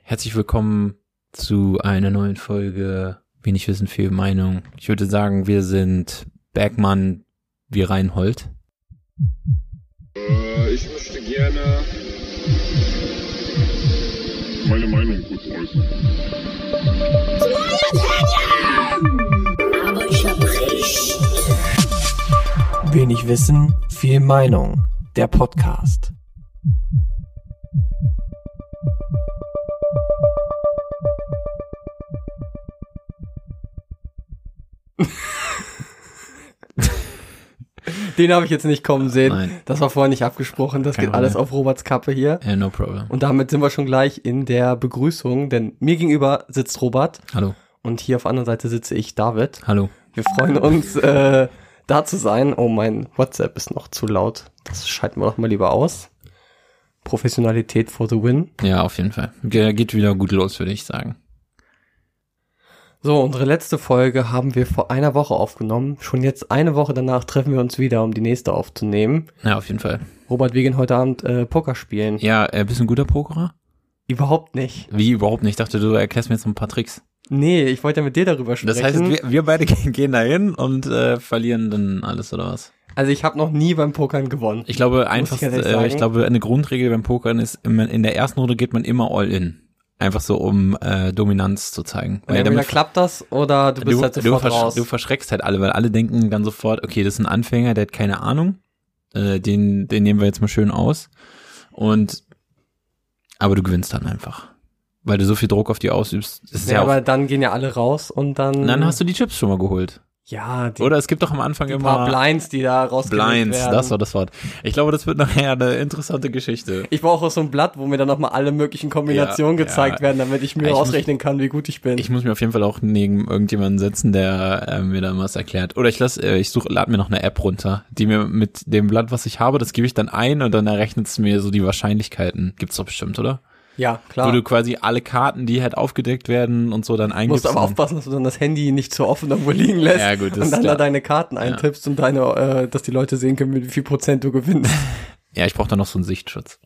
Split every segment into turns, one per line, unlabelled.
Herzlich willkommen zu einer neuen Folge Wenig Wissen, viel Meinung. Ich würde sagen, wir sind Bergmann wie Reinhold.
Äh, ich möchte gerne meine Meinung kurz äußern.
Wenig Wissen, viel Meinung. Der Podcast. Den habe ich jetzt nicht kommen sehen.
Nein.
Das war vorher nicht abgesprochen. Das
Kein
geht alles
Problem.
auf Roberts Kappe hier.
Äh, no problem.
Und damit sind wir schon gleich in der Begrüßung, denn mir gegenüber sitzt Robert
Hallo,
und hier auf der anderen Seite sitze ich, David.
hallo.
Wir freuen uns, äh, da zu sein. Oh, mein WhatsApp ist noch zu laut. Das schalten wir doch mal lieber aus. Professionalität for the win.
Ja, auf jeden Fall. Ge geht wieder gut los, würde ich sagen.
So, unsere letzte Folge haben wir vor einer Woche aufgenommen. Schon jetzt eine Woche danach treffen wir uns wieder, um die nächste aufzunehmen.
Ja, auf jeden Fall.
Robert, wir gehen heute Abend äh, Poker spielen.
Ja, äh, bist du ein guter Pokerer?
Überhaupt nicht.
Wie überhaupt nicht. Ich dachte, du erklärst mir jetzt ein paar Tricks.
Nee, ich wollte ja mit dir darüber sprechen.
Das heißt, wir, wir beide gehen dahin und äh, verlieren dann alles oder was?
also ich habe noch nie beim Pokern gewonnen.
Ich glaube einfach,
ich ehrlich
äh, ich
sagen.
glaube eine Grundregel beim Pokern ist, immer- in der ersten Runde geht man immer all in, einfach so um äh, Dominanz zu zeigen.
Und
Weil
entweder
damit
klappt das oder du bist
du,
halt
du,
sofort
versch
raus.
du verschreckst halt alle, weil alle denken dann sofort, okay, das ist ein Anfänger, der hat keine Ahnung, äh, den, den nehmen wir jetzt mal schön aus. Und aber du gewinnst dann einfach, weil du so viel Druck auf die ausübst. Das ist
ja,
ja,
aber
auch,
dann gehen ja alle raus und dann.
dann hast du die Chips schon mal geholt.
ja, die
Oder es gibt doch am Anfang
ein paar
immer
Blinds, die da rausgelegt
Blinds,
werden.
das war das Wort. Ich glaube, das wird nachher eine interessante Geschichte.
ich brauche auch so ein Blatt, wo mir dann nochmal alle möglichen Kombinationen
Ja,
gezeigt
ja.
werden, damit ich mir
Ich muss-
ausrechnen kann, wie gut ich bin.
Ich muss mir auf jeden Fall auch neben irgendjemanden setzen, der äh, mir dann was erklärt. Oder ich lass, äh, ich suche, lade mir noch eine App runter, die mir mit dem Blatt, was ich habe, das gebe ich dann ein und dann errechnet es mir so die Wahrscheinlichkeiten. Gibt's doch bestimmt, oder?
ja,
Wo
klar.
du
Du
quasi alle Karten, die halt aufgedeckt werden und so dann eingibst.
musst aber
und-
aufpassen, dass du dann das Handy nicht zu offen irgendwo liegen lässt
ne? Ja, gut, das ist
und dann da
klar.
deine Karten eintippst und deine, äh, dass die Leute sehen können, mit wie viel Prozent du gewinnst.
Ja, ich brauche da noch so einen Sichtschutz.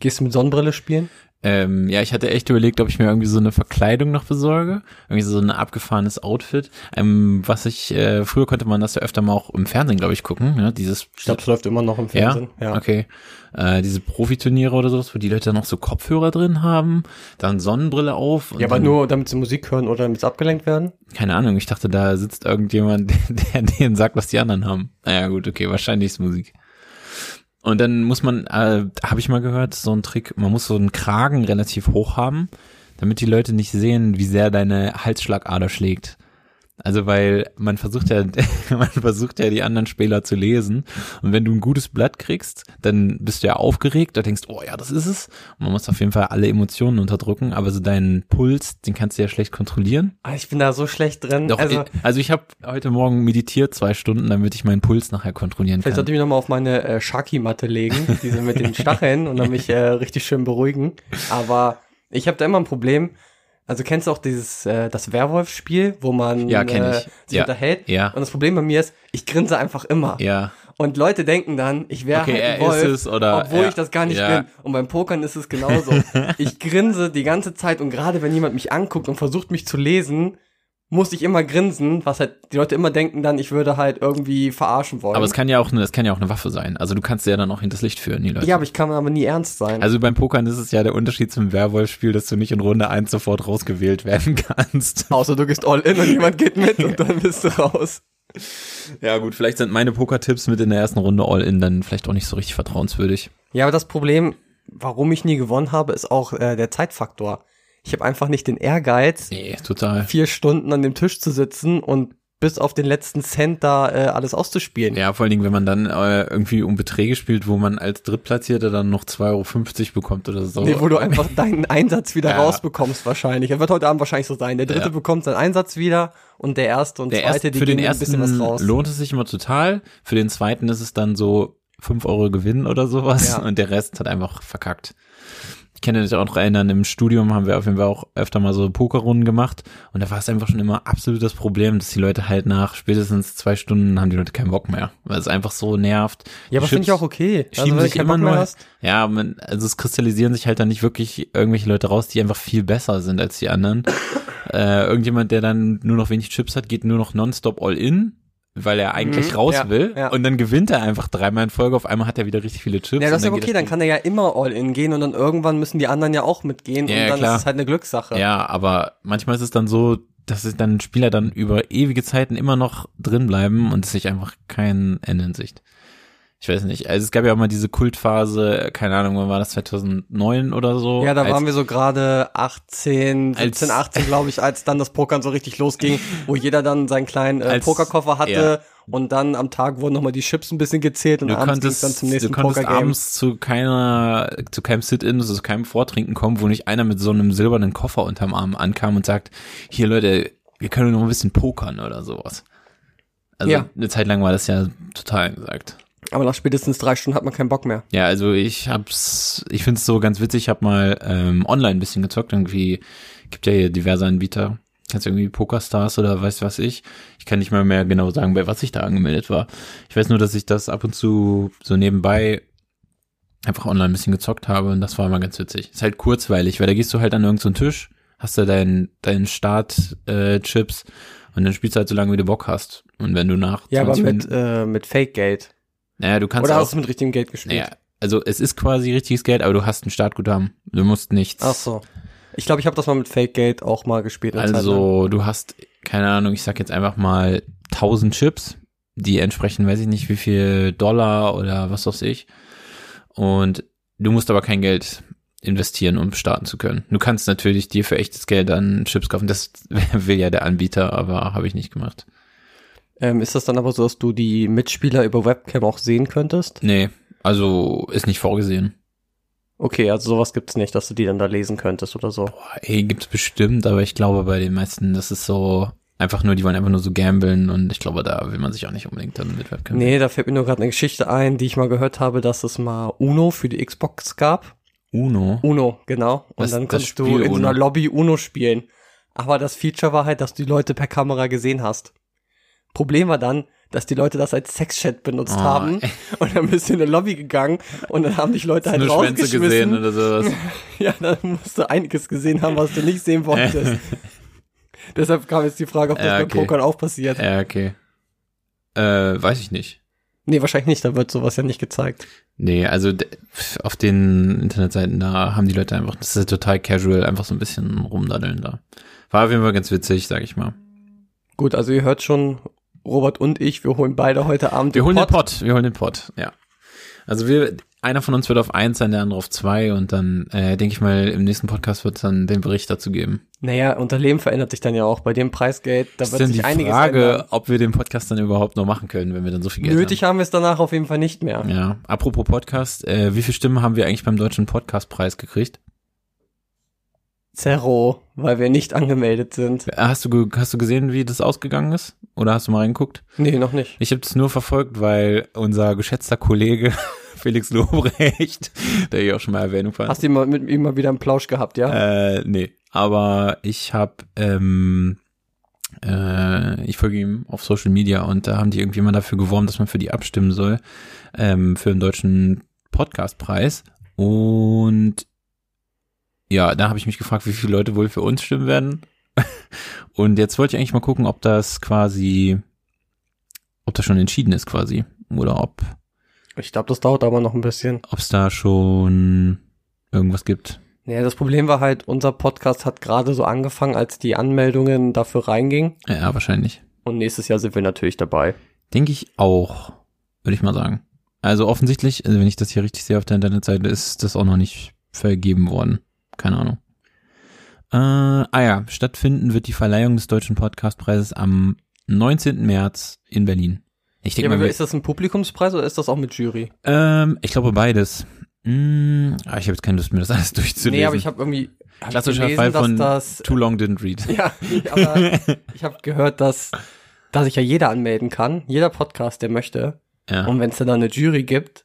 Gehst du mit Sonnenbrille spielen?
Ähm, ja, ich hatte echt überlegt, ob ich mir irgendwie so eine Verkleidung noch besorge. Irgendwie so ein abgefahrenes Outfit. Ähm, was ich, äh, früher konnte man das ja öfter mal auch im Fernsehen, glaube ich, gucken. Ne? Dieses
Ich glaube, es läuft immer noch im Fernsehen.
Ja, okay. Äh, diese Profiturniere oder sowas, wo die Leute dann noch so Kopfhörer drin haben, dann Sonnenbrille auf. und
ja aber
dann,
nur, damit sie Musik hören oder damit sie abgelenkt werden.
Keine Ahnung, ich dachte, da sitzt irgendjemand, der denen sagt, was die anderen haben. Naja, gut, okay, wahrscheinlich ist Musik. Und dann muss man, äh, habe ich mal gehört, so ein Trick, man muss so einen Kragen relativ hoch haben, damit die Leute nicht sehen, wie sehr deine Halsschlagader schlägt. Also weil man versucht ja, man versucht ja die anderen Spieler zu lesen. Und wenn du ein gutes Blatt kriegst, dann bist du ja aufgeregt und denkst, oh ja, das ist es. Und man muss auf jeden Fall alle Emotionen unterdrücken, aber so deinen Puls, den kannst du ja schlecht kontrollieren.
Ah, Ich bin da so schlecht drin.
Doch,
also,
also, ich, also ich habe heute Morgen meditiert zwei Stunden, damit ich meinen Puls nachher kontrollieren
Vielleicht
kann.
sollte ich mich nochmal auf meine äh, Shaki-Matte legen, diese mit den Stacheln, und dann mich äh, richtig schön beruhigen. Aber ich habe da immer ein Problem. Also kennst du auch dieses äh, das Werwolf-Spiel, wo man
Ja, kenn
äh,
ich.
sich
Ja.
unterhält?
Ja.
Und das Problem bei mir ist, ich grinse einfach immer.
Ja,
Und Leute denken dann, ich wäre
Okay,
halt
er
ein Wolf,
ist es oder-
obwohl
Äh, ja,
ich das gar nicht
ja.
bin. Und beim Pokern ist es genauso. ich grinse die ganze Zeit und gerade wenn jemand mich anguckt und versucht mich zu lesen, muss ich immer grinsen, was halt die Leute immer denken dann, ich würde halt irgendwie verarschen wollen.
aber es kann ja auch eine, es kann ja auch eine Waffe sein. Also du kannst sie ja dann auch hinters Licht führen, die Leute.
Ja, aber ich kann aber nie ernst sein.
also beim Pokern ist es ja der Unterschied zum Werwolf-Spiel, dass du nicht in Runde eins sofort rausgewählt werden kannst.
Außer du gehst all in und jemand geht mit und dann bist du raus.
Ja gut, vielleicht sind meine Poker-Tipps mit in der ersten Runde All-In dann vielleicht auch nicht so richtig vertrauenswürdig.
Ja, aber das Problem, warum ich nie gewonnen habe, ist auch äh, der Zeitfaktor. Ich habe einfach nicht den Ehrgeiz,
Nee, total.
vier Stunden an dem Tisch zu sitzen und bis auf den letzten Cent da äh, alles auszuspielen.
Ja, vor allen Dingen, wenn man dann äh, irgendwie um Beträge spielt, wo man als Drittplatzierter dann noch 2,50 Euro bekommt oder so.
Nee, wo du einfach deinen Einsatz wieder
Ja.
rausbekommst wahrscheinlich. Das wird heute Abend wahrscheinlich so sein. Der Dritte
Ja.
bekommt seinen Einsatz wieder und der Erste und
der
Zweite,
erste, für den
geben ein
ersten
bisschen was raus.
lohnt es sich immer total. Für den zweiten ist es dann so 5 Euro Gewinn oder sowas
Ja.
und der Rest hat einfach verkackt. kann mich auch noch erinnern, im Studium haben wir auf jeden Fall auch öfter mal so Pokerrunden gemacht und da war es einfach schon immer absolut das Problem, dass die Leute halt nach spätestens zwei Stunden haben die Leute keinen Bock mehr, weil es einfach so nervt.
Ja, aber
Chips-
finde ich auch okay. Also,
schieben
wenn du
sich
keinen
immer
Bock mehr
nur-
hast.
Ja, man, also es kristallisieren sich halt dann nicht wirklich irgendwelche Leute raus, die einfach viel besser sind als die anderen. äh, irgendjemand, der dann nur noch wenig Chips hat, geht nur noch nonstop all in, weil er eigentlich
Mhm,
raus
ja,
will.
ja.
Und dann gewinnt er einfach dreimal in Folge. Auf einmal hat er wieder richtig viele Chips.
Ja, das
und
ist ja
geht
okay,
das
dann kann er ja immer all in gehen und dann irgendwann müssen die anderen ja auch mitgehen
Ja,
und
ja,
dann
klar.
ist es halt eine Glückssache.
Ja, aber manchmal ist es dann so, dass es dann Spieler dann über ewige Zeiten immer noch drin bleiben und es sich einfach kein Ende in Sicht. Ich weiß nicht. Also es gab ja auch mal diese Kultphase, keine Ahnung, wann war das 2009 oder so?
Ja, da
als-
waren wir so gerade 18, 17,
Als-
18, glaube ich, als dann das Pokern so richtig losging, wo jeder dann seinen kleinen äh,
Als-
Pokerkoffer hatte
ja.
und dann am Tag wurden nochmal die Chips ein bisschen gezählt und
Du
abends ging
konntest,
dann zum nächsten
du konntest
Pokergame.
abends zu keiner, zu keinem Sit-In, zu keinem Vortrinken kommen, wo nicht einer mit so einem silbernen Koffer unterm Arm ankam und sagt, hier Leute, wir können noch ein bisschen pokern oder sowas. Also
Ja.
eine Zeit lang war das ja total gesagt.
Aber nach spätestens drei Stunden hat man keinen Bock mehr.
Ja, also ich hab's, ich find's so ganz witzig, ich hab mal ähm, online ein bisschen gezockt, irgendwie gibt ja hier diverse Anbieter. Kannst irgendwie Pokerstars oder weiß was ich. Ich kann nicht mal mehr genau sagen, bei was ich da angemeldet war. Ich weiß nur, dass ich das ab und zu so nebenbei einfach online ein bisschen gezockt habe und das war immer ganz witzig. Ist halt kurzweilig, weil da gehst du halt an irgendeinen Tisch, hast da deinen deinen Start äh, Chips und dann spielst du halt so lange, wie du Bock hast. Und wenn du nach
Ja, aber
20
mit,
Minuten-
äh, mit Fake Geld.
naja, du kannst
Oder
auch,
hast du mit richtigem Geld gespielt?
naja, also es ist quasi richtiges Geld, aber du hast ein Startguthaben. Du musst nichts.
Ach so. halt Ich glaube, ich habe das mal mit Fake Geld auch mal gespielt. eine Zeit lang.
Also du hast, keine Ahnung, ich sag jetzt einfach mal 1000 Chips, die entsprechen, weiß ich nicht, wie viel Dollar oder was weiß ich. Und du musst aber kein Geld investieren, um starten zu können. Du kannst natürlich dir für echtes Geld dann Chips kaufen. Das will ja der Anbieter, aber habe ich nicht gemacht.
ähm, ist das dann aber so, dass du die Mitspieler über Webcam auch sehen könntest?
Nee, also ist nicht vorgesehen.
Okay, also sowas gibt's nicht, dass du die dann da lesen könntest oder so.
Boah, ey, gibt's bestimmt, aber ich glaube bei den meisten, das ist so einfach nur, die wollen einfach nur so gambeln und ich glaube, da will man sich auch nicht unbedingt dann mit Webcam.
Nee, da fällt mir nur gerade eine Geschichte ein, die ich mal gehört habe, dass es mal Uno für die Xbox gab.
Uno.
Uno, genau. Und
Das-
dann
das
konntest du
Spiel
in so
Uno.
einer Lobby Uno spielen. Aber das Feature war halt, dass du die Leute per Kamera gesehen hast. Problem war dann, dass die Leute das als Sexchat benutzt
Oh,
haben.
ey.
Und dann bist du in eine Lobby gegangen und dann haben dich Leute halt
Nur Schwänze
rausgeschmissen.
gesehen ne? oder sowas.
Ja, dann musst du einiges gesehen haben, was du nicht sehen wolltest. Deshalb kam jetzt die Frage, ob das
Ja,
bei
okay.
Pokern auch passiert.
ja, okay. Äh, weiß ich nicht.
Nee, wahrscheinlich nicht, da wird sowas ja nicht gezeigt.
Nee, also d- pf, auf den Internetseiten da haben die Leute einfach, das ist ja total casual, einfach so ein bisschen rumdaddeln da. War auf jeden Fall ganz witzig, sag ich mal.
Gut, also ihr hört schon, Robert und ich, wir holen beide heute Abend
Wir holen
Pott.
den Pott, wir holen den Pott, ja. Also wir, einer von uns wird auf eins sein, der andere auf zwei und dann, äh, denke ich mal, im nächsten Podcast wird es dann den Bericht dazu geben.
Naja, unser Leben verändert sich dann ja auch. Bei dem Preisgeld, da
Das
wird
ist denn die
sich einiges
Frage,
ändern.
ob wir den Podcast dann überhaupt noch machen können, wenn wir dann so viel Geld
Nötig haben wir es danach auf jeden Fall nicht mehr.
haben. Ja, apropos Podcast, äh, wie viele Stimmen haben wir eigentlich beim deutschen Podcastpreis gekriegt?
Zero, weil wir nicht angemeldet sind.
Äh, Hast du, ge- hast du gesehen, wie das ausgegangen ist? Oder hast du mal reingeguckt?
Nee, noch nicht.
Ich habe das nur verfolgt, weil unser geschätzter Kollege Felix Lobrecht, der ich auch schon mal Erwähnung fand.
Hast du mal, mit ihm mal wieder einen Plausch gehabt, ja?
Äh, nee, aber ich habe, ähm, äh, ich folge ihm auf Social Media und da haben die irgendwie mal dafür geworben, dass man für die abstimmen soll, ähm, für den deutschen Podcastpreis. Und ja, da habe ich mich gefragt, wie viele Leute wohl für uns stimmen werden. und jetzt wollte ich eigentlich mal gucken, ob das quasi, ob das schon entschieden ist quasi. Oder ob
Ich glaube, das dauert aber noch ein bisschen.
es da schon irgendwas gibt.
Naja, das Problem war halt, unser Podcast hat gerade so angefangen, als die Anmeldungen dafür reingingen.
Ja, wahrscheinlich.
Und nächstes Jahr sind wir natürlich dabei.
Denke ich auch, würde ich mal sagen. Also offensichtlich, also wenn ich das hier richtig sehe auf der Internetseite, ist das auch noch nicht vergeben worden. Keine Ahnung. Äh, ah ja, stattfinden wird die Verleihung des Deutschen Podcastpreises am 19. März in Berlin. Ich
Ja,
denke
aber
mal, wir,
ist das ein Publikumspreis oder ist das auch mit Jury?
ähm, ich glaube beides. Hm, ah, ich habe jetzt keine Lust mir das alles durchzulesen.
Nee, aber ich habe irgendwie hab ich
Klassischer
gelesen,
Fall von-
dass das
Too long didn't read.
Ja, aber ich habe gehört, dass, dass sich ja jeder anmelden kann, jeder Podcast, der möchte.
Ja.
Und wenn es dann eine Jury gibt,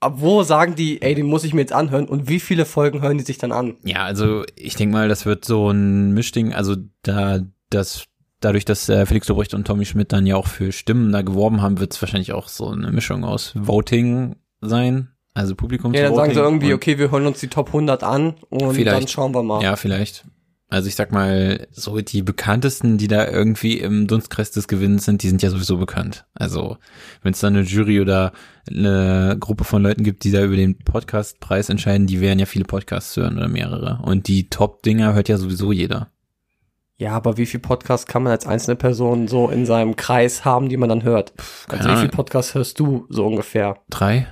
ab wo sagen die, ey, den muss ich mir jetzt anhören und wie viele Folgen hören die sich dann an?
Ja, also ich denke mal, das wird so ein Mischding, also da das dadurch, dass äh, Felix Lobrecht und Tommy Schmidt dann ja auch für Stimmen da geworben haben, wird es wahrscheinlich auch so eine Mischung aus Voting sein, also Publikum
Ja, dann sagen sie irgendwie,
und-
okay, wir hören uns die Top 100 an und dann
Vielleicht.
schauen wir mal.
Ja, vielleicht. Also ich sag mal, so die bekanntesten, die da irgendwie im Dunstkreis des Gewinns sind, die sind ja sowieso bekannt. Also wenn es da eine Jury oder eine Gruppe von Leuten gibt, die da über den Podcastpreis entscheiden, die werden ja viele Podcasts hören oder mehrere. Und die Top-Dinger hört ja sowieso jeder.
Ja, aber wie viel Podcasts kann man als einzelne Person so in seinem Kreis haben, die man dann hört? Also wie
keine
viel
Ahnung.
Podcasts hörst du so ungefähr?
Drei?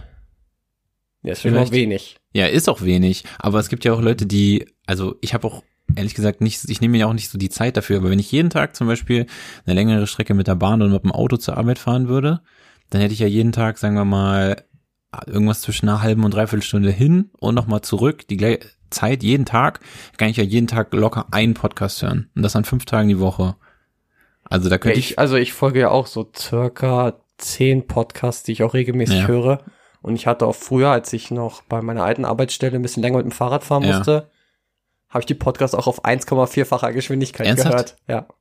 Ja, ist schon mal
Vielleicht.
wenig.
Ja, ist auch wenig. Aber es gibt ja auch Leute, die, also ich habe auch ehrlich gesagt nicht, ich nehme mir ja auch nicht so die Zeit dafür. Aber wenn ich jeden Tag zum Beispiel eine längere Strecke mit der Bahn oder mit dem Auto zur Arbeit fahren würde, dann hätte ich ja jeden Tag, sagen wir mal, irgendwas zwischen einer halben und dreiviertel Stunde hin und nochmal zurück, die gleiche Zeit jeden Tag, kann ich ja jeden Tag locker einen Podcast hören. Und das an fünf Tagen die Woche. Also da
Ja,
könnte ich,
ich, also ich folge ja auch so circa zehn Podcasts, die ich auch regelmäßig
Ja.
höre. Und ich hatte auch früher, als ich noch bei meiner alten Arbeitsstelle ein bisschen länger mit dem Fahrrad fahren
Ja.
musste, habe ich die Podcasts auch auf 1,4-facher Geschwindigkeit
Ernsthaft? Hm.
gehört. Ja,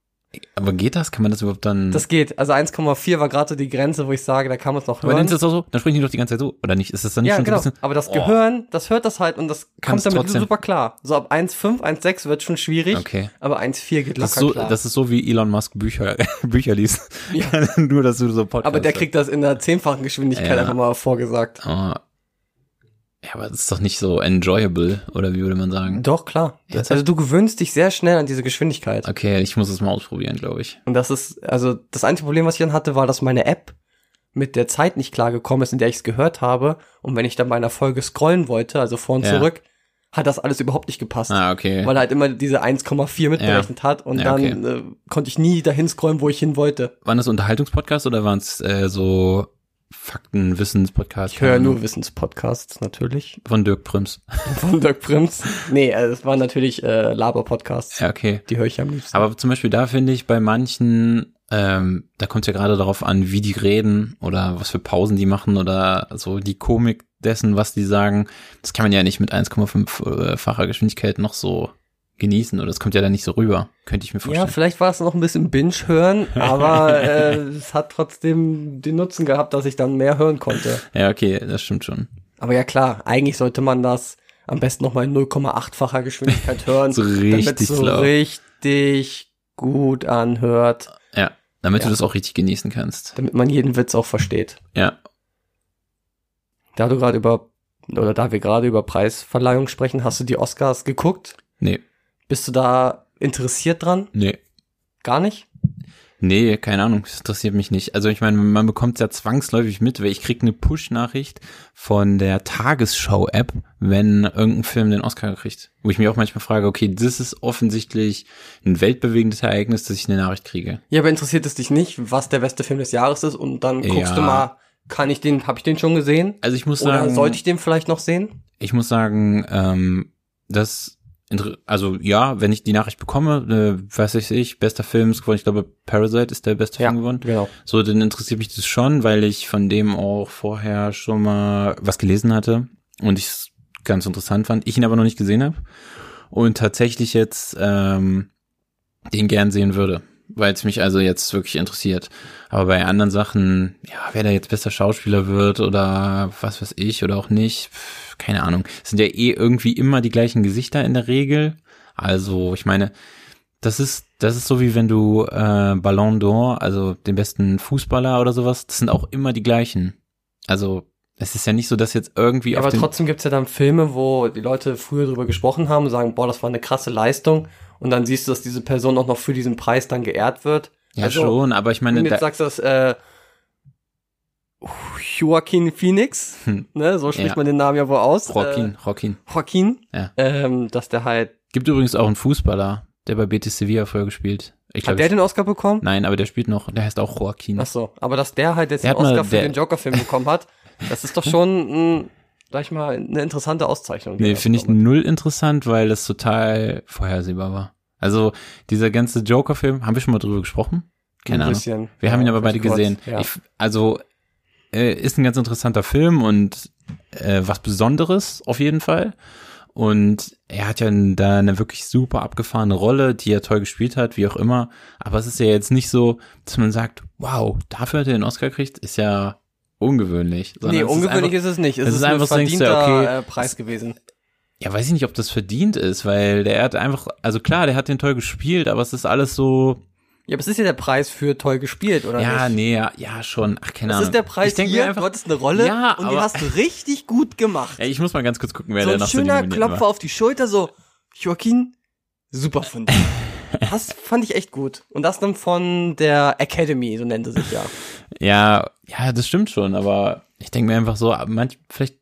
aber geht das? Kann man das überhaupt dann?
das geht. Also 1,4 war gerade so die Grenze, wo ich sage, da kann man es noch
aber
hören.
nimmst du das auch so? Dann sprechen die doch die ganze Zeit so, oder nicht? Ist das dann nicht
ja,
schon
genau.
so ein bisschen?
Aber das
Oh.
Gehirn, das hört das halt und das
Kann's
kommt damit
trotzdem.
super klar. So ab 1,5, 1,6 wird schon schwierig,
Okay.
aber 1,4 geht locker
Das ist, so,
klar.
das ist so wie Elon Musk Bücher, Bücher liest.
Ja.
Nur, dass du so Podcasts
aber der
hörst.
kriegt das in der zehnfachen Geschwindigkeit
Ja.
einfach mal vorgesagt.
Aber, Ah. ja, aber das ist doch nicht so enjoyable, oder wie würde man sagen?
Doch, klar.
Ja,
also du gewöhnst dich sehr schnell an diese Geschwindigkeit.
Okay, ich muss es mal ausprobieren, glaube ich.
Und das ist, also das einzige Problem, was ich dann hatte, war, dass meine App mit der Zeit nicht klargekommen ist, in der ich es gehört habe. Und wenn ich dann bei einer Folge scrollen wollte, also vor und
Ja.
zurück, hat das alles überhaupt nicht gepasst.
Ah, okay.
Weil er halt immer diese 1,4 mitberechnet hat und
Ja,
dann äh, konnte ich nie dahin scrollen, wo ich hin wollte.
Waren das Unterhaltungspodcasts oder waren es äh, so Fakten-Wissens-Podcasts?
Ich höre nur Wissenspodcasts natürlich
Von Dirk Prims.
von Dirk Prims. Nee, also es waren natürlich äh, Laber-Podcasts.
Ja, okay.
Die höre ich am liebsten.
Aber zum Beispiel da finde ich bei manchen, ähm, da kommt ja gerade darauf an, wie die reden oder was für Pausen die machen oder so die Komik dessen, was die sagen. Das kann man ja nicht mit 1,5-facher Geschwindigkeit noch so genießen oder das kommt ja dann nicht so rüber, könnte ich mir
Ja,
vorstellen.
vielleicht war es noch ein bisschen Binge-Hören, aber äh, es hat trotzdem den Nutzen gehabt, dass ich dann mehr hören konnte.
Ja, okay, das stimmt schon.
Aber ja klar, eigentlich sollte man das am besten nochmal in 0,8-facher Geschwindigkeit hören,
So
damit
richtig
es so
slow.
richtig gut anhört,
Ja, damit
Ja.
du das auch richtig genießen kannst.
damit man jeden Witz auch versteht.
Ja,
Da du gerade über, oder da wir gerade über Preisverleihung sprechen, hast du die Oscars geguckt?
nee,
Bist du da interessiert dran?
nee.
Gar nicht?
Nee, keine Ahnung, das interessiert mich nicht. Also ich meine, man bekommt ja zwangsläufig mit, weil ich krieg eine Push-Nachricht von der Tagesschau-App, wenn irgendein Film den Oscar kriegt. Wo ich mir auch manchmal frage, okay, das ist offensichtlich ein weltbewegendes Ereignis, dass ich eine Nachricht kriege.
Ja, aber interessiert es dich nicht, was der beste Film des Jahres ist und dann guckst
Ja.
du mal, kann ich den, habe ich den schon gesehen?
Also ich muss
Oder
sagen,
sollte ich den vielleicht noch sehen?
ich muss sagen, ähm, das inter- also ja, wenn ich die Nachricht bekomme, äh, weiß ich ich, bester Film ist geworden, ich glaube Parasite ist der beste Film geworden.
genau.
So, dann interessiert mich das schon, weil ich von dem auch vorher schon mal was gelesen hatte und ich es ganz interessant fand, ich ihn aber noch nicht gesehen habe und tatsächlich jetzt ähm, den gern sehen würde, weil es mich also jetzt wirklich interessiert. Aber bei anderen Sachen, ja, wer da jetzt bester Schauspieler wird oder was weiß ich oder auch nicht, pf, keine Ahnung. Es sind ja eh irgendwie immer die gleichen Gesichter in der Regel. Also, ich meine, das ist, das ist so wie wenn du äh, Ballon d'Or, also den besten Fußballer oder sowas, das sind auch immer die gleichen. Also es ist ja nicht so, dass jetzt irgendwie
Ja, aber
auf den,
trotzdem gibt's ja dann Filme, wo die Leute früher drüber gesprochen haben und sagen, boah, das war eine krasse Leistung. Und dann siehst du, dass diese Person auch noch für diesen Preis dann geehrt wird.
ja
also,
schon, aber ich meine,
Wenn du jetzt
da,
sagst, dass äh, Joaquin Phoenix,
Hm.
ne, so spricht
Ja.
man den Namen ja wohl aus.
Rockin, Rockin.
Äh, Joaquin,
Ja.
ähm, dass der halt,
Gibt übrigens auch einen Fußballer, der bei Betis Sevilla früher gespielt. Ich
hat
glaube,
der den Oscar bekommen?
nein, aber der spielt noch, der heißt auch Joaquin.
Ach so, aber dass der halt jetzt
Hm. Der
den
hat mal-
Oscar für
der-
den Joker-Film bekommen hat, das ist doch schon, mh, sag ich mal, eine interessante Auszeichnung. die
Nee,
er
finde ich
bekommen hat.
null interessant, weil das total vorhersehbar war. Also dieser ganze Joker-Film, haben wir schon mal drüber gesprochen? Keine
Ein
Ahnung.
bisschen.
Wir haben
Ja,
ihn aber beide
kurz,
gesehen.
Ja.
Ich, also äh, ist ein ganz interessanter Film und äh, was Besonderes auf jeden Fall. Und er hat ja da eine wirklich super abgefahrene Rolle, die er toll gespielt hat, wie auch immer. Aber es ist ja jetzt nicht so, dass man sagt, wow, dafür hat er den Oscar gekriegt, ist ja ungewöhnlich. sondern
Nee,
es ist
ungewöhnlich
einfach-
ist, es nicht. Es,
es
ist,
ist
ein
einfach so, denkst du,
verdienter
okay,
äh, Preis gewesen.
Ja, weiß ich nicht, ob das verdient ist, weil der hat einfach, also klar, der hat den toll gespielt, aber es ist alles so,
Ja, aber es ist ja der Preis für toll gespielt, oder
ja,
nicht?
nee, ja, ja, schon, ach, keine
Das
Ahnung.
ist der Preis
ich denk
hier,
mir
du
einfach,
hattest eine Rolle
Ja,
und die
aber-
hast du richtig gut gemacht.
ey, ich muss mal ganz kurz gucken, wer
so
der
ein
noch so
schöner
nominiert
Klopfer
war.
auf die Schulter, so, Joaquin, super von dir. Das fand ich echt gut. Und das dann von der Academy, so nennt sie sich ja.
Ja, ja, das stimmt schon, aber ich denke mir einfach so, manch, vielleicht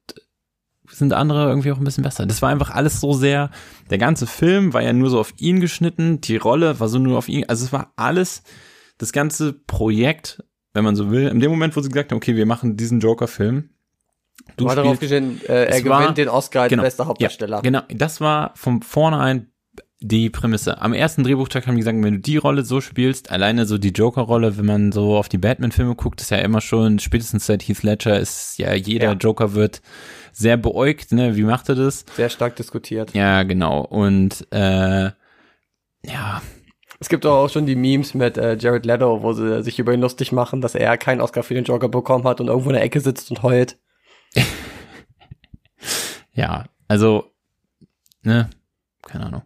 sind andere irgendwie auch ein bisschen besser. Das war einfach alles so sehr, der ganze Film war ja nur so auf ihn geschnitten, die Rolle war so nur auf ihn, also es war alles, das ganze Projekt, wenn man so will, in dem Moment, wo sie gesagt haben, okay, wir machen diesen Joker-Film,
Du war darauf gesehen, äh, er
es war-
gewinnt den Oscar als
genau,
bester Hauptdarsteller.
Ja, genau, das war von vornherein die Prämisse. Am ersten Drehbuchtag haben die gesagt, wenn du die Rolle so spielst, alleine so die Joker-Rolle, wenn man so auf die Batman-Filme guckt, ist ja immer schon, spätestens seit Heath Ledger ist ja jeder
Ja.
Joker wird sehr beäugt, ne, wie macht er das?
Sehr stark diskutiert.
Ja, genau. Und äh, ja,
Es gibt auch schon die Memes mit äh, Jared Leto, wo sie sich über ihn lustig machen, dass er keinen Oscar für den Joker bekommen hat und irgendwo in der Ecke sitzt und heult.
ja, also, ne, keine Ahnung.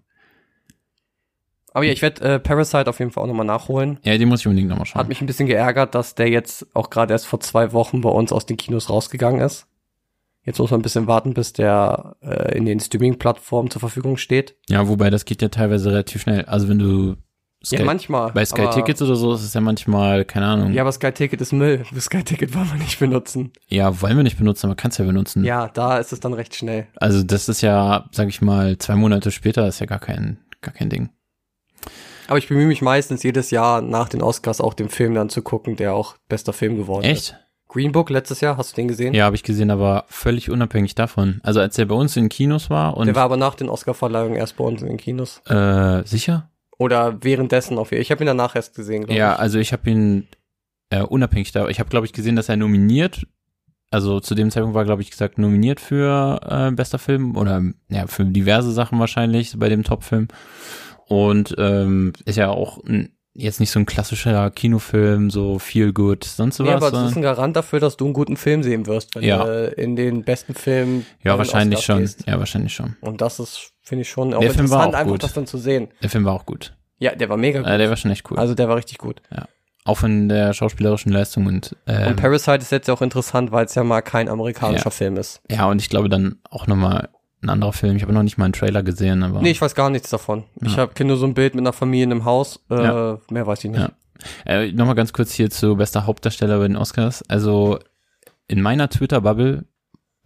Aber ja, ich werde äh, Parasite auf jeden Fall auch nochmal nachholen.
Ja, den muss ich unbedingt nochmal
Hat
schauen.
mich ein bisschen geärgert, dass der jetzt auch gerade erst vor zwei Wochen bei uns aus den Kinos rausgegangen ist. Jetzt muss man ein bisschen warten, bis der äh, in den Streaming-Plattformen zur Verfügung steht.
Ja, wobei das geht ja teilweise relativ schnell. Also wenn du
ja,
Sky-
manchmal.
bei Sky
aber-
Tickets oder so ist es ja manchmal, keine Ahnung.
Ja, aber Sky Ticket ist Müll. Das Sky Ticket wollen wir nicht benutzen.
Ja, wollen wir nicht benutzen, aber kannst ja benutzen.
Ja, da ist es dann recht schnell.
Also das ist ja, sag ich mal, zwei Monate später ist ja gar kein, gar kein Ding.
Aber ich bemühe mich meistens jedes Jahr nach den Oscars auch den Film dann zu gucken, der auch bester Film geworden ist.
Echt?
Green Book letztes Jahr, hast du den gesehen?
Ja, habe ich gesehen, aber völlig unabhängig davon. Also als der bei uns in Kinos war und
Der war aber nach den Oscarverleihungen erst bei uns in den Kinos.
äh, sicher?
Oder währenddessen auf jeden Ich habe ihn danach erst gesehen, glaube
Ja,
ich.
also ich habe ihn äh, unabhängig da. Ich habe, glaube ich, gesehen, dass er nominiert. Also zu dem Zeitpunkt war, glaube ich, gesagt, nominiert für äh, bester Film oder ja, für diverse Sachen wahrscheinlich bei dem Top-Film. Und ähm, ist ja auch ein, jetzt nicht so ein klassischer Kinofilm, so Feel Good, sonst
Nee,
was.
aber das
sondern-
ist ein Garant dafür, dass du einen guten Film sehen wirst, wenn
Ja.
du äh, in den besten Film
Ja, wahrscheinlich schon.
Gehst.
Ja, wahrscheinlich schon.
Und das ist, finde ich schon auch
Der Film
interessant,
war auch
einfach
gut.
das dann zu sehen.
Der Film war auch gut.
Ja, der war mega gut.
Äh, der war schon echt cool.
Also der war richtig gut.
auch von der schauspielerischen Leistung und, ähm,
Und Parasite ist jetzt ja auch interessant, weil es ja mal kein amerikanischer
Ja.
Film ist.
ja, und ich glaube dann auch nochmal ein anderer Film. Ich habe noch nicht mal einen Trailer gesehen, aber.
Nee, ich weiß gar nichts davon. Ich habe kenne nur so ein Bild mit einer Familie in einem Haus. Äh,
Ja.
Mehr weiß ich nicht.
Ja. Äh, Nochmal ganz kurz hier zu bester Hauptdarsteller bei den Oscars. Also in meiner Twitter-Bubble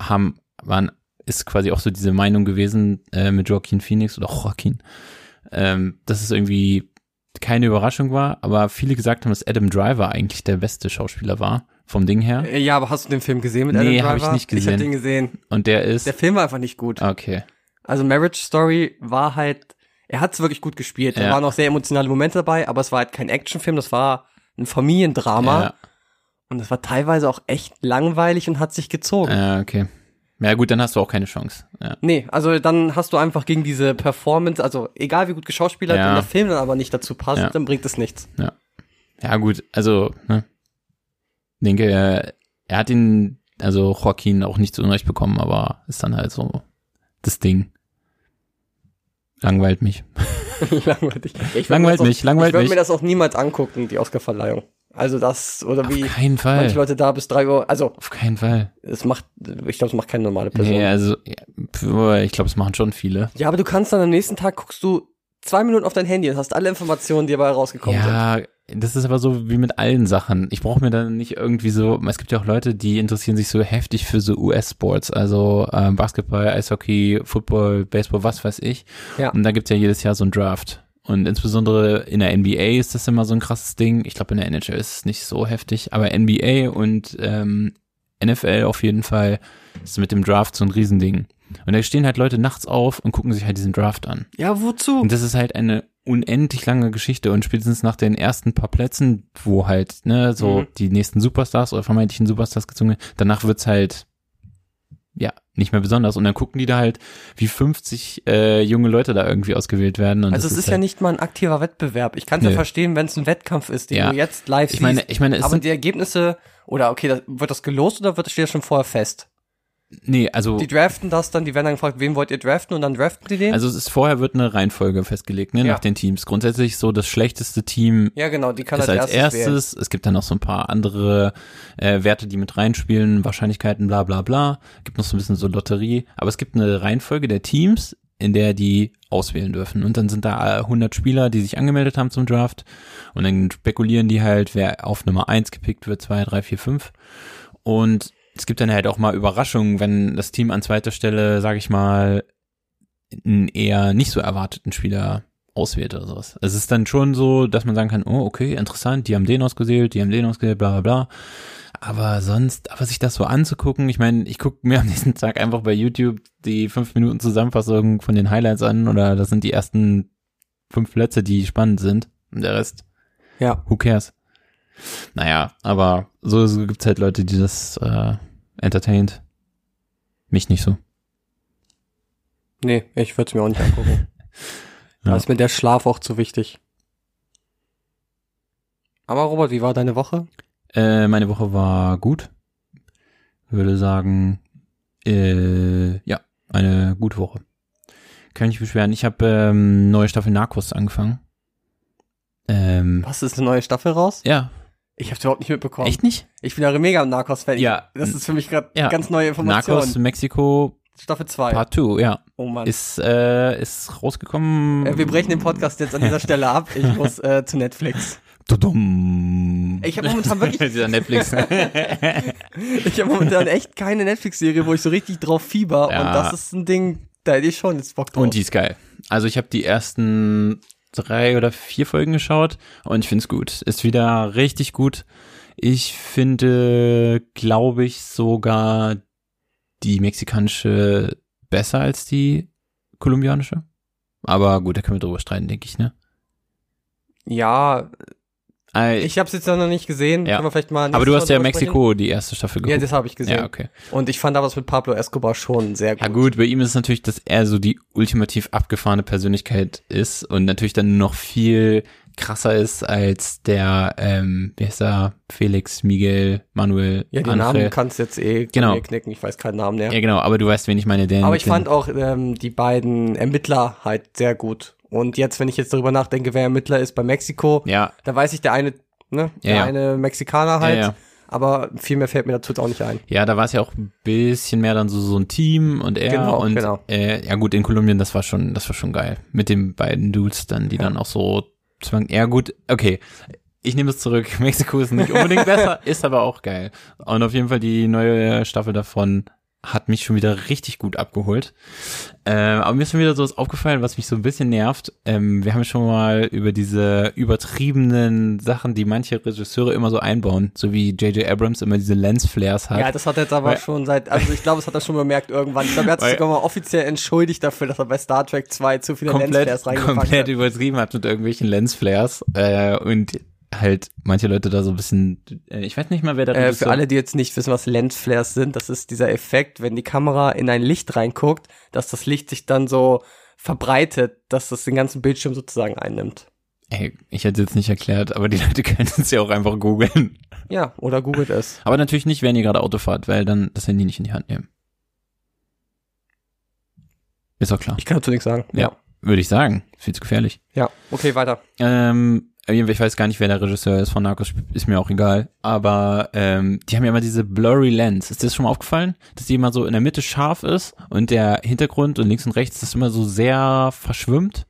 haben, waren, ist quasi auch so diese Meinung gewesen äh, mit Joaquin Phoenix oder Joaquin, ähm, dass es irgendwie keine Überraschung war, aber viele gesagt haben, dass Adam Driver eigentlich der beste Schauspieler war, vom Ding her.
Äh, Ja, aber hast du den Film gesehen mit Adam
Nee,
Driver?
hab ich nicht
Ich habe
gesehen.
den gesehen.
Und der ist.
Der Film war einfach nicht gut.
Okay.
Also Marriage Story war halt, er hat es wirklich gut gespielt. Da
Ja.
waren auch sehr emotionale Momente dabei, aber es war halt kein Actionfilm, das war ein Familiendrama.
Ja.
Und es war teilweise auch echt langweilig und hat sich gezogen.
Ja, äh, okay. Ja gut, dann hast du auch keine Chance. Ja.
Nee, also dann hast du einfach gegen diese Performance, also egal wie gut geschauspielert,
Ja.
wenn der Film dann aber nicht dazu passt,
Ja.
dann bringt es nichts.
ja gut, also, ne. Ich denke, er er hat ihn, also Joaquin auch nicht zu Unrecht bekommen, aber ist dann halt so das Ding. Langweilt mich.
langweilig. Ich würd mir
Langweilt
das auch-
mich, langweilt
Ich würde
mich.
mir das auch niemals angucken, die Oscarverleihung. Also das, oder
Auf
wie
keinen Fall.
manche Leute da bis drei Uhr, also
Auf keinen Fall.
es macht, ich glaube, es macht keine normale Person.
Nee, also, ja, pf, ich glaube, es machen schon viele.
Ja, aber du kannst dann am nächsten Tag guckst du zwei Minuten auf dein Handy und hast alle Informationen, die dabei rausgekommen sind.
Ja, das ist aber so wie mit allen Sachen. Ich brauche mir dann nicht irgendwie so, es gibt ja auch Leute, die interessieren sich so heftig für so US-Sports, also ähm, Basketball, Eishockey, Football, Baseball, was weiß ich.
Ja.
Und da gibt's ja jedes Jahr so einen Draft. Und insbesondere in der NBA ist das immer so ein krasses Ding. Ich glaube, in der NHL ist es nicht so heftig, aber NBA und ähm, NFL auf jeden Fall ist mit dem Draft so ein Riesending. Und da stehen halt Leute nachts auf und gucken sich halt diesen Draft an.
Ja, wozu?
Und das ist halt eine unendlich lange Geschichte und spätestens nach den ersten paar Plätzen, wo halt, ne, so
Mhm.
die nächsten Superstars oder vermeintlichen Superstars gezogen werden, danach wird's halt, ja, nicht mehr besonders. Und dann gucken die da halt, wie 50 äh, junge Leute da irgendwie ausgewählt werden. Und
Also
das
es ist ja
halt,
nicht mal ein aktiver Wettbewerb. Ich kann es ja
Nee.
verstehen, wenn es ein Wettkampf ist, den
Ja.
du jetzt live
Ich meine, ich meine,
siehst.
es
Aber
sind,
die Ergebnisse, oder okay, das, wird das gelost oder wird das steht das schon vorher fest?
nee, also
Die draften das dann, die werden dann gefragt, wen wollt ihr draften und dann draften die den?
Also es ist vorher wird eine Reihenfolge festgelegt, ne,
Ja.
nach den Teams. Grundsätzlich so das schlechteste Team
ja, genau, die kann
ist als erstes.
wählen.
Es gibt dann noch so ein paar andere äh, Werte, die mit reinspielen, Wahrscheinlichkeiten, bla bla bla. Gibt noch so ein bisschen so Lotterie. Aber es gibt eine Reihenfolge der Teams, in der die auswählen dürfen. Und dann sind da äh, 100 Spieler, die sich angemeldet haben zum Draft. Und dann spekulieren die halt, wer auf Nummer 1 gepickt wird, 2, 3, 4, 5. Und es gibt dann halt auch mal Überraschungen, wenn das Team an zweiter Stelle, sag ich mal, einen eher nicht so erwarteten Spieler auswählt oder sowas. Es ist dann schon so, dass man sagen kann, oh, okay, interessant, die haben den ausgewählt, die haben den ausgewählt, bla bla bla. Aber sonst, aber sich das so anzugucken, ich meine, ich gucke mir am nächsten Tag einfach bei YouTube die fünf Minuten Zusammenfassung von den Highlights an oder das sind die ersten fünf Plätze, die spannend sind. Und der Rest,
Ja.
who cares? Naja, aber so, so gibt's halt Leute, die das äh, entertaint. Mich nicht so.
Nee, ich würde es mir auch nicht angucken.
Ja.
Da ist mir der Schlaf auch zu wichtig. Aber Robert, wie war deine Woche?
Äh, meine Woche war gut. Würde sagen, äh, ja, eine gute Woche. Kann ich beschweren. Ich habe ähm, neue Staffel Narcos angefangen. Ähm,
Was ist eine neue Staffel raus?
ja,
Ich habe überhaupt nicht mitbekommen.
echt nicht?
Ich bin ja mega ein Narcos-Fan. Ich-
Ja.
Das ist für mich gerade
Ja.
ganz neue Information.
Narcos Mexiko
Staffel 2.
Part 2, ja.
Oh Mann.
Ist, äh, ist rausgekommen.
Äh, Wir brechen den Podcast jetzt an dieser Stelle ab. Ich muss äh, zu Netflix.
Tudum.
Ich habe momentan wirklich,
Dieser Netflix.
ich habe momentan echt keine Netflix-Serie, wo ich so richtig drauf fieber.
Ja.
Und das ist ein Ding, da hätte ich schon jetzt Bock drauf.
Und die ist geil. Also ich habe die ersten drei oder vier Folgen geschaut und ich find's gut. Ist wieder richtig gut. Ich finde, glaube ich, sogar die mexikanische besser als die kolumbianische. Aber gut, da können wir drüber streiten, denke ich, ne?
ja,
Äh,
ich habe es jetzt noch nicht gesehen.
Ja.
Können wir vielleicht mal
aber du
nächstes
hast
Mal
ja
drüber sprechen?
Mexiko die erste Staffel
Ja,
geguckt.
das habe ich gesehen.
ja, okay.
Und ich fand da was mit Pablo Escobar schon sehr gut.
Ja gut, bei ihm ist es natürlich, dass er so die ultimativ abgefahrene Persönlichkeit ist und natürlich dann noch viel krasser ist als der, ähm, wie heißt er, Felix, Miguel, Manuel,
Ja, die
Angel.
Namen kannst du jetzt eh
Genau.
mir knicken. Ich weiß keinen Namen mehr.
Ja, genau, aber du weißt, wen ich meine. Den,
Aber ich
den,
fand auch ähm, die beiden Ermittler halt sehr gut. Und jetzt, wenn ich jetzt darüber nachdenke, wer Ermittler ist bei Mexiko,
Ja,
da weiß ich, der eine, ne, der
ja.
eine Mexikaner halt.
ja, ja.
Aber viel mehr fällt mir dazu jetzt auch nicht ein.
ja, da war es ja auch ein bisschen mehr dann so, so ein Team und er
Genau,
und
genau.
Äh, ja gut, in Kolumbien, das war schon, das war schon geil. Mit den beiden Dudes dann, die dann auch so zwang. Ja gut, okay. Ich nehme es zurück. Mexiko ist nicht unbedingt besser, ist aber auch geil. Und auf jeden Fall die neue Staffel davon hat mich schon wieder richtig gut abgeholt. Äh, aber mir ist schon wieder so was aufgefallen, was mich so ein bisschen nervt. Ähm, wir haben schon mal über diese übertriebenen Sachen, die manche Regisseure immer so einbauen, so wie J.J. Abrams immer diese Lensflares hat.
Ja, das hat er jetzt aber
Halt. Weil-
schon seit, also ich glaube, das hat er schon bemerkt irgendwann. Ich glaube, er hat sich
Weil-
sogar mal offiziell entschuldigt dafür, dass er bei Star Trek 2 zu viele Lensflares
komplett,
reingepackt
komplett
hat.
übertrieben hat mit irgendwelchen Lensflares äh, und halt manche Leute da so ein bisschen, äh, ich weiß nicht mal, wer da
Äh, für alle, die jetzt nicht wissen, was Lensflares sind, das ist dieser Effekt, wenn die Kamera in ein Licht reinguckt, dass das Licht sich dann so verbreitet, dass das den ganzen Bildschirm sozusagen einnimmt.
Ey, ich hätte jetzt nicht erklärt, aber die Leute können es ja auch einfach googeln.
Ja, oder googelt es.
Aber natürlich nicht, wenn ihr gerade Auto fahrt, weil dann das Handy nicht in die Hand nehmen. Ist auch klar.
Ich kann dazu nichts sagen.
Ja. Würde ich sagen. Ist viel zu gefährlich.
Ja, okay, weiter.
Ähm, ich weiß gar nicht, wer der Regisseur ist von Narcos, ist mir auch egal. Aber ähm, die haben ja immer diese blurry Lens. Ist dir das schon mal aufgefallen? Dass die immer so in der Mitte scharf ist und der Hintergrund und links und rechts das immer so sehr verschwimmt.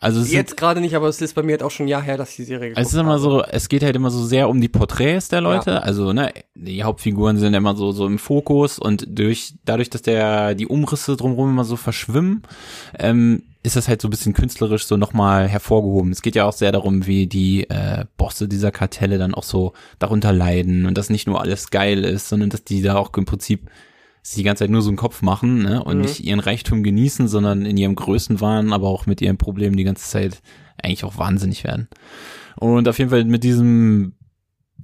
Also es,
Jetzt
sind,
gerade nicht, aber es ist bei mir jetzt auch schon ein Jahr her, dass ich die Serie
Also es ist
geguckt
immer
habe.
so, es geht halt immer so sehr um die Porträts der Leute. Also, ne, die Hauptfiguren sind immer so, so im Fokus und durch, dadurch, dass der, die Umrisse drumherum immer so verschwimmen, ähm, ist das halt so ein bisschen künstlerisch so nochmal hervorgehoben. Es geht ja auch sehr darum, wie die äh, Bosse dieser Kartelle dann auch so darunter leiden und dass nicht nur alles geil ist, sondern dass die da auch im Prinzip sie die ganze Zeit nur so einen Kopf machen ne? und
Mhm.
nicht ihren Reichtum genießen, sondern in ihrem Größenwahn, aber auch mit ihren Problemen die ganze Zeit eigentlich auch wahnsinnig werden. Und auf jeden Fall mit diesem,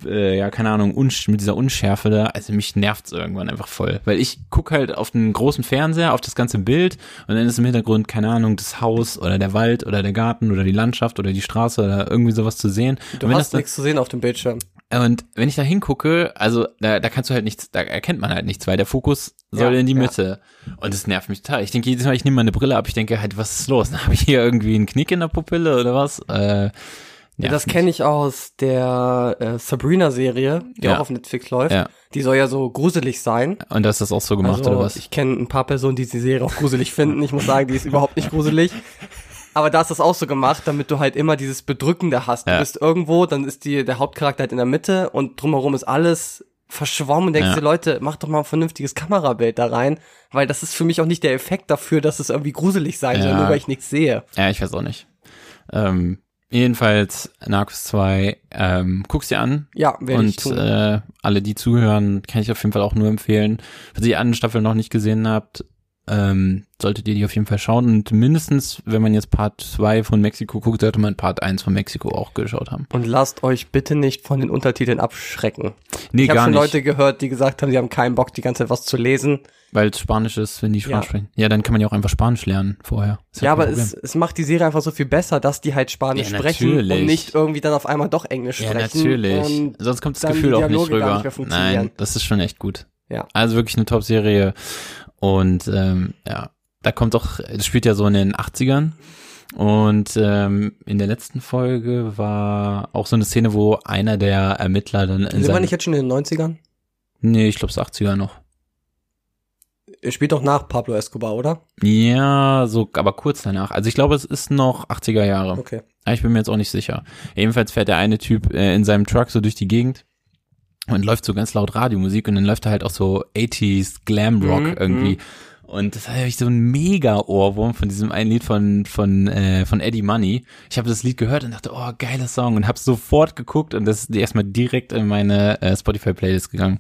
äh, ja, keine Ahnung, Unsch mit dieser Unschärfe da, also mich nervt's irgendwann einfach voll. Weil ich guck halt auf den großen Fernseher, auf das ganze Bild und dann ist im Hintergrund, keine Ahnung, das Haus oder der Wald oder der Garten oder die Landschaft oder die Straße oder irgendwie sowas zu sehen.
Du
und wenn das
hast
dann-
nichts zu sehen auf dem Bildschirm.
und wenn ich da hingucke, also da, da kannst du halt nichts, da erkennt man halt nichts, weil der Fokus soll
Ja,
in die
ja.
Mitte. Und das nervt mich total. Ich denke jedes Mal, ich nehme meine Brille ab, ich denke halt, was ist los? Habe ich hier irgendwie einen Knick in der Pupille oder was? Äh,
Ja, das kenne ich aus der äh, Sabrina-Serie, die
Ja.
auch auf Netflix läuft.
Ja.
Die soll ja so gruselig sein.
Und dass das auch so gemacht
Also,
oder was?
Ich kenne ein paar Personen, die die Serie auch gruselig finden. Ich muss sagen, die ist überhaupt nicht gruselig. Aber da ist das auch so gemacht, damit du halt immer dieses Bedrückende hast. Du
Ja.
bist irgendwo, dann ist die, der Hauptcharakter halt in der Mitte und drumherum ist alles verschwommen. Und denkst
Ja.
dir, Leute, macht doch mal ein vernünftiges Kamerabild da rein, weil das ist für mich auch nicht der Effekt dafür, dass es irgendwie gruselig sein soll,
Ja.
nur weil ich nichts sehe.
Ja, ich weiß auch nicht. Ähm, jedenfalls Narcos 2, ähm, guck's dir an.
Ja, werde ich
Und
tun.
äh, alle, die zuhören, kann ich auf jeden Fall auch nur empfehlen. Falls ihr die anderen Staffeln noch nicht gesehen habt, ähm, solltet ihr die auf jeden Fall schauen. Und mindestens, wenn man jetzt Part 2 von Mexiko guckt, sollte man Part 1 von Mexiko auch geschaut haben.
und lasst euch bitte nicht von den Untertiteln abschrecken.
Nee,
Ich habe
gar
schon
nicht,
Leute gehört, die gesagt haben, sie haben keinen Bock, die ganze Zeit was zu lesen.
weil es Spanisch ist, wenn die Spanisch
Ja.
sprechen. Ja, dann kann man ja auch einfach Spanisch lernen vorher. Ist
Ja,
kein
aber
Problem.
es, es macht die Serie einfach so viel besser, dass die halt Spanisch
Ja,
sprechen
natürlich.
und nicht irgendwie dann auf einmal doch Englisch
Ja,
sprechen.
natürlich.
Und
Sonst kommt das
dann die
Gefühl auch nicht
Dialoge gar
rüber.
nicht mehr funktionieren.
Nein, das ist schon echt gut.
Ja.
Also wirklich eine Top-Serie. Und ähm, ja, da kommt doch, es spielt ja so in den 80ern. Und ähm, in der letzten Folge war auch so eine Szene, wo einer der Ermittler dann in
sind wir
seinem,
nicht jetzt schon in den 90ern?
Nee, ich glaube es 80er noch.
Er spielt doch nach Pablo Escobar, oder?
Ja, so, aber kurz danach. Also ich glaube, es ist noch 80er Jahre.
Okay.
Ah, Ich bin mir jetzt auch nicht sicher. Jedenfalls fährt der eine Typ äh, in seinem Truck so durch die Gegend und läuft so ganz laut Radiomusik und dann läuft da halt auch so 80s Glam Rock
Mhm,
irgendwie. Und das habe ich so einen mega Ohrwurm von diesem einen Lied von von äh, von Eddie Money. Ich habe das Lied gehört und dachte, oh, geiler Song und habe sofort geguckt und das ist erstmal direkt in meine äh, Spotify Playlist gegangen.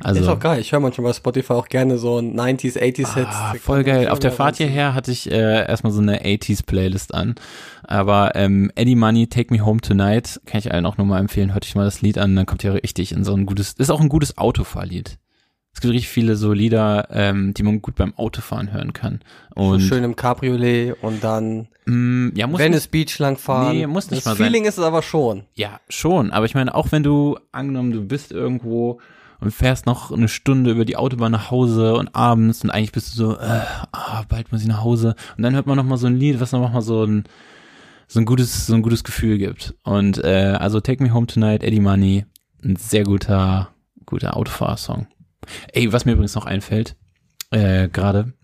Also
Ist auch geil. Ich höre manchmal bei Spotify auch gerne so 90s, 80s Hits.
Ah, voll geil. Auf der Fahrt hierher hatte ich äh, erstmal so eine 80s-Playlist an. Aber ähm, Eddie Money, Take Me Home Tonight, kann ich allen auch nur mal empfehlen. Hört euch mal das Lied an, dann kommt ihr richtig in so ein gutes, ist auch ein gutes Autofahrlied. Es gibt richtig viele so Lieder, ähm, die man gut beim Autofahren hören kann.
Und
Und
schön im Cabriolet und dann
mh, ja, muss
Venice Beach langfahren.
Nee, muss nicht
das
mal sein.
Feeling ist es aber schon.
Ja, schon. Aber ich meine, auch wenn du, angenommen, du bist irgendwo und fährst noch eine Stunde über die Autobahn nach Hause und abends und eigentlich bist du so, äh, ah, bald muss ich nach Hause. Und dann hört man nochmal so ein Lied, was nochmal so ein, so ein gutes, so ein gutes Gefühl gibt. Und äh, also Take Me Home Tonight, Eddie Money, ein sehr guter, guter Autofahrsong. Ey, was mir übrigens noch einfällt, äh, gerade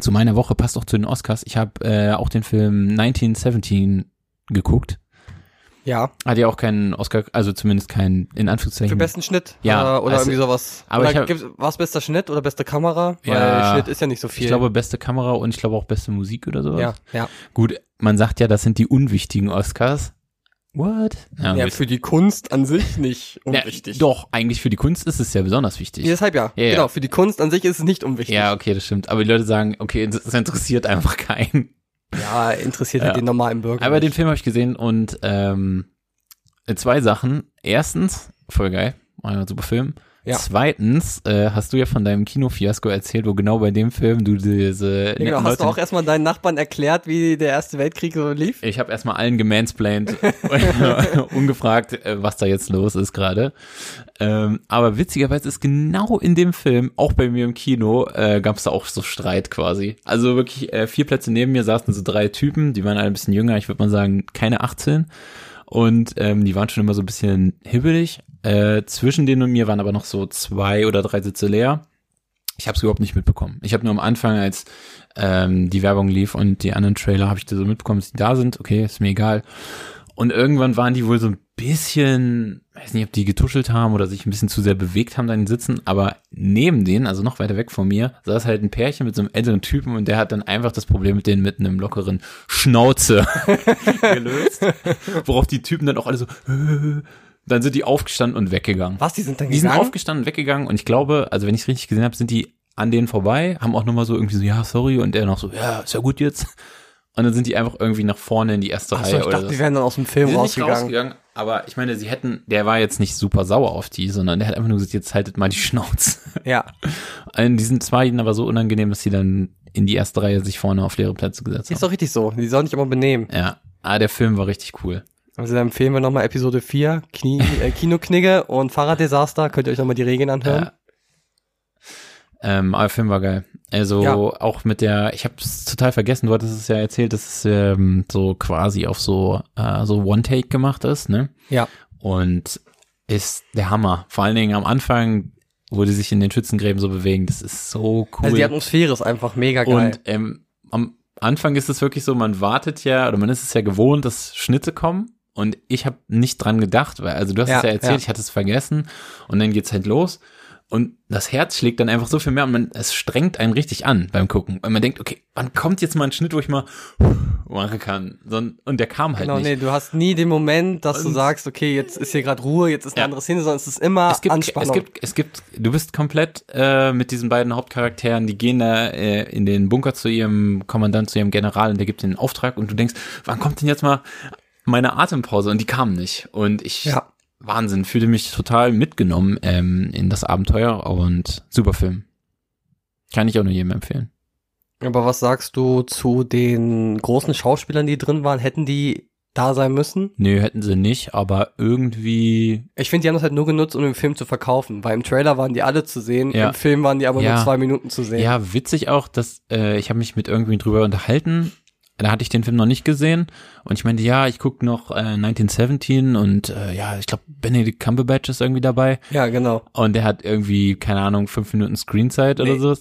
zu meiner Woche, passt auch zu den Oscars. Ich habe äh, auch den Film 1917 geguckt.
Ja.
Hat ja auch keinen Oscar, also zumindest keinen, in
Für
Anführungszeichen.
besten Schnitt
Ja,
äh, oder
also-
irgendwie sowas.
aber
oder
ich hab-
gibt's, was bester Schnitt oder beste Kamera?
Ja.
Weil Schnitt ist ja nicht so viel.
ich glaube, beste Kamera und ich glaube auch beste Musik oder sowas.
ja, ja.
Gut, man sagt ja, das sind die unwichtigen Oscars. What? Ja,
Ja,
gut.
für die Kunst an sich nicht
Ja,
unwichtig.
Doch, eigentlich für die Kunst ist es ja besonders wichtig.
Deshalb ja.
Ja, ja.
Genau, für die Kunst an sich ist es nicht unwichtig.
Ja, okay, das stimmt. Aber die Leute sagen, okay, das das interessiert einfach keinen.
Ja, interessiert halt
Ja.
den normalen Bürger.
Aber den
nicht.
Film habe ich gesehen und ähm, zwei Sachen. Erstens, voll geil, war ein super Film.
Ja.
Zweitens äh, hast du ja von deinem Kinofiasko erzählt, wo genau bei dem Film du diese
Genau,
netten
hast du
Leute-
auch erstmal deinen Nachbarn erklärt, wie der Erste Weltkrieg so lief?
Ich habe erstmal allen gemansplained, ungefragt, äh, was da jetzt los ist gerade. Ähm, aber witzigerweise ist genau in dem Film, auch bei mir im Kino, äh, gab es da auch so Streit quasi. Also wirklich äh, vier Plätze neben mir saßen so drei Typen, die waren alle ein bisschen jünger, ich würde mal sagen keine 18. Und ähm, die waren schon immer so ein bisschen hibbelig. Äh, zwischen denen und mir waren aber noch so zwei oder drei Sitze leer. Ich habe es überhaupt nicht mitbekommen. Ich habe nur am Anfang, als ähm, die Werbung lief und die anderen Trailer, habe ich da so mitbekommen, dass die da sind. Okay, ist mir egal. Und irgendwann waren die wohl so ein bisschen, weiß nicht, ob die getuschelt haben oder sich ein bisschen zu sehr bewegt haben, da in den Sitzen, aber neben denen, also noch weiter weg von mir, saß halt ein Pärchen mit so einem älteren Typen und der hat dann einfach das Problem mit denen mit einem lockeren Schnauze gelöst. Worauf die Typen dann auch alle so, dann sind die aufgestanden und weggegangen.
Was, die sind dann
Die sind
gegangen?
aufgestanden, weggegangen und ich glaube, also wenn ich richtig gesehen habe, sind die an denen vorbei, haben auch nochmal so irgendwie so, ja, sorry, und er noch so, ja, ist ja gut jetzt. Und dann sind die einfach irgendwie nach vorne in die erste
Achso,
Reihe
ich
oder
dachte,
so.
die wären dann aus dem Film
Die sind nicht
rausgegangen.
rausgegangen, aber ich meine, sie hätten, der war jetzt nicht super sauer auf die, sondern der hat einfach nur gesagt, jetzt haltet mal die Schnauze.
Ja.
Und die sind zwar ihnen aber so unangenehm, dass sie dann in die erste Reihe sich vorne auf leere Plätze gesetzt
Ist
haben.
doch richtig so. Die sollen nicht immer benehmen.
Ja, ah, der Film war richtig cool.
Also dann empfehlen wir nochmal Episode 4, Knie, äh, Kinoknigge und Fahrraddesaster. Könnt ihr euch nochmal die Regeln anhören?
Ja. Ähm, aber der Film war geil. Also
Ja.
auch mit der, ich habe es total vergessen, du hattest es ja erzählt, dass es ähm, so quasi auf so, äh, so One-Take gemacht ist, ne?
Ja.
Und ist der Hammer. Vor allen Dingen am Anfang, wo die sich in den Schützengräben so bewegen, das ist so cool.
Also die Atmosphäre ist einfach mega geil.
Und ähm, am Anfang ist es wirklich so, man wartet ja oder man ist es ja gewohnt, dass Schnitte kommen. Und ich habe nicht dran gedacht, weil, also du hast
Ja,
es ja erzählt,
ja.
ich hatte es vergessen. Und dann geht's halt los. Und das Herz schlägt dann einfach so viel mehr und man, es strengt einen richtig an beim Gucken. Weil man denkt, okay, wann kommt jetzt mal ein Schnitt, wo ich mal machen kann? So ein- Und der kam halt
genau,
nicht.
nee, du hast nie den Moment, dass du
Und-
sagst, okay, jetzt ist hier gerade Ruhe, jetzt ist eine
Ja.
andere Szene, sondern es ist immer
es gibt,
Ah, Anspannung.
Es gibt, es gibt, du bist komplett äh, mit diesen beiden Hauptcharakteren, die gehen da äh, in den Bunker zu ihrem Kommandant, zu ihrem General und der gibt ihnen einen Auftrag und du denkst, wann kommt denn jetzt mal meine Atempause? Und die kam nicht. Und ich,
Ja.
Wahnsinn, fühlte mich total mitgenommen ähm, in das Abenteuer und super Film. Kann ich auch nur jedem empfehlen.
Aber was sagst du zu den großen Schauspielern, die drin waren? Hätten die da sein müssen?
Nö, hätten sie nicht, aber irgendwie,
Ich finde, die haben das halt nur genutzt, um den Film zu verkaufen. Weil im Trailer waren die alle zu sehen,
Ja.
im Film waren die aber
Ja.
nur zwei Minuten zu sehen.
ja, witzig auch, dass äh, ich habe mich mit irgendwie drüber unterhalten. Da hatte ich den Film noch nicht gesehen und ich meinte, ja, ich gucke noch äh, 1917 und äh, ja, ich glaube, Benedict Cumberbatch ist irgendwie dabei
Ja, genau.
und der hat irgendwie, keine Ahnung, fünf Minuten Screenzeit oder
Nee,
so.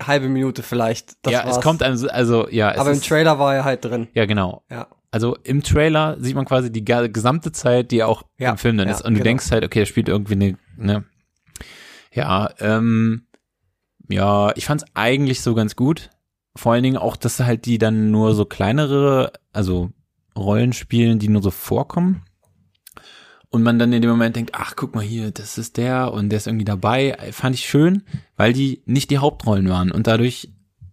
Halbe Minute vielleicht. Das
ja,
war's.
es kommt einem, so- also ja, es
aber im
ist-
Trailer war er halt drin.
Ja, genau.
Ja.
Also im Trailer sieht man quasi die ga- gesamte Zeit, die auch
Ja,
im Film dann
ja,
ist. Und du
genau.
denkst halt, okay, der spielt irgendwie eine, ne? Ja, ähm, ja, ich fand's eigentlich so ganz gut. Vor allen Dingen auch, dass halt die dann nur so kleinere, also Rollen spielen, die nur so vorkommen. Und man dann in dem Moment denkt, ach, guck mal hier, das ist der und der ist irgendwie dabei. Fand ich schön, weil die nicht die Hauptrollen waren und dadurch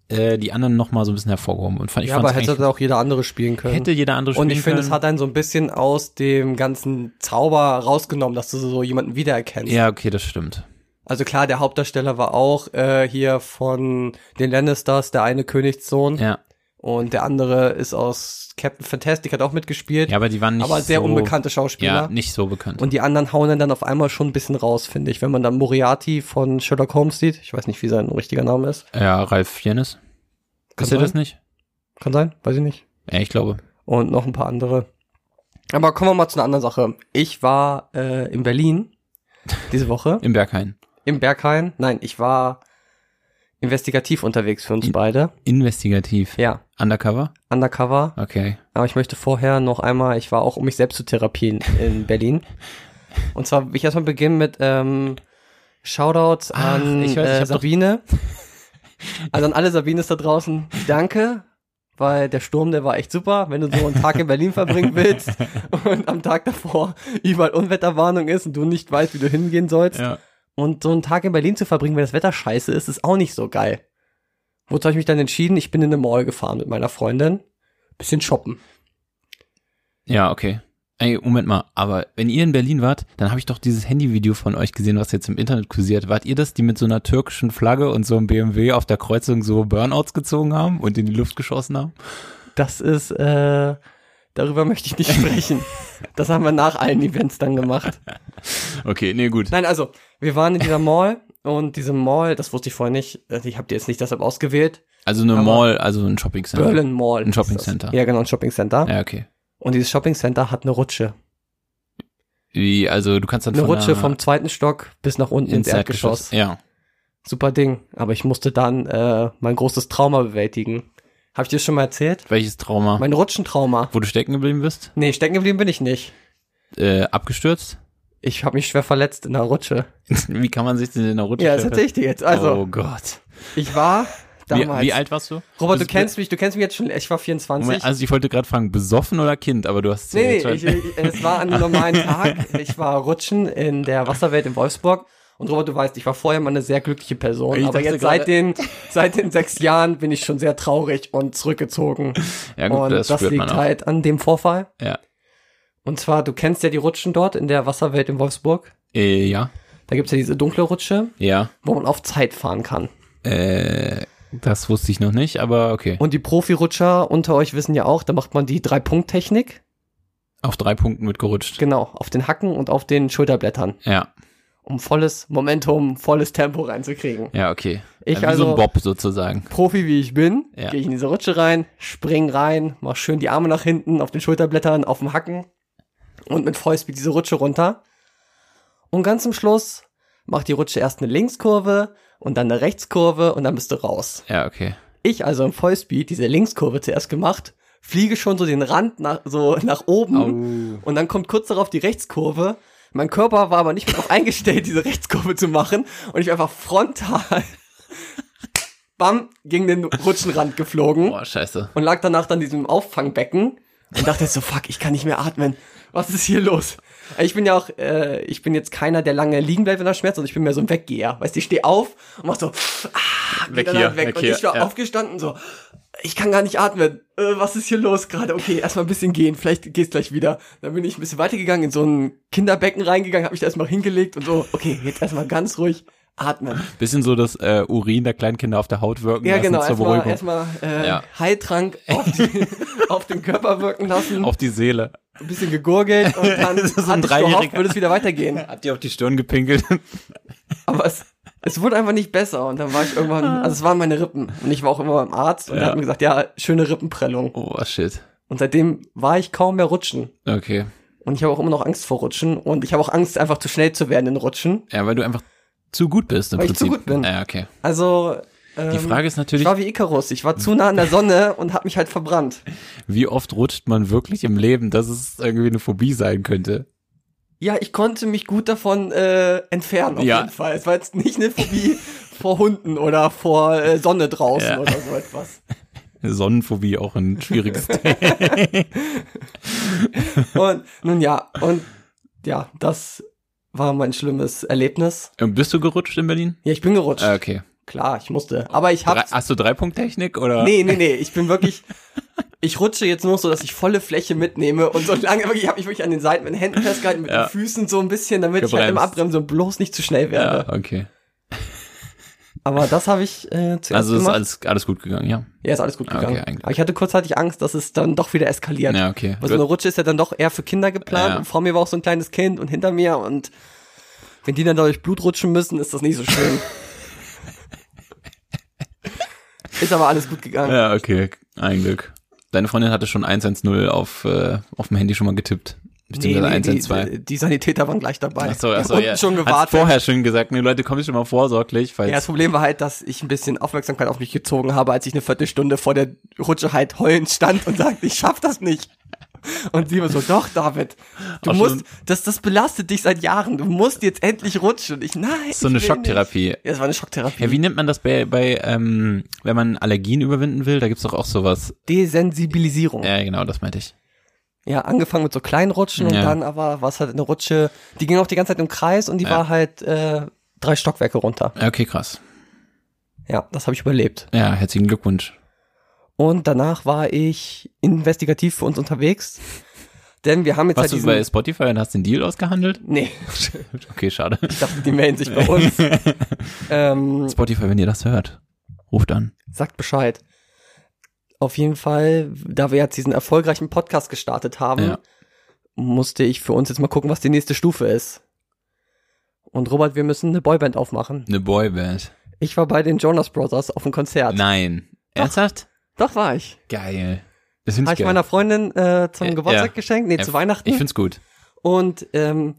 äh, die anderen noch mal so ein bisschen hervorgehoben. Und fand, ich
ja,
fand's
aber hätte
eigentlich-
da auch jeder andere spielen können.
Hätte jeder andere
Ähm, Und
spielen
ich finde,
können.
es hat einen so ein bisschen aus dem ganzen Zauber rausgenommen, dass du so jemanden wiedererkennst.
Ja, okay, das stimmt.
Also klar, der Hauptdarsteller war auch äh, hier von den Lannisters, der eine Königssohn.
Ja.
Und der andere ist aus Captain Fantastic, hat auch mitgespielt.
Ja, aber die waren nicht
aber sehr
so,
unbekannte
Ja,
Schauspieler.
nicht so bekannt.
und die anderen hauen dann auf einmal schon ein bisschen raus, finde ich. Wenn man dann Moriarty von Sherlock Holmes sieht, ich weiß nicht, wie sein richtiger Name ist.
ja, Ralf Jennis.
Kann
Ist er
sein.
das nicht?
Kann sein, weiß ich nicht.
Ja, ich glaube.
und noch ein paar andere. Aber kommen wir mal zu einer anderen Sache. Ich war äh, in Berlin diese Woche,
Im Berghain.
im Berghain. Nein, ich war investigativ unterwegs für uns
In-
beide.
Investigativ.
Hm. Ja,
Undercover?
undercover.
Okay.
Aber ich möchte vorher noch einmal, ich war auch, um mich selbst zu therapieren in Berlin. Und zwar, will ich erstmal beginnen mit ähm, Shoutouts
Ach,
an
Ah, ich weiß, ich
äh,
hab doch-
Sabine. Also an alle Sabines da draußen, danke, weil der Sturm, der war echt super. Wenn du so einen Tag in Berlin verbringen willst und am Tag davor überall Unwetterwarnung ist und du nicht weißt, wie du hingehen sollst.
Ja.
Und so einen Tag in Berlin zu verbringen, wenn das Wetter scheiße ist, ist auch nicht so geil. Wozu habe ich mich dann entschieden? Ich bin in eine Mall gefahren mit meiner Freundin. Bisschen shoppen.
Ja, okay. Ey, Moment mal, aber wenn ihr in Berlin wart, dann habe ich doch dieses Handyvideo von euch gesehen, was jetzt im Internet kursiert. Wart ihr das, die mit so einer türkischen Flagge und so einem BMW auf der Kreuzung so Burnouts gezogen haben und in die Luft geschossen haben?
Das ist, äh, darüber möchte ich nicht sprechen. Das haben wir nach allen Events dann gemacht.
Okay, nee, gut.
Nein, also, wir waren in dieser Mall und diese Mall, das wusste ich vorher nicht, äh, ich habe die jetzt nicht deshalb ausgewählt,
Also eine
Aber-
Mall, also ein Shoppingcenter.
Berlin Mall.
Ein
hieß
Shopping
das.
Center.
Ja, genau, ein Shopping Center.
Ja, okay.
Und dieses Shopping Center hat eine Rutsche.
Wie, also du kannst dann
Eine
von
Rutsche
einer-
vom zweiten Stock bis nach unten ins, Erdgeschoss.
Ja.
Super Ding. Aber ich musste dann äh, mein großes Trauma bewältigen. Habe ich dir schon mal erzählt?
Welches Trauma?
Mein Rutschentrauma.
Wo du stecken geblieben bist?
Nee, stecken geblieben bin ich nicht.
Äh, abgestürzt?
Ich habe mich schwer verletzt in der Rutsche.
Wie kann man sich denn in der Rutsche
Ja, das
verletzen?
erzähle ich dir jetzt. Also,
Oh Gott.
Ich war
Wie,
damals.
wie alt warst du?
Robert, du
Bist-
kennst mich, du kennst mich jetzt schon, ich war 24.
Moment, also ich wollte gerade fragen, besoffen oder Kind, aber du hast es ja
nee,
jetzt halt-
nee,
schon-
ich, ich, es war an einem normalen Tag. Ich war rutschen in der Wasserwelt in Wolfsburg Und Robert, du weißt, ich war vorher mal eine sehr glückliche Person,
Ich
aber
dachte
jetzt
gerade-
seit den, seit den sechs Jahren bin ich schon sehr traurig und zurückgezogen.
Ja, gut,
und
das
das,
spürt man
liegt
auch.
halt an dem Vorfall.
Ja.
Und zwar, du kennst ja die Rutschen dort in der Wasserwelt in Wolfsburg.
Äh, ja.
Da gibt's ja diese dunkle Rutsche,
Ja.
wo man auf Zeit fahren kann.
Äh, das wusste ich noch nicht, aber okay.
Und die Profirutscher unter euch wissen ja auch, da macht man die Drei-Punkt-Technik.
Auf drei Punkten wird gerutscht.
Genau, auf den Hacken und auf den Schulterblättern,
Ja.
um volles Momentum, volles Tempo reinzukriegen.
Ja, okay.
Ich
Wie so
also-
ein Bob sozusagen.
Profi wie ich bin,
Ja.
gehe ich in diese Rutsche rein, spring rein, mach schön die Arme nach hinten, auf den Schulterblättern, auf dem Hacken und mit Vollspeed diese Rutsche runter. Und ganz zum Schluss macht die Rutsche erst eine Linkskurve und dann eine Rechtskurve und dann bist du raus.
Ja, okay.
Ich also im Vollspeed diese Linkskurve zuerst gemacht, fliege schon so den Rand nach, so nach oben und dann kommt kurz darauf die Rechtskurve. Mein Körper war aber nicht mehr darauf eingestellt, diese Rechtskurve zu machen und ich bin einfach frontal bam gegen den Rutschenrand geflogen
Boah, scheiße.
und lag danach dann in diesem Auffangbecken und dachte so fuck, ich kann nicht mehr atmen. Was ist hier los? Ich bin ja auch, äh, ich bin jetzt keiner, der lange liegen bleibt, wenn er schmerzt, sondern ich bin mehr so ein Weggeher. Weißt du, ich stehe auf und mach so,
Weg
wieder
hier,
dann halt weg.
weg
und
hier.
ich war
ja.
aufgestanden so, ich kann gar nicht atmen. Äh, was ist hier los gerade? Okay, erstmal ein bisschen gehen, vielleicht geht's gleich wieder. Dann bin ich ein bisschen weitergegangen, in so ein Kinderbecken reingegangen, habe mich da erstmal hingelegt und so, okay, jetzt erstmal ganz ruhig atmen.
Bisschen so das äh, Urin der Kleinkinder auf der Haut wirken
Ja,
lassen
genau,
zur
erstmal
Beruhigung.
erstmal äh,
Ja.
Heiltrank auf, die, auf den Körper wirken lassen,
Auf die Seele.
ein bisschen gegurgelt und dann
Das ist so ein
hatte ich gehofft,
Dreijähriger.
würde es wieder weitergehen.
Hat dir auf die Stirn gepinkelt.
Aber es, es wurde einfach nicht besser und dann war ich irgendwann, also es waren meine Rippen und ich war auch immer beim Arzt
Ah.
und
Ja.
der hat mir gesagt, ja, schöne Rippenprellung.
Oh, shit.
Und seitdem war ich kaum mehr rutschen.
Okay.
Und ich habe auch immer noch Angst vor Rutschen. Und ich habe auch Angst, einfach zu schnell zu werden in Rutschen.
Ja, weil du einfach zu gut bist im
Weil ich zu
Prinzip.
gut bin.
Ja, okay.
Also. Ähm,
Die Frage ist natürlich,
Ich war wie Icarus. Ich war zu nah an der Sonne und habe mich halt verbrannt.
wie oft rutscht man wirklich im Leben, dass es irgendwie eine Phobie sein könnte?
Ja, ich konnte mich gut davon äh, entfernen, auf
Ja.
jeden Fall. Es war jetzt nicht eine Phobie vor Hunden oder vor äh, Sonne draußen
Ja.
oder so etwas.
Sonnenphobie auch ein schwieriges Thema.
Und nun ja, und ja, das war mein schlimmes Erlebnis.
Und Ähm, Bist du gerutscht in Berlin?
Ja, ich bin gerutscht.
Ah, Okay.
Klar, ich musste. Aber ich
Drei,
hab's.
hast du Dreipunkt-Technik oder?
Nee, nee, nee, ich bin wirklich, ich rutsche jetzt nur so, dass ich volle Fläche mitnehme und so lange, wirklich, ich habe mich wirklich an den Seiten mit den Händen festgehalten, mit
Ja.
den Füßen so ein bisschen, damit ich halt
Gebremst.
im Abbremsen so bloß nicht zu schnell werde.
Ja, okay.
Aber das habe ich äh, zuerst
Also ist
gemacht.
alles, alles gut gegangen, ja.
ja, ist alles gut
Ah, okay,
gegangen.
eigentlich.
Aber ich hatte kurzzeitig Angst, dass es dann doch wieder eskaliert.
Ja, okay.
Weil so eine Rutsche ist ja dann doch eher für Kinder geplant
Ja.
und vor mir war auch so ein kleines Kind und hinter mir und wenn die dann dadurch Blut rutschen müssen, ist das nicht so schön. ist aber alles gut gegangen.
Ja, okay. Ein Glück. Deine Freundin hatte schon 110 auf, äh, auf dem Handy schon mal getippt. Beziehungsweise
Die,
112.
die Sanitäter waren gleich dabei.
Ach so,
Die
ach so,
haben unten
ja.
schon
Hat's
gewartet.
vorher schon gesagt, nee, Leute, komm ich schon mal vorsorglich,
Ja, das
falls.
Problem war halt, dass ich ein bisschen Aufmerksamkeit auf mich gezogen habe, als ich eine Viertelstunde vor der Rutsche halt heulend stand und sagte, ich schaff das nicht. Und sie immer so, doch, David, du
Auch
musst,
schon-
das, das belastet dich seit Jahren, du musst jetzt endlich rutschen. Und ich, nein.
so eine
ich will
Schocktherapie.
Nicht. Ja, das war eine Schocktherapie.
Ja, wie nennt man das bei, bei ähm, wenn man Allergien überwinden will? Da gibt's doch auch sowas.
Desensibilisierung. Ja.
Ja, genau, das meinte ich.
angefangen mit so kleinen Rutschen und
Ja.
dann aber war es halt eine Rutsche, die ging auch die ganze Zeit im Kreis und die war halt äh, drei Stockwerke runter.
Ja, Okay, krass.
Ja, das habe ich überlebt.
Ja, herzlichen Glückwunsch.
Und danach war ich investigativ für uns unterwegs. Denn wir haben jetzt
Warst
halt
du
diesen.
bei Spotify und hast den Deal ausgehandelt?
nee,
Okay, schade.
ich dachte, die melden sich bei uns. ähm,
Spotify, wenn ihr das hört, ruft an.
sagt Bescheid. Auf jeden Fall, da wir jetzt diesen erfolgreichen Podcast gestartet haben,
Ja.
musste ich für uns jetzt mal gucken, was die nächste Stufe ist. Und Robert, wir müssen eine Boyband aufmachen.
Eine Boyband.
Ich war bei den Jonas Brothers auf einem Konzert.
Nein. Ernsthaft?
Doch war ich.
Geil. Das finde
Habe
ich
ich
geil.
meiner Freundin äh, zum
Ja,
Geburtstag
ja.
geschenkt, nee,
Ja,
zu Weihnachten.
Ich find's gut.
Und ähm,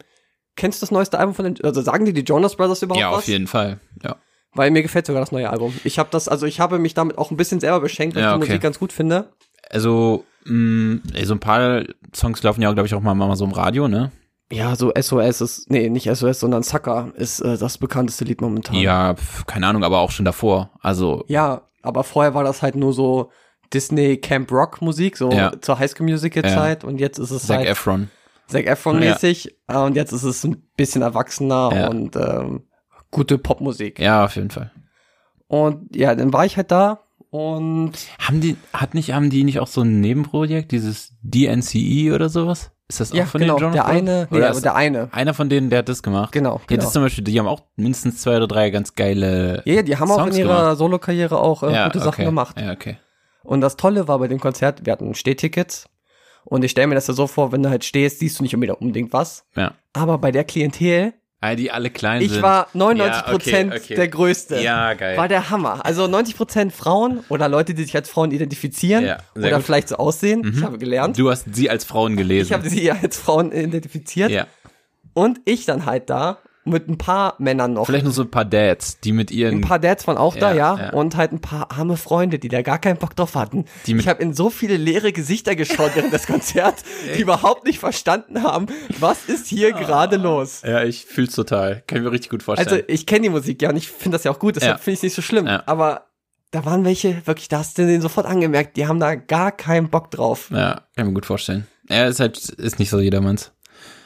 kennst du das neueste Album von den, also sagen dir die Jonas Brothers überhaupt
Ja,
was?
auf jeden Fall. Ja.
Weil mir gefällt sogar das neue Album. Ich habe das, also ich habe mich damit auch ein bisschen selber beschenkt, weil
Ja,
ich die
okay.
Musik ganz gut finde.
Also, mh, ey, so ein paar Songs laufen ja, glaube ich, auch mal, mal so im Radio, ne?
Ja, so SOS ist, nee, nicht SOS, sondern Sucker ist äh, das bekannteste Lied momentan.
Ja, pf, keine Ahnung, aber auch schon davor. Also,
Ja, aber vorher war das halt nur so Disney Camp Rock Musik, so
Ja.
zur High School Musical
Ja.
Zeit und jetzt ist es
Zac
halt
Efron.
Zac Efron mäßig äh, und jetzt ist es ein bisschen erwachsener
Ja.
und ähm, gute Popmusik.
Ja, auf jeden Fall.
Und ja, dann war ich halt da und
Haben die, hat nicht, haben die nicht auch so ein Nebenprojekt, dieses DNCE E oder sowas? Ist das auch
ja,
von
genau,
den Jonas
der
Brothers?
eine, nee,
Oder
aber
ist
der eine.
einer von denen, der hat das gemacht.
Genau,
Ja,
genau.
das zum Beispiel, die haben auch mindestens zwei oder drei ganz geile
Ja, ja, die haben auch in
Songs
ihrer
gemacht.
Solo-Karriere auch äh,
ja,
gute Sachen
okay.
gemacht.
Ja, okay.
Und das Tolle war bei dem Konzert, wir hatten Stehtickets. Und ich stelle mir das ja so vor, wenn du halt stehst, siehst du nicht unbedingt was.
Ja.
Aber bei der Klientel,
Ah, die alle klein sind.
ich war 99%
Ja, okay, okay.
der Größte.
Ja, geil.
War der Hammer. Also 90% Frauen oder Leute, die sich als Frauen identifizieren
Ja, sehr
oder
gut. Mhm.
vielleicht so aussehen. Ich habe gelernt.
du hast sie als Frauen gelesen.
ich habe sie als Frauen identifiziert.
ja.
Und ich dann halt da mit ein paar Männern noch.
Vielleicht noch so ein paar Dads, die mit ihren.
ein paar Dads waren auch da,
Ja,
ja,
ja.
Und halt ein paar arme Freunde, die da gar keinen Bock drauf hatten.
Die mit-
ich habe in so viele leere Gesichter geschaut während des Konzerts, die überhaupt nicht verstanden haben, was ist hier gerade los.
Ah, ja, ich fühl's total. Kann ich mir richtig gut vorstellen.
Also ich kenne die Musik ja und ich finde das ja auch gut, deshalb
Ja.
finde ich es nicht so schlimm.
Ja.
Aber da waren welche, wirklich, da hast du denen sofort angemerkt, die haben da gar keinen Bock drauf.
ja, kann ich mir gut vorstellen. Ja, ist halt, ist nicht so jedermanns.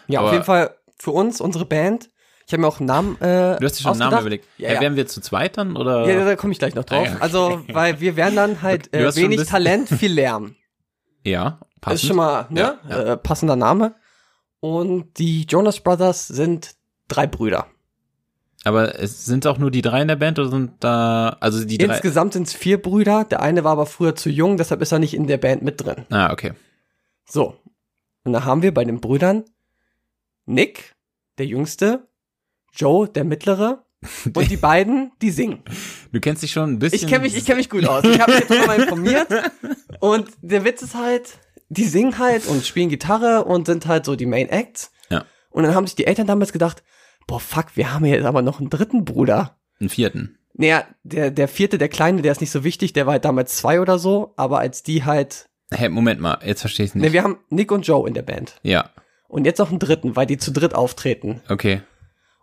Ja, auf
Aber-
jeden Fall für uns, unsere Band. Ich habe mir auch einen Namen. Äh,
Du hast dir schon einen Namen
ausgedacht.
überlegt.
Ja,
Hey,
ja.
Wären wir zu zweit dann oder?
Ja, da komme ich gleich noch drauf.
Ah, ja, okay.
Also, weil wir wären dann halt
Du
äh,
hast schon
wenig
ein bisschen-
Talent, viel Lärm.
Ja,
Ist schon mal ne?
Ja, ja.
Äh, passender Name. Und die Jonas Brothers sind drei Brüder.
Aber es sind auch nur die drei in der Band oder sind da, also die drei?
Insgesamt sind es vier Brüder. Der eine war aber früher zu jung, deshalb ist er nicht in der Band mit drin.
Ah, okay.
So. Und da haben wir bei den Brüdern Nick, der Jüngste, Joe, der Mittlere und die beiden, die singen.
Du kennst dich schon ein bisschen.
Ich kenne mich, ich kenn mich gut aus. Ich habe mich jetzt schon mal informiert. Und der Witz ist halt, die singen halt und spielen Gitarre und sind halt so die Main Acts.
Ja.
Und dann haben sich die Eltern damals gedacht, boah, fuck, wir haben hier jetzt aber noch einen dritten Bruder.
Einen vierten.
Naja, der, der vierte, der kleine, der ist nicht so wichtig, der war halt damals zwei oder so, aber als die halt,
Hey, Moment mal, jetzt verstehe ich nicht.
ne, wir haben Nick und Joe in der Band.
ja,
Und jetzt noch einen dritten, weil die zu dritt auftreten.
okay.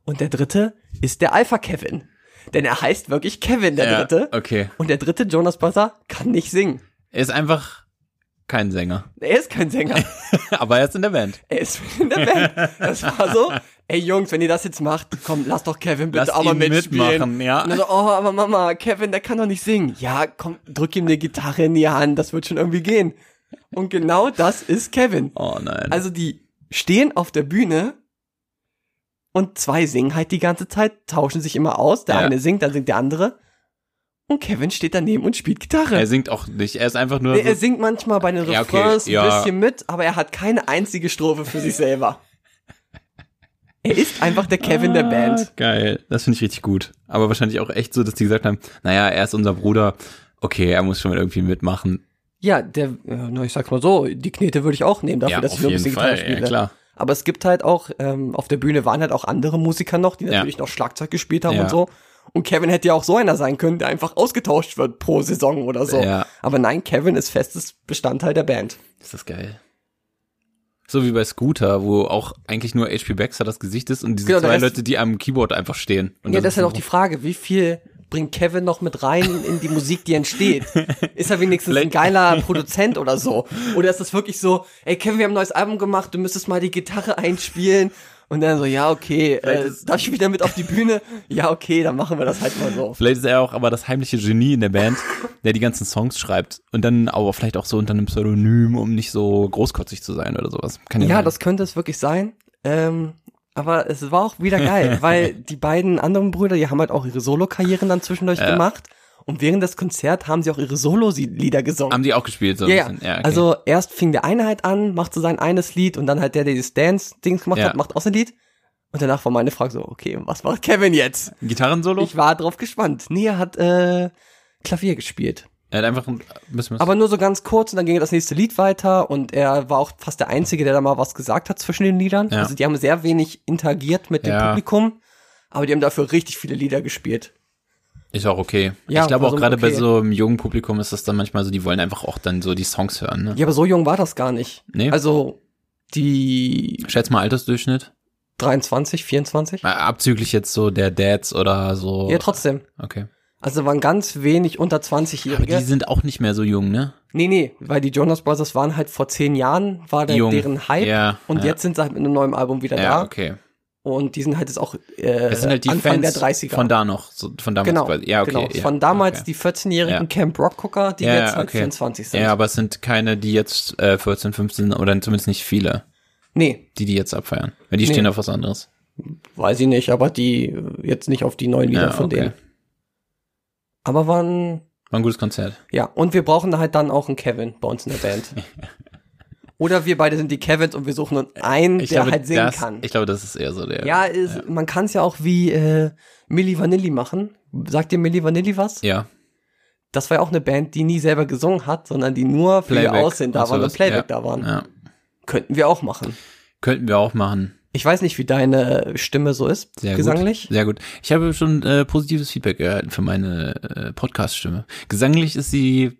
Und der dritte ist der Alpha Kevin. Denn er heißt wirklich Kevin, der
ja,
dritte.
Okay.
Und der dritte, Jonas Brother, kann nicht singen.
Er ist einfach kein Sänger.
Er ist kein Sänger.
Aber er ist in der Band.
Er ist in der Band. Das war so, ey Jungs, wenn ihr das jetzt macht, komm, lasst doch Kevin bitte
Lass
auch mal
ihn
mitspielen.
mitmachen, ja.
Und dann so, oh, aber Mama, Kevin, der kann doch nicht singen. Ja, komm, drück ihm eine Gitarre in die Hand, das wird schon irgendwie gehen. Und genau das ist Kevin.
Oh nein.
Also die stehen auf der Bühne und zwei singen halt die ganze Zeit, tauschen sich immer aus. Der
Ja.
eine singt, dann singt der andere. Und Kevin steht daneben und spielt Gitarre.
er singt auch nicht. Er ist einfach nur.
Nee,
so,
er singt manchmal bei den
Ja, okay,
Refrains ein
ja.
bisschen mit, aber er hat keine einzige Strophe für sich selber. Er ist einfach der Kevin der
Ah,
Band.
Geil. Das finde ich richtig gut. Aber wahrscheinlich auch echt so, dass die gesagt haben, naja, er ist unser Bruder. Okay, er muss schon irgendwie mitmachen.
Ja, der, äh, na, ich sag's mal so, die Knete würde ich auch nehmen dafür,
ja,
dass
auf
ich nur ein
jeden
bisschen Gitarre
Fall.
spiele.
Ja, klar.
Aber es gibt halt auch, ähm, auf der Bühne waren halt auch andere Musiker noch, die natürlich noch Schlagzeug gespielt haben
Ja.
und so. Und Kevin hätte ja auch so einer sein können, der einfach ausgetauscht wird pro Saison oder so.
Ja.
Aber nein, Kevin ist festes Bestandteil der Band.
Ist das geil. So wie bei Scooter, wo auch eigentlich nur HP Baxter das Gesicht ist und diese
Genau, der
zwei
Rest-
Leute, die am Keyboard einfach stehen. Und
Ja, das ist
ja
halt auch die Frage, wie viel bringt Kevin noch mit rein in die Musik, die entsteht? Ist er wenigstens ein
Vielleicht-
geiler Produzent oder so? Oder ist das wirklich so, ey Kevin, wir haben ein neues Album gemacht, du müsstest mal die Gitarre einspielen? Und dann so, ja, okay, äh,
ist-
darf ich wieder mit auf die Bühne? Ja, okay, dann machen wir das halt mal so.
Vielleicht ist er auch aber das heimliche Genie in der Band, der die ganzen Songs schreibt. Und dann aber vielleicht auch so unter einem Pseudonym, um nicht so großkotzig zu sein oder sowas. Kann
Ja,
sein.
das könnte es wirklich sein. Ähm, aber es war auch wieder geil, weil die beiden anderen Brüder, die haben halt auch ihre Solo-Karrieren dann zwischendurch
Ja.
gemacht. Und während des Konzerts haben sie auch ihre Solo-Lieder gesungen.
haben die auch gespielt. So ein
Ja, ja.
bisschen. ja okay.
also erst fing der eine halt an, macht so sein eines Lied und dann halt der, der dieses Dance-Dings gemacht
Ja.
hat, macht auch sein Lied. Und danach war meine Frage so, okay, was macht Kevin jetzt?
Gitarrensolo?
Ich war drauf gespannt. Nee, er hat äh, Klavier gespielt.
Er hat einfach ein bisschen was.
Aber nur so ganz kurz und dann ging das nächste Lied weiter und er war auch fast der Einzige, der da mal was gesagt hat zwischen den Liedern.
Ja.
Also die haben sehr wenig interagiert mit dem
Ja.
Publikum, aber die haben dafür richtig viele Lieder gespielt.
ist auch okay.
Ja,
ich glaube
war
auch
so
gerade bei
okay.
so einem jungen Publikum ist das dann manchmal so, die wollen einfach auch dann so die Songs hören. Ne?
Ja, aber so jung war das gar nicht.
Nee.
Also die
Schätz mal Altersdurchschnitt.
23, 24?
Äh, Abzüglich jetzt so der Dads oder so.
Ja, trotzdem.
Okay.
Also waren ganz wenig unter
Aber die
20-Jährige.
sind auch nicht mehr so jung, ne?
Nee, nee, weil die Jonas Brothers waren halt vor zehn Jahren, war der,
Jung.
deren Hype.
Ja,
und
ja.
jetzt sind sie halt mit einem neuen Album wieder
Ja,
da.
okay.
Und die sind halt jetzt auch äh,
Das sind halt die
Anfang
Fans
der 30er.
von da noch, so von damals
genau,
quasi. Ja, okay.
genau.
Ja,
von damals
okay.
die 14-jährigen
Ja.
Camp Rock-Gucker, die
Ja,
jetzt
ja,
halt
okay.
24 sind.
Ja, aber es sind keine, die jetzt äh, 14, 15 oder zumindest nicht viele,
Nee,
die die jetzt abfeiern. Weil die
Nee.
stehen auf was anderes.
weiß ich nicht, aber die äh, jetzt nicht auf die neuen Lieder
Ja,
von
okay.
denen. Aber waren
War ein gutes Konzert.
Ja, und wir brauchen da halt dann auch einen Kevin bei uns in der Band. Oder wir beide sind die Kevins und wir suchen uns einen, der halt singen
das,
kann.
Ich glaube, das ist eher so der.
ja, ist, man kann es ja auch wie äh, Milli Vanilli machen. Sagt dir Milli Vanilli was?
Ja,
Das war ja auch eine Band, die nie selber gesungen hat, sondern die nur für ihr
Playback
Aussehen da
und
waren und
sowas.
Playback
Ja.
da waren.
ja.
Könnten wir auch machen.
Könnten wir auch machen.
Ich weiß nicht, wie deine Stimme so ist,
Sehr
gesanglich.
Gut. Sehr gut. Ich habe schon äh, positives Feedback erhalten für meine äh, Podcast-Stimme. Gesanglich ist sie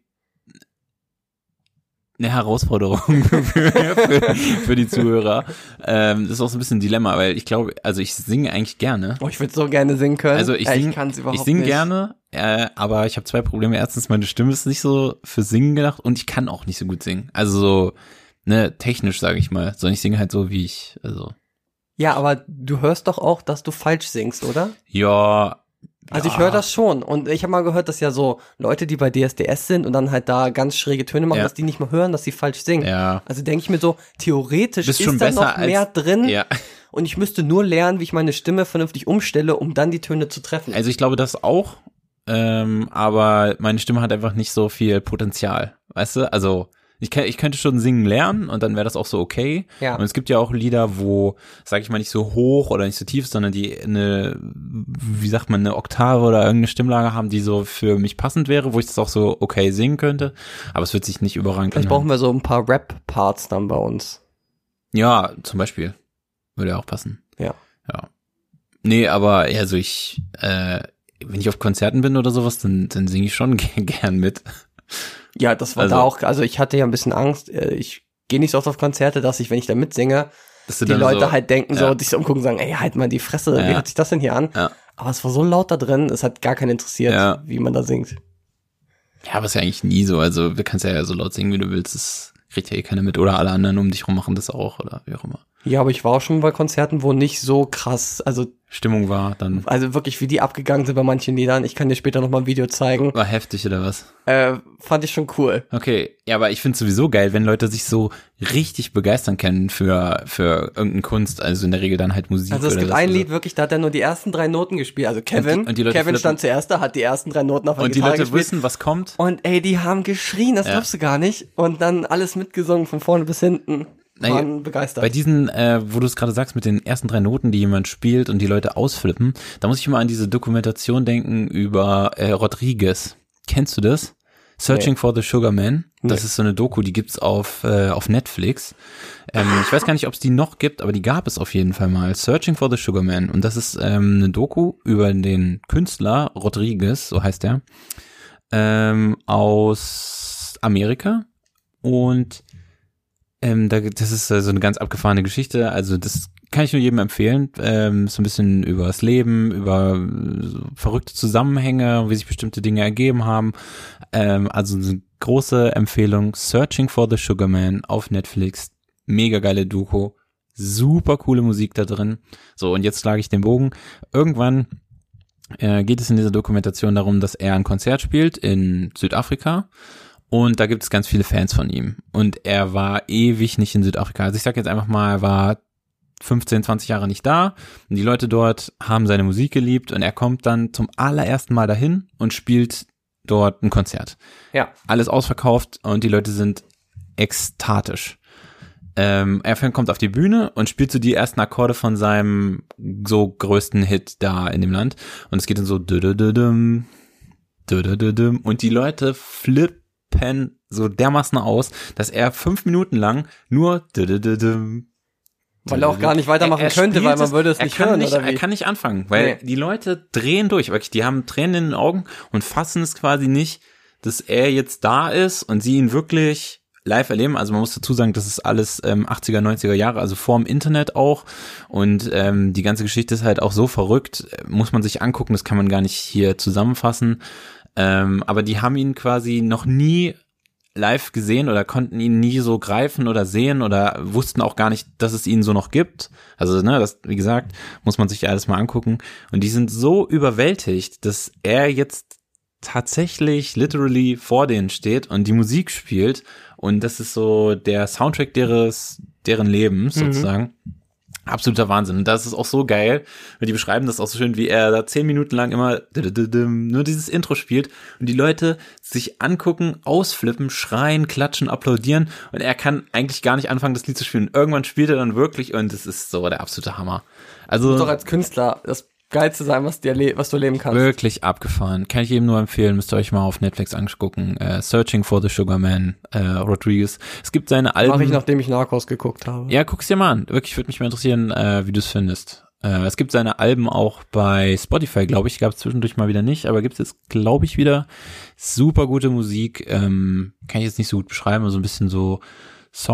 eine Herausforderung für, für, für die Zuhörer. Ähm, das ist auch so ein bisschen ein Dilemma, weil ich glaube, also ich singe eigentlich gerne.
Oh, ich würde so gerne singen können.
Also ich
ja,
sing,
ich kann's überhaupt
ich sing
nicht.
gerne, äh, aber ich habe zwei Probleme. Erstens, meine Stimme ist nicht so für Singen gedacht und ich kann auch nicht so gut singen. Also so, ne, technisch sage ich mal, sondern ich singe halt so, wie ich, also
Ja, aber du hörst doch auch, dass du falsch singst, oder?
ja.
Also ich
ja.
höre das schon und ich habe mal gehört, dass ja so Leute, die bei DSDS sind und dann halt da ganz schräge Töne machen,
Ja.
dass die nicht mehr hören, dass sie falsch singen.
Ja.
Also denke ich mir so, theoretisch
Bist
ist
schon
da
besser
noch mehr
als-
drin
Ja,
und ich müsste nur lernen, wie ich meine Stimme vernünftig umstelle, um dann die Töne zu treffen.
also ich glaube das auch, ähm, aber meine Stimme hat einfach nicht so viel Potenzial, weißt du? Also ich, kann, ich könnte schon singen lernen und dann wäre das auch so okay.
Ja.
Und es gibt ja auch Lieder, wo, sag ich mal, nicht so hoch oder nicht so tief, sondern die eine, wie sagt man, eine Oktave oder irgendeine Stimmlage haben, die so für mich passend wäre, wo ich das auch so okay singen könnte. Aber es wird sich nicht überragend
Vielleicht
anhören.
brauchen wir so ein paar Rap-Parts dann bei uns.
Ja, zum Beispiel. Würde ja auch passen.
Ja.
Ja. Nee, aber ja, also ich, äh, wenn ich auf Konzerten bin oder sowas, dann, dann singe ich schon ge- gern mit.
Ja, das war
Also-
da auch, also ich hatte ja ein bisschen Angst, äh, ich gehe nicht so oft auf Konzerte, dass ich, wenn ich da mitsinge,
Dass du
die
dann
Leute
so,
halt denken
ja.
so, dich so umgucken und sagen, ey, halt mal die Fresse, wie
Ja.
hört sich das denn hier an?
Ja.
Aber es war so laut da drin, es hat gar keinen interessiert,
Ja.
wie man da singt.
Ja, aber ist ja eigentlich nie so. Also du kannst ja so laut singen, wie du willst. Das kriegt ja eh keiner mit. Oder alle anderen um dich rum machen das auch oder wie auch immer.
Ja, aber ich war auch schon bei Konzerten, wo nicht so krass, also,
Stimmung war dann
also wirklich, wie die abgegangen sind bei manchen Liedern. Ich kann dir später nochmal ein Video zeigen.
war heftig oder was?
Äh, fand ich schon cool.
Okay, ja, aber ich find's sowieso geil, wenn Leute sich so richtig begeistern können für für irgendeine Kunst, also in der Regel dann halt Musik
Also es
oder
gibt
das
ein
oder so.
Lied wirklich, da hat er nur die ersten drei Noten gespielt. Also Kevin,
und die Leute
Kevin
flippen.
stand zuerst da, hat die ersten drei Noten auf der
und die
Gitarre
Leute
gespielt.
wissen, was kommt.
Und ey, die haben geschrien, das
Ja.
glaubst du gar nicht. Und dann alles mitgesungen von vorne bis hinten.
Naja,
Waren begeistert.
Bei diesen, äh, wo du es gerade sagst, mit den ersten drei Noten, die jemand spielt und die Leute ausflippen, da muss ich immer an diese Dokumentation denken über äh, Rodriguez. Kennst du das? Searching for the Sugar Man. Das ist so eine Doku, die gibt's auf äh, auf Netflix. Ähm, ich weiß gar nicht, ob es die noch gibt, aber die gab es auf jeden Fall mal. Searching for the Sugar Man. Und das ist ähm, eine Doku über den Künstler Rodriguez, so heißt er, ähm, aus Amerika. Und ähm, da, das ist äh, so eine ganz abgefahrene Geschichte. Also das kann ich nur jedem empfehlen. Ähm, so ein bisschen über das Leben, über äh, so verrückte Zusammenhänge, wie sich bestimmte Dinge ergeben haben. Ähm, also eine große Empfehlung. Searching for the Sugar Man auf Netflix. Mega geile Doku. Super coole Musik da drin. So, und jetzt schlage ich den Bogen. Irgendwann äh, geht es in dieser Dokumentation darum, dass er ein Konzert spielt in Südafrika. Und da gibt es ganz viele Fans von ihm. Und er war ewig nicht in Südafrika. Also ich sag jetzt einfach mal, er war 15, 20 Jahre nicht da. Und die Leute dort haben seine Musik geliebt und er kommt dann zum allerersten Mal dahin und spielt dort ein Konzert.
ja.
Alles ausverkauft und die Leute sind ekstatisch. Ähm, er fängt- kommt auf die Bühne und spielt so die ersten Akkorde von seinem so größten Hit da in dem Land. Und es geht dann so dü-dü-dü-düm, dü-dü-dü-düm. und die Leute flippen so dermaßen aus, dass er fünf Minuten lang nur dü-dü-dü-düm,
Weil er auch gar nicht weitermachen
er- er
könnte, weil
spielt
man würde es
er
nicht
kann
hören,
Nicht,
oder
Er
wie?
kann nicht anfangen, weil
Nee.
die Leute drehen durch. Wirklich, die haben Tränen in den Augen und fassen es quasi nicht, dass er jetzt da ist und sie ihn wirklich live erleben. Also man muss dazu sagen, das ist alles ähm, 80er, 90er Jahre, also vorm Internet auch. Und ähm, die ganze Geschichte ist halt auch so verrückt, äh, muss man sich angucken, das kann man gar nicht hier zusammenfassen. Ähm, aber die haben ihn quasi noch nie live gesehen oder konnten ihn nie so greifen oder sehen oder wussten auch gar nicht, dass es ihn so noch gibt. Also, ne, das, wie gesagt, muss man sich alles mal angucken. Und die sind so überwältigt, dass er jetzt tatsächlich literally vor denen steht und die Musik spielt. Und das ist so der Soundtrack deres, deren Lebens sozusagen. Absoluter Wahnsinn. Und das ist auch so geil. weil Die beschreiben das auch so schön, wie er da zehn Minuten lang immer dü-dü-dü-düm nur dieses Intro spielt und die Leute sich angucken, ausflippen, schreien, klatschen, applaudieren und er kann eigentlich gar nicht anfangen, das Lied zu spielen. Irgendwann spielt er dann wirklich und es ist so der absolute Hammer. Also
Doch als Künstler das Geilste sein, was, dir erle- was du erleben kannst.
wirklich abgefahren. Kann ich jedem nur empfehlen. Müsst ihr euch mal auf Netflix angucken. Äh, Searching for the Sugar Man, äh, Rodriguez. Es gibt seine Alben.
Mache ich, nachdem ich Narcos geguckt habe.
Ja, guck's dir mal an. Wirklich, würde mich mal interessieren, äh, wie du es findest. Äh, es gibt seine Alben auch bei Spotify, glaube ich. Gab es zwischendurch mal wieder nicht, aber gibt's jetzt, glaube ich, wieder super gute Musik. Ähm, kann ich jetzt nicht so gut beschreiben, aber so ein bisschen so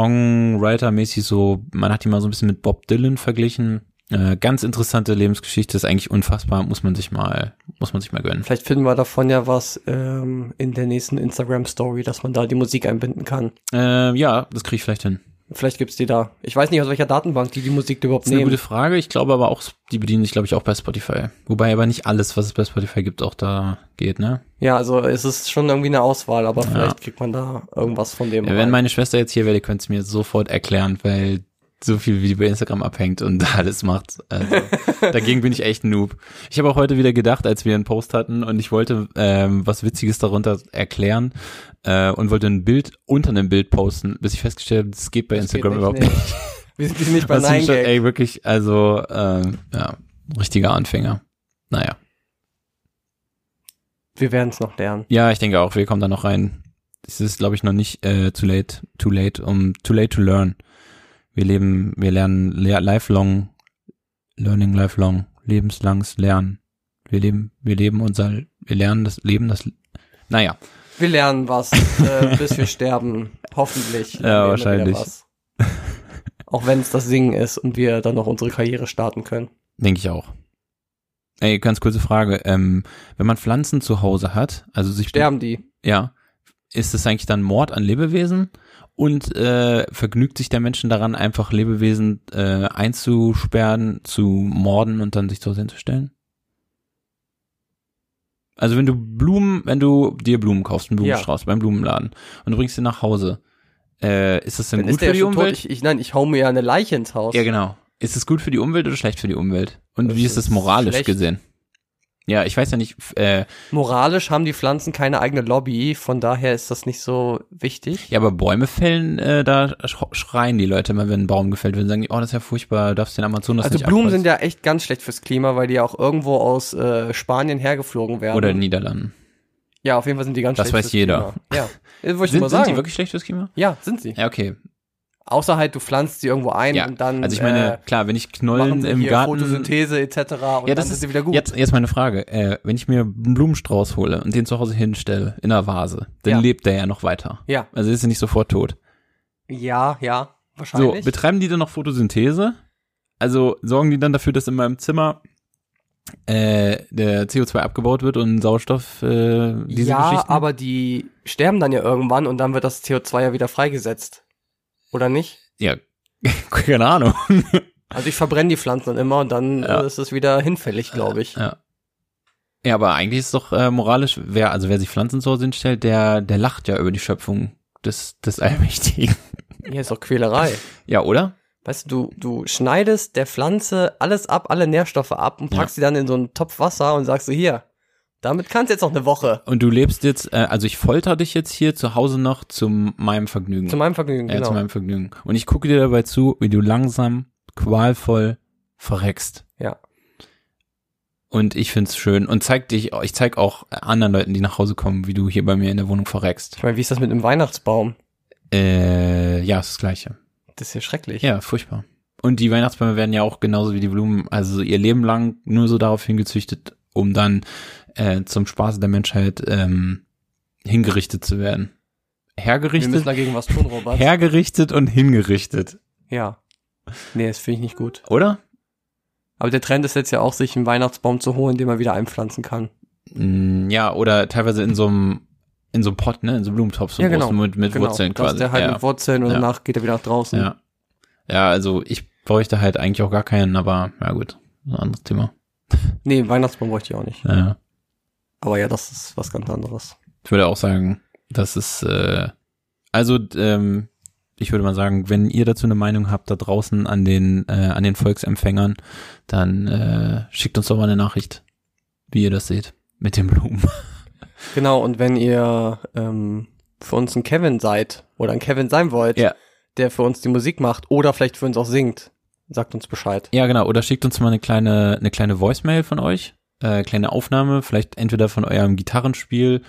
Songwriter-mäßig so. Man hat ihn mal so ein bisschen mit Bob Dylan verglichen. Äh, ganz interessante Lebensgeschichte, ist eigentlich unfassbar. Muss man sich mal, muss man sich mal gönnen.
Vielleicht finden wir davon ja was ähm, in der nächsten Instagram-Story, dass man da die Musik einbinden kann.
Äh, ja, das kriege ich vielleicht hin.
Vielleicht gibt's die da. Ich weiß nicht, aus welcher Datenbank die die Musik überhaupt
Das ist eine
nehmen.
gute Frage. Ich glaube aber auch, die bedienen sich, glaube ich, auch bei Spotify. Wobei aber nicht alles, was es bei Spotify gibt, auch da geht, ne?
Ja, also es ist schon irgendwie eine Auswahl, aber vielleicht kriegt man da irgendwas von dem.
Ja,
rein.
wenn meine Schwester jetzt hier wäre, die könnte es mir sofort erklären, weil so viel wie die bei Instagram abhängt und da alles macht. Also, dagegen bin ich echt ein Noob. Ich habe auch heute wieder gedacht, als wir einen Post hatten und ich wollte ähm, was Witziges darunter erklären äh, und wollte ein Bild unter einem Bild posten, bis ich festgestellt habe, das geht bei
Das geht
Instagram überhaupt nicht.
nee. Wir sind nicht bei
Das
Nein
ist schon,
Gag.
ey, wirklich, also, ähm, ja, richtiger Anfänger. Naja.
Wir werden es noch lernen.
Ja, ich denke auch, wir kommen da noch rein. Es ist, glaube ich, noch nicht äh, too late, too late, um too late to learn. Wir leben, wir lernen le lifelong, learning lifelong, lebenslanges Lernen. Wir leben, wir leben unser, wir lernen das Leben, das, naja,
Wir lernen was, äh, bis wir sterben. Hoffentlich.
Ja,
lernen wir immer
wahrscheinlich.
wieder was. Auch wenn es das Singen ist und wir dann noch unsere Karriere starten können.
denke ich auch. Ey, ganz kurze Frage, ähm, wenn man Pflanzen zu Hause hat, also sich,
Sterben die.
ja, ist das eigentlich dann Mord an Lebewesen? Und äh, vergnügt sich der Menschen daran, einfach Lebewesen äh, einzusperren, zu morden und dann sich so hinzustellen? Also wenn du Blumen, wenn du dir Blumen kaufst, einen
Ja.
Blumenstrauß beim Blumenladen und du bringst sie nach Hause, äh, ist das denn gut für die
schon
Umwelt?
Ich, ich, nein, ich hau mir ja eine Leiche ins Haus.
Ja, genau. Ist es gut für die Umwelt oder schlecht für die Umwelt? Und
Das
wie ist das
ist
moralisch
schlecht.
gesehen? Ja, ich weiß ja nicht, f- äh,
Moralisch haben die Pflanzen keine eigene Lobby, von daher ist das nicht so wichtig.
Ja, aber Bäume fällen, äh, da sch- schreien die Leute immer, wenn ein Baum gefällt wird, und sagen die, oh, das ist ja furchtbar, darfst den Amazonas
also
nicht
Blumen sind
abholzen.
ja echt ganz schlecht fürs Klima, weil die ja auch irgendwo aus äh, Spanien hergeflogen werden.
Oder in den Niederlanden.
ja, auf jeden Fall sind die ganz
Das
schlecht
weiß
fürs
jeder.
Klima. Ja, wollte ich
Sind,
mal
sind
sagen.
die wirklich schlecht fürs Klima?
ja, sind sie.
Ja, okay.
Außer halt, du pflanzt sie irgendwo ein
Ja,
und dann
also ich
äh,
meine, klar, wenn ich
machen
Knollen
sie
im
hier
Garten...
Photosynthese etc. Und
ja,
dann
das
sind
ist
sie wieder gut.
Jetzt, jetzt meine Frage. Äh, wenn ich mir einen Blumenstrauß hole und den zu Hause hinstelle, in einer Vase, dann
Ja.
lebt der ja noch weiter.
Ja,
Also ist er nicht sofort tot.
ja, ja,
So,
wahrscheinlich.
betreiben die dann noch Photosynthese? Also sorgen die dann dafür, dass in meinem Zimmer äh, der CO2 abgebaut wird und Sauerstoff äh, diese
ja,
Geschichten?
aber die sterben dann ja irgendwann und dann wird das CO2 ja wieder freigesetzt. Oder nicht?
ja, keine Ahnung.
Also ich verbrenne die Pflanzen dann immer und dann
Ja.
äh, ist es wieder hinfällig, glaube ich.
Ja. ja, aber eigentlich ist es doch äh, moralisch, wer also wer sich Pflanzen zu Hause hinstellt, der der lacht ja über die Schöpfung des des Allmächtigen.
Hier ist doch Quälerei.
Ja, oder?
Weißt du, du, du schneidest der Pflanze alles ab, alle Nährstoffe ab und
Ja.
packst sie dann in so einen Topf Wasser und sagst so, hier, damit kannst du jetzt noch eine Woche.
Und du lebst jetzt, äh, also ich folter dich jetzt hier zu Hause noch zu meinem Vergnügen.
Zu meinem Vergnügen,
Ja,
genau.
zu meinem Vergnügen. Und ich gucke dir dabei zu, wie du langsam, qualvoll verreckst.
Ja.
Und ich find's schön und zeig dich, ich zeig auch anderen Leuten, die nach Hause kommen, wie du hier bei mir in der Wohnung verreckst.
ich meine, wie ist das mit einem Weihnachtsbaum?
Äh, ja, ist das Gleiche.
Das ist ja schrecklich.
Ja, furchtbar. Und die Weihnachtsbäume werden ja auch genauso wie die Blumen, also ihr Leben lang nur so darauf hingezüchtet, um dann äh, zum Spaß der Menschheit ähm, hingerichtet zu werden.
Wir müssen
Hergerichtet,
dagegen was tun, Robert.
hergerichtet und hingerichtet,
ja. Nee, das finde ich nicht gut.
oder?
Aber der Trend ist jetzt ja auch, sich einen Weihnachtsbaum zu holen, den man wieder einpflanzen kann.
Mm, Ja, oder teilweise in so einem in so einem Pott, ne? In so einem Blumentopf, so
Ja,
großen
genau.
mit, mit
genau,
Wurzeln
da ist
quasi.
Der halt
ja.
mit Wurzeln und
Ja.
danach geht er wieder nach draußen.
ja. ja, also ich bräuchte halt eigentlich auch gar keinen, aber ja gut, ein anderes Thema.
Nee, einen Weihnachtsbaum bräuchte ich auch nicht.
Ja.
Aber ja, das ist was ganz anderes.
Ich würde auch sagen, das ist äh, also d- ähm, ich würde mal sagen, wenn ihr dazu eine Meinung habt da draußen an den äh, an den Volksempfängern, dann äh, schickt uns doch mal eine Nachricht, wie ihr das seht mit den Blumen.
Genau, und wenn ihr ähm, für uns ein Kevin seid oder ein Kevin sein wollt,
Ja.
der für uns die Musik macht oder vielleicht für uns auch singt, sagt uns Bescheid.
Ja, genau. Oder schickt uns mal eine kleine eine kleine Voicemail von euch, äh, kleine Aufnahme, vielleicht entweder von eurem Gitarrenspiel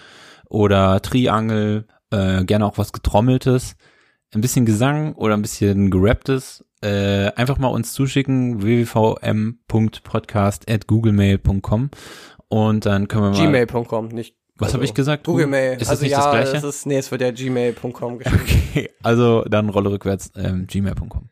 oder Triangel, äh, gerne auch was getrommeltes, ein bisschen Gesang oder ein bisschen gerapptes. Äh, einfach mal uns zuschicken www.m.podcast@googlemail.com und dann können wir mal.
Gmail.com, nicht
Was
also,
habe ich gesagt?
Google Mail.
Ist das
also
nicht
ja,
das gleiche?
es ist, nee, es wird ja gmail.com geschrieben.
okay, also dann Rolle rückwärts ähm, gmail.com.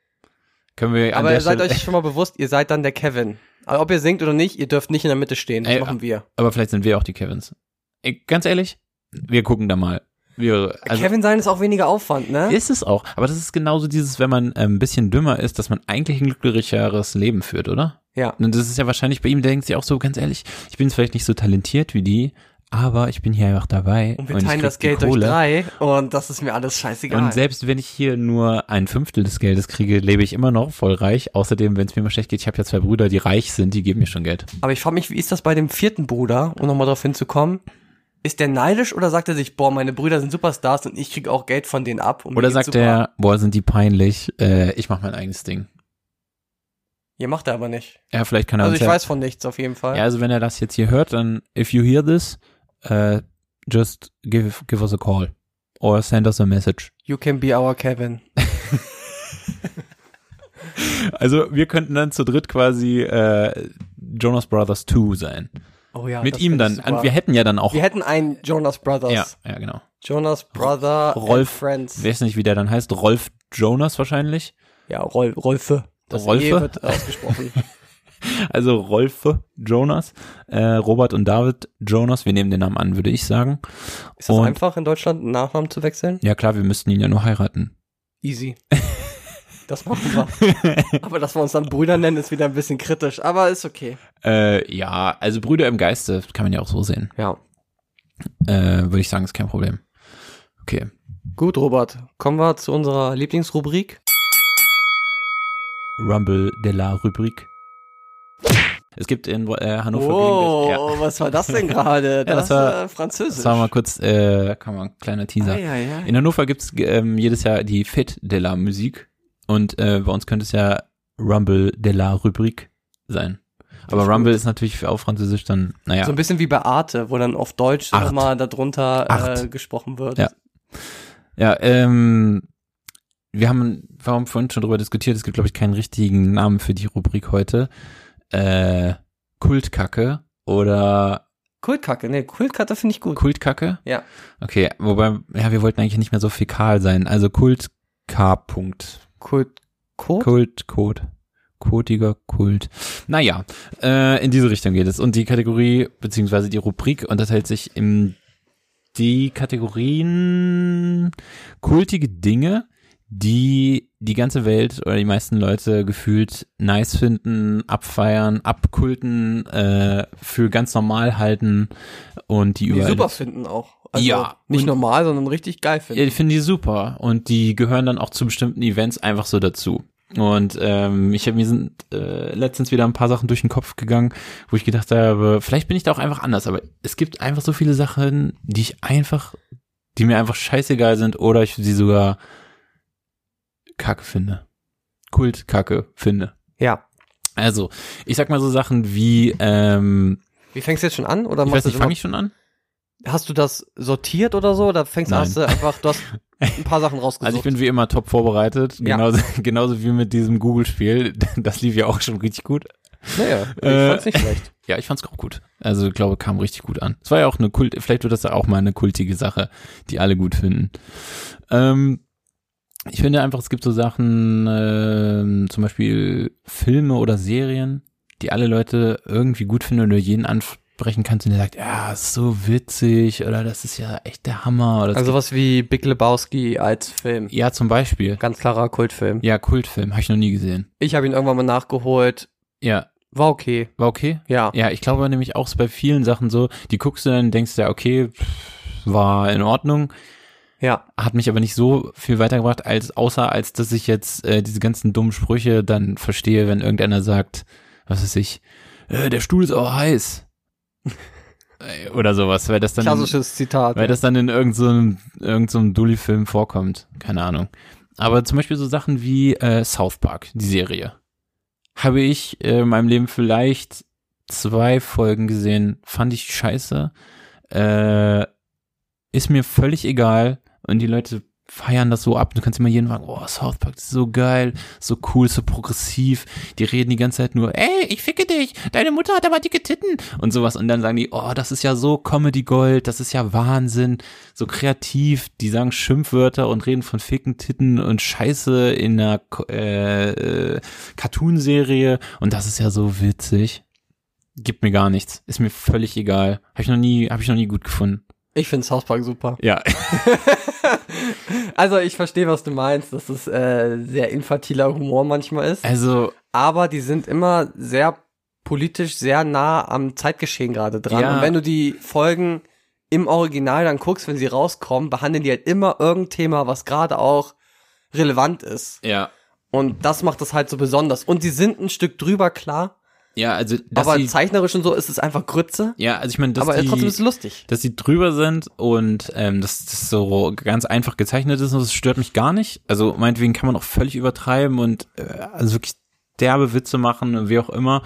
Können wir an
Aber
der
ihr seid
Stelle-
euch schon mal bewusst, ihr seid dann der Kevin. Also ob ihr singt oder nicht, ihr dürft nicht in der Mitte stehen. Das
Ey,
machen wir.
Aber vielleicht sind wir auch die Kevins. Ey, ganz ehrlich, wir gucken da mal. Wir, also
Kevin sein ist auch weniger Aufwand, ne?
ist es auch. Aber das ist genauso dieses, wenn man äh, ein bisschen dümmer ist, dass man eigentlich ein glücklicheres Leben führt, oder?
ja.
Und das ist ja wahrscheinlich bei ihm, der denkt sich auch so, ganz ehrlich, ich bin vielleicht nicht so talentiert wie die, aber ich bin hier einfach dabei.
Und wir
ich
teilen
krieg
das
die
Geld durch
Kohle.
drei und das ist mir alles scheißegal.
Und selbst wenn ich hier nur ein Fünftel des Geldes kriege, lebe ich immer noch voll reich. Außerdem, wenn es mir mal schlecht geht, ich habe ja zwei Brüder, die reich sind, die geben mir schon Geld.
Aber ich frage mich, wie ist das bei dem vierten Bruder, um nochmal drauf hinzukommen? Ist der neidisch oder sagt er sich, boah, meine Brüder sind Superstars und ich kriege auch Geld von denen ab? um Und mir
Oder
geht's
sagt
super?
er, boah, sind die peinlich, äh, ich mache mein eigenes Ding.
Ihr macht er aber nicht.
Ja, vielleicht kann er
also
uns
ich
ja
weiß von nichts auf jeden Fall.
Ja, also wenn er das jetzt hier hört, dann if you hear this, äh, just give give us a call or send us a message.
You can be our Kevin.
Also wir könnten dann zu dritt quasi äh, Jonas Brothers 2 sein.
Oh ja.
Mit
das
ihm
find ich
dann.
super.
Und wir hätten ja dann auch
Wir hätten einen Jonas Brothers.
ja, ja, genau.
Jonas Brother
Rolf-
and Friends.
Ich weiß nicht, wie der dann heißt. Rolf Jonas wahrscheinlich.
Ja, Rol Rolfe. Das
Rolfe?
E wird ausgesprochen.
Also Rolfe Jonas, äh, Robert und David Jonas. Wir nehmen den Namen an, würde ich sagen.
Ist das
Und-
einfach in Deutschland, einen Nachnamen zu wechseln?
Ja klar, wir müssten ihn ja nur heiraten.
Easy. Das machen wir. Aber dass wir uns dann Brüder nennen, ist wieder ein bisschen kritisch. Aber ist okay.
Äh, ja, also Brüder im Geiste kann man ja auch so sehen.
Ja.
Äh, würde ich sagen, ist kein Problem. Okay.
Gut, Robert. Kommen wir zu unserer Lieblingsrubrik.
Rumble de la Rubrik. Es gibt in äh, Hannover
Oh,
gelegentlich-
was war das denn gerade?
das war-
äh,
Ja,
Französisch.
das war mal kurz, äh, kann man, kleiner Teaser.
ah, ja, ja.
In Hannover gibt's ähm, jedes Jahr die Fit de la Musik und äh, bei uns könnte es ja Rumble de la Rubrik sein. Aber
ist
Rumble ist natürlich auf Französisch dann, naja,
So ein bisschen wie bei Arte, wo dann auf Deutsch
Art.
nochmal darunter äh,
Art.
gesprochen wird.
Ja. ja, ähm, wir haben, wir haben vorhin schon drüber diskutiert, es gibt glaube ich keinen richtigen Namen für die Rubrik heute. Äh, Kultkacke oder
Kultkacke, nee, Kultkacke finde ich gut.
Kultkacke?
Ja.
Okay, wobei, ja, wir wollten eigentlich nicht mehr so fäkal sein. Also Kult K. Punkt.
Kult, Kult?
Kult, Code. Kotiger Kult. Naja, äh, in diese Richtung geht es. Und die Kategorie, beziehungsweise die Rubrik unterteilt sich in die Kategorien kultige Dinge, die die ganze Welt oder die meisten Leute gefühlt nice finden, abfeiern, abkulten, äh, für ganz normal halten und die
Die
überall
super finden auch. Also
Ja.
Nicht
Und-
normal, sondern richtig geil
Ja,
finden.
die finden die super und die gehören dann auch zu bestimmten Events einfach so dazu. Und ähm, ich habe mir sind äh, letztens wieder ein paar Sachen durch den Kopf gegangen, wo ich gedacht habe, vielleicht bin ich da auch einfach anders, aber es gibt einfach so viele Sachen, die ich einfach, die mir einfach scheißegal sind oder ich sie sogar Kacke finde. Kultkacke finde.
Ja.
Also, ich sag mal so Sachen wie, ähm,
Wie fängst du jetzt schon an? Oder
ich
machst
weiß
du
nicht,
das
fange
immer-
ich schon an?
Hast du das sortiert oder so? Oder fängst
Nein.
hast du einfach, du hast ein paar Sachen rausgesucht.
Also ich bin wie immer top vorbereitet,
Ja.
genauso, genauso wie mit diesem Google-Spiel. Das lief ja auch schon richtig gut.
naja,
Äh,
ich fand's nicht schlecht.
Ja, ich fand's auch gut. Also ich glaube, kam richtig gut an. Es war ja auch eine Kult, vielleicht wird das ja auch mal eine kultige Sache, die alle gut finden. Ähm, ich finde einfach, es gibt so Sachen, ähm, zum Beispiel Filme oder Serien, die alle Leute irgendwie gut finden oder jeden anf sprechen kannst und der sagt, ja, ist so witzig oder das ist ja echt der Hammer oder
Also was wie Big Lebowski als Film.
ja, zum Beispiel.
Ganz klarer Kultfilm.
Ja, Kultfilm, habe ich noch nie gesehen.
Ich habe ihn irgendwann mal nachgeholt.
Ja,
War okay.
war okay?
Ja.
Ja, ich glaube nämlich auch bei vielen Sachen so, die guckst du dann, denkst ja, okay, pff, war in Ordnung,
Ja.
hat mich aber nicht so viel weitergebracht, als außer als dass ich jetzt äh, diese ganzen dummen Sprüche dann verstehe, wenn irgendeiner sagt, was weiß ich, äh, der Stuhl ist auch heiß. Äh, Oder sowas, weil das dann
Klassisches Zitat.
weil das dann in irgendeinem so irgendeinem Dulli-Film vorkommt. Keine Ahnung. Aber zum Beispiel so Sachen wie äh, South Park, die Serie. Habe ich äh, in meinem Leben vielleicht zwei Folgen gesehen, fand ich scheiße. Äh, ist mir völlig egal. Und die Leute feiern das so ab. Du kannst immer jeden sagen, oh, South Park ist so geil, so cool, so progressiv. Die reden die ganze Zeit nur, ey, ich ficke dich, deine Mutter hat aber dicke Titten und sowas. Und dann sagen die, oh, das ist ja so Comedy Gold, das ist ja Wahnsinn, so kreativ. Die sagen Schimpfwörter und reden von ficken Titten und Scheiße in einer Ko- äh, äh, Cartoon-Serie. Und das ist ja so witzig. Gibt mir gar nichts. Ist mir völlig egal. Habe ich noch nie, habe ich noch nie gut gefunden.
ich finde South Park super.
Ja.
Also ich verstehe, was du meinst, dass es äh, sehr infantiler Humor manchmal ist.
Also,
aber die sind immer sehr politisch sehr nah am Zeitgeschehen gerade dran.
Ja.
Und wenn du die Folgen im Original dann guckst, wenn sie rauskommen, behandeln die halt immer irgendein Thema, was gerade auch relevant ist.
ja.
Und das macht das halt so besonders. Und die sind ein Stück drüber, klar.
Ja, also dass
aber
sie,
zeichnerisch und so ist es einfach Grütze.
ja, also ich meine, dass
aber
die,
trotzdem ist es lustig.
dass sie drüber sind und ähm, dass das so ganz einfach gezeichnet ist und das stört mich gar nicht. Also meinetwegen kann man auch völlig übertreiben und äh, also wirklich derbe Witze machen und wie auch immer.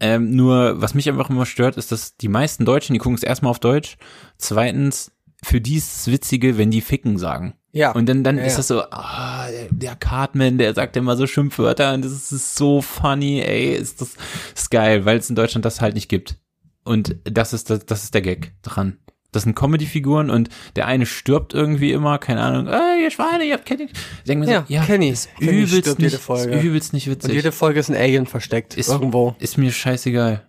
Ähm, nur, was mich einfach immer stört, ist, dass die meisten Deutschen, die gucken es erstmal auf Deutsch, zweitens, für die ist es Witzige, wenn die Ficken sagen.
Ja.
Und dann, dann
Ja,
ist
ja.
das so, ah, der, der Cartman, der sagt immer so Schimpfwörter und das ist, ist so funny, ey, ist das ist geil, weil es in Deutschland das halt nicht gibt. Und das ist, das, das ist der Gag dran. Das sind Comedy-Figuren und der eine stirbt irgendwie immer, keine Ahnung, ey, ihr Schweine, ihr habt Kenny. Ich denke mir
Ja,
so, ja,
Kenny.
ist
Kenny
übelst
stirbt
nicht,
jede Folge.
Ist übelst nicht witzig.
Und jede Folge ist ein Alien versteckt.
Ist-
irgendwo.
ist mir scheißegal.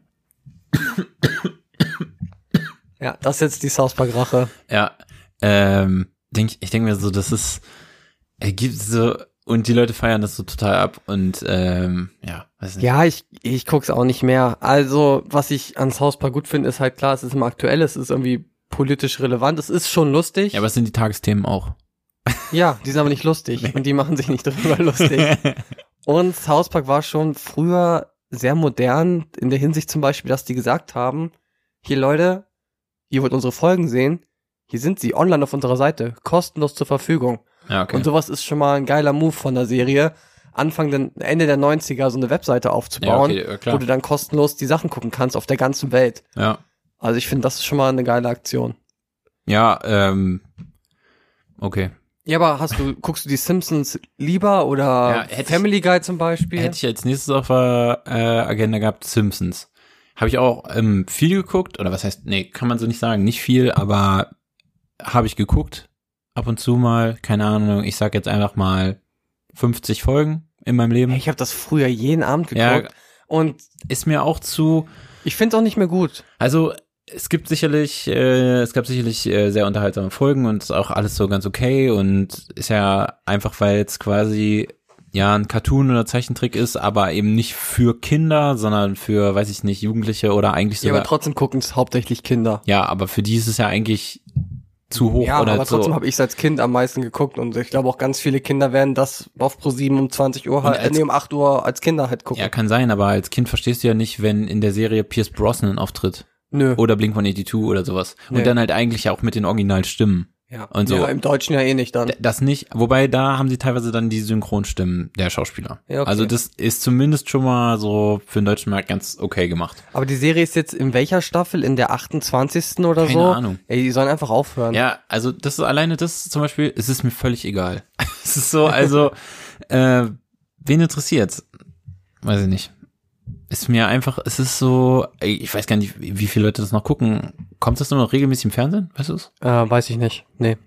Ja, das ist jetzt die South Park Rache.
Ja, ähm, denk, ich denke mir so, das ist, er gibt so, und die Leute feiern das so total ab und, ähm, ja, weiß nicht.
Ja, ich, ich guck's auch nicht mehr. Also, was ich an South Park gut finde, ist halt klar, es ist immer aktuell, es ist irgendwie politisch relevant, es ist schon lustig.
Ja, aber es sind die Tagesthemen auch.
ja, die sind aber nicht lustig und die machen sich nicht darüber lustig. Und South Park war schon früher sehr modern, in der Hinsicht zum Beispiel, dass die gesagt haben, hier Leute, ihr wollt unsere Folgen sehen, hier sind sie online auf unserer Seite, kostenlos zur Verfügung.
ja, okay.
Und sowas ist schon mal ein geiler Move von der Serie, Anfang, der, Ende der 90er so eine Webseite
ja,
aufzubauen
okay, ja,
wo
klar.
du dann kostenlos die Sachen gucken kannst auf der ganzen Welt.
Ja,
Also ich finde, das ist schon mal eine geile Aktion.
ja, ähm, okay.
Ja, aber hast du, guckst du die Simpsons lieber oder
Ja, hätte ich-
Family Guy zum Beispiel?
Hätte ich als nächstes auf der äh, Agenda gehabt, Simpsons. Habe ich auch ähm, viel geguckt, oder was heißt, nee, kann man so nicht sagen, nicht viel, aber habe ich geguckt, ab und zu mal, keine Ahnung, ich sag jetzt einfach mal 50 Folgen in meinem Leben.
ich habe das früher jeden Abend
Ja.
geguckt und
Ist mir auch zu,
ich finde es auch nicht mehr gut.
also es gibt sicherlich, äh, es gab sicherlich äh, sehr unterhaltsame Folgen und ist auch alles so ganz okay und ist ja einfach, weil es quasi ja ein Cartoon oder Zeichentrick ist, aber eben nicht für Kinder, sondern für, weiß ich nicht, Jugendliche oder eigentlich
Ja,
sogar.
aber trotzdem gucken es hauptsächlich Kinder.
Ja, aber für die ist es ja eigentlich zu hoch
Ja,
oder
aber
so.
trotzdem habe ich als Kind am meisten geguckt und ich glaube auch ganz viele Kinder werden das auf Pro 7 um 20 Uhr halt, äh,
als-
nee, um 8 Uhr als Kinder halt gucken.
ja, kann sein, aber als Kind verstehst du ja nicht, wenn in der Serie Pierce Brosnan auftritt
Nö.
oder Blink-182 oder sowas und
Nee.
dann halt eigentlich ja auch mit den Originalstimmen.
Ja.
und so.
ja, im Deutschen ja eh nicht dann.
D- Das nicht, wobei da haben sie teilweise dann die Synchronstimmen der Schauspieler.
Ja, okay.
Also das ist zumindest schon mal so für den deutschen Markt ganz okay gemacht.
Aber die Serie ist jetzt in welcher Staffel? In der 28. oder
Keine
so?
Ahnung.
Ey, die sollen einfach aufhören.
Ja, also das ist alleine das zum Beispiel, es ist mir völlig egal. es ist so, also äh, wen interessiert's? Weiß ich nicht. Ist mir einfach, es ist so, ey, ich weiß gar nicht, wie wie viele Leute das noch gucken. Kommt das nur noch regelmäßig im Fernsehen? Weißt du es?
Äh, weiß ich nicht. Nee.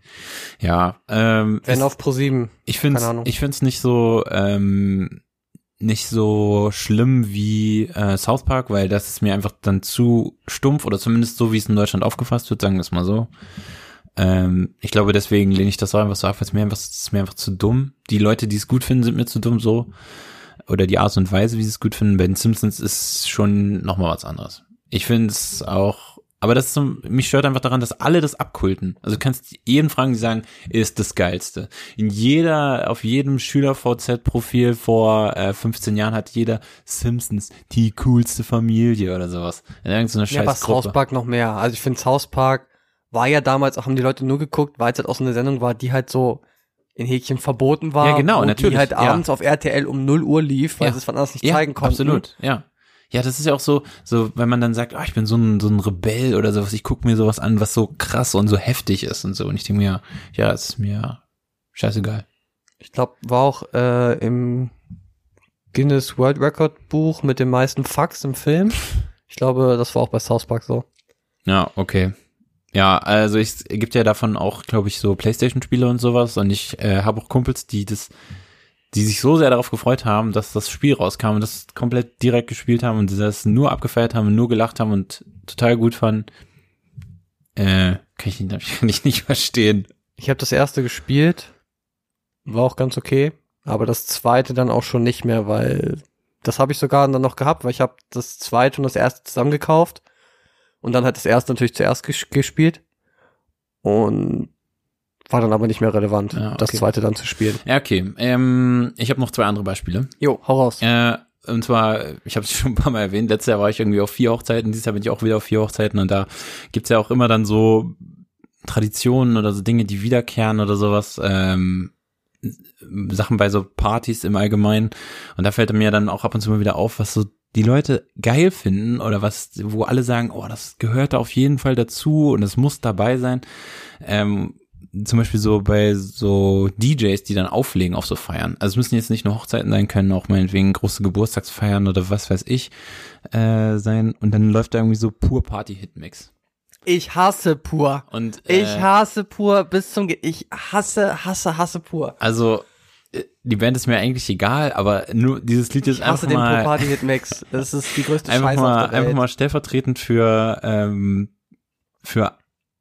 Ja. Ähm,
Wenn
es-
auf Pro 7.
Ich finde
Keine Ahnung.
ich find's nicht so ähm, nicht so schlimm wie äh, South Park, weil das ist mir einfach dann zu stumpf oder zumindest so, wie es in Deutschland aufgefasst wird, sagen wir es mal so. Ähm, ich glaube, deswegen lehne ich das auch einfach so ab, weil es mir einfach, es ist mir einfach zu dumm. Die Leute, die es gut finden, sind mir zu dumm so. Oder die Art und Weise, wie sie es gut finden. Bei den Simpsons ist schon nochmal was anderes. Ich finde es auch, aber das ist so, mich stört einfach daran, dass alle das abkulten. Also du kannst jeden fragen, die sagen, ist das geilste. In jeder, auf jedem Schüler-VZ-Profil vor äh, 15 Jahren hat jeder Simpsons die coolste Familie oder sowas. In irgendeiner
Ja, aber
scheiß
South Park noch mehr. Also ich finde South Park war ja damals, auch haben die Leute nur geguckt, weil es halt auch so eine Sendung war, die halt so in Häkchen verboten war.
Ja, genau,
wo
natürlich,
Die halt
ja.
abends auf RTL um 0 Uhr lief, weil
Ja.
sie es von anders nicht zeigen konnten.
Absolut, ja. Ja, das ist ja auch so, so, wenn man dann sagt, ah, ich bin so ein, so ein Rebell oder sowas, ich gucke mir sowas an, was so krass und so heftig ist und so. Und ich denke mir, ja, ist mir scheißegal.
Ich glaube, war auch äh, im Guinness World Record Buch mit den meisten Fucks im Film. Ich glaube, das war auch bei South Park so.
Ja, okay. Ja, also ich, es gibt ja davon auch, glaube ich, so Playstation-Spiele und sowas. Und ich äh, habe auch Kumpels, die das, die sich so sehr darauf gefreut haben, dass das Spiel rauskam und das komplett direkt gespielt haben und das nur abgefeiert haben und nur gelacht haben und total gut fanden. Äh, kann ich, nicht- kann ich nicht verstehen.
Ich habe das erste gespielt, war auch ganz okay, aber das zweite dann auch schon nicht mehr, weil das habe ich sogar dann noch gehabt, weil ich habe das zweite und das erste zusammen gekauft und dann hat das erste natürlich zuerst ges gespielt und war dann aber nicht mehr relevant,
Ah,
das
okay.
zweite dann zu spielen.
Ja, okay. Ähm, ich habe noch zwei andere Beispiele.
Jo, hau raus.
Äh, und zwar, ich habe es schon ein paar Mal erwähnt, letztes Jahr war ich irgendwie auf vier Hochzeiten, dieses Jahr bin ich auch wieder auf vier Hochzeiten und da gibt's ja auch immer dann so Traditionen oder so Dinge, die wiederkehren oder sowas. Ähm, Sachen bei so Partys im Allgemeinen. Und da fällt mir dann auch ab und zu mal wieder auf, was so die Leute geil finden oder was, wo alle sagen, oh, das gehört da auf jeden Fall dazu und es muss dabei sein. Ähm, zum Beispiel so bei so DJs, die dann auflegen auf so Feiern. Also es müssen jetzt nicht nur Hochzeiten sein, können auch meinetwegen große Geburtstagsfeiern oder was weiß ich äh, sein. Und dann läuft da irgendwie so pur Party-Hitmix.
Ich hasse pur.
Und äh,
Ich hasse pur bis zum Ge Ich hasse, hasse, hasse pur.
also äh, die Band ist mir eigentlich egal, aber nur dieses Lied ist
Ich hasse
einfach
den Pur
mal
Party Hit Mix. Das ist die größte
einfach
Scheiße
mal
auf der Welt.
einfach mal stellvertretend für ähm, für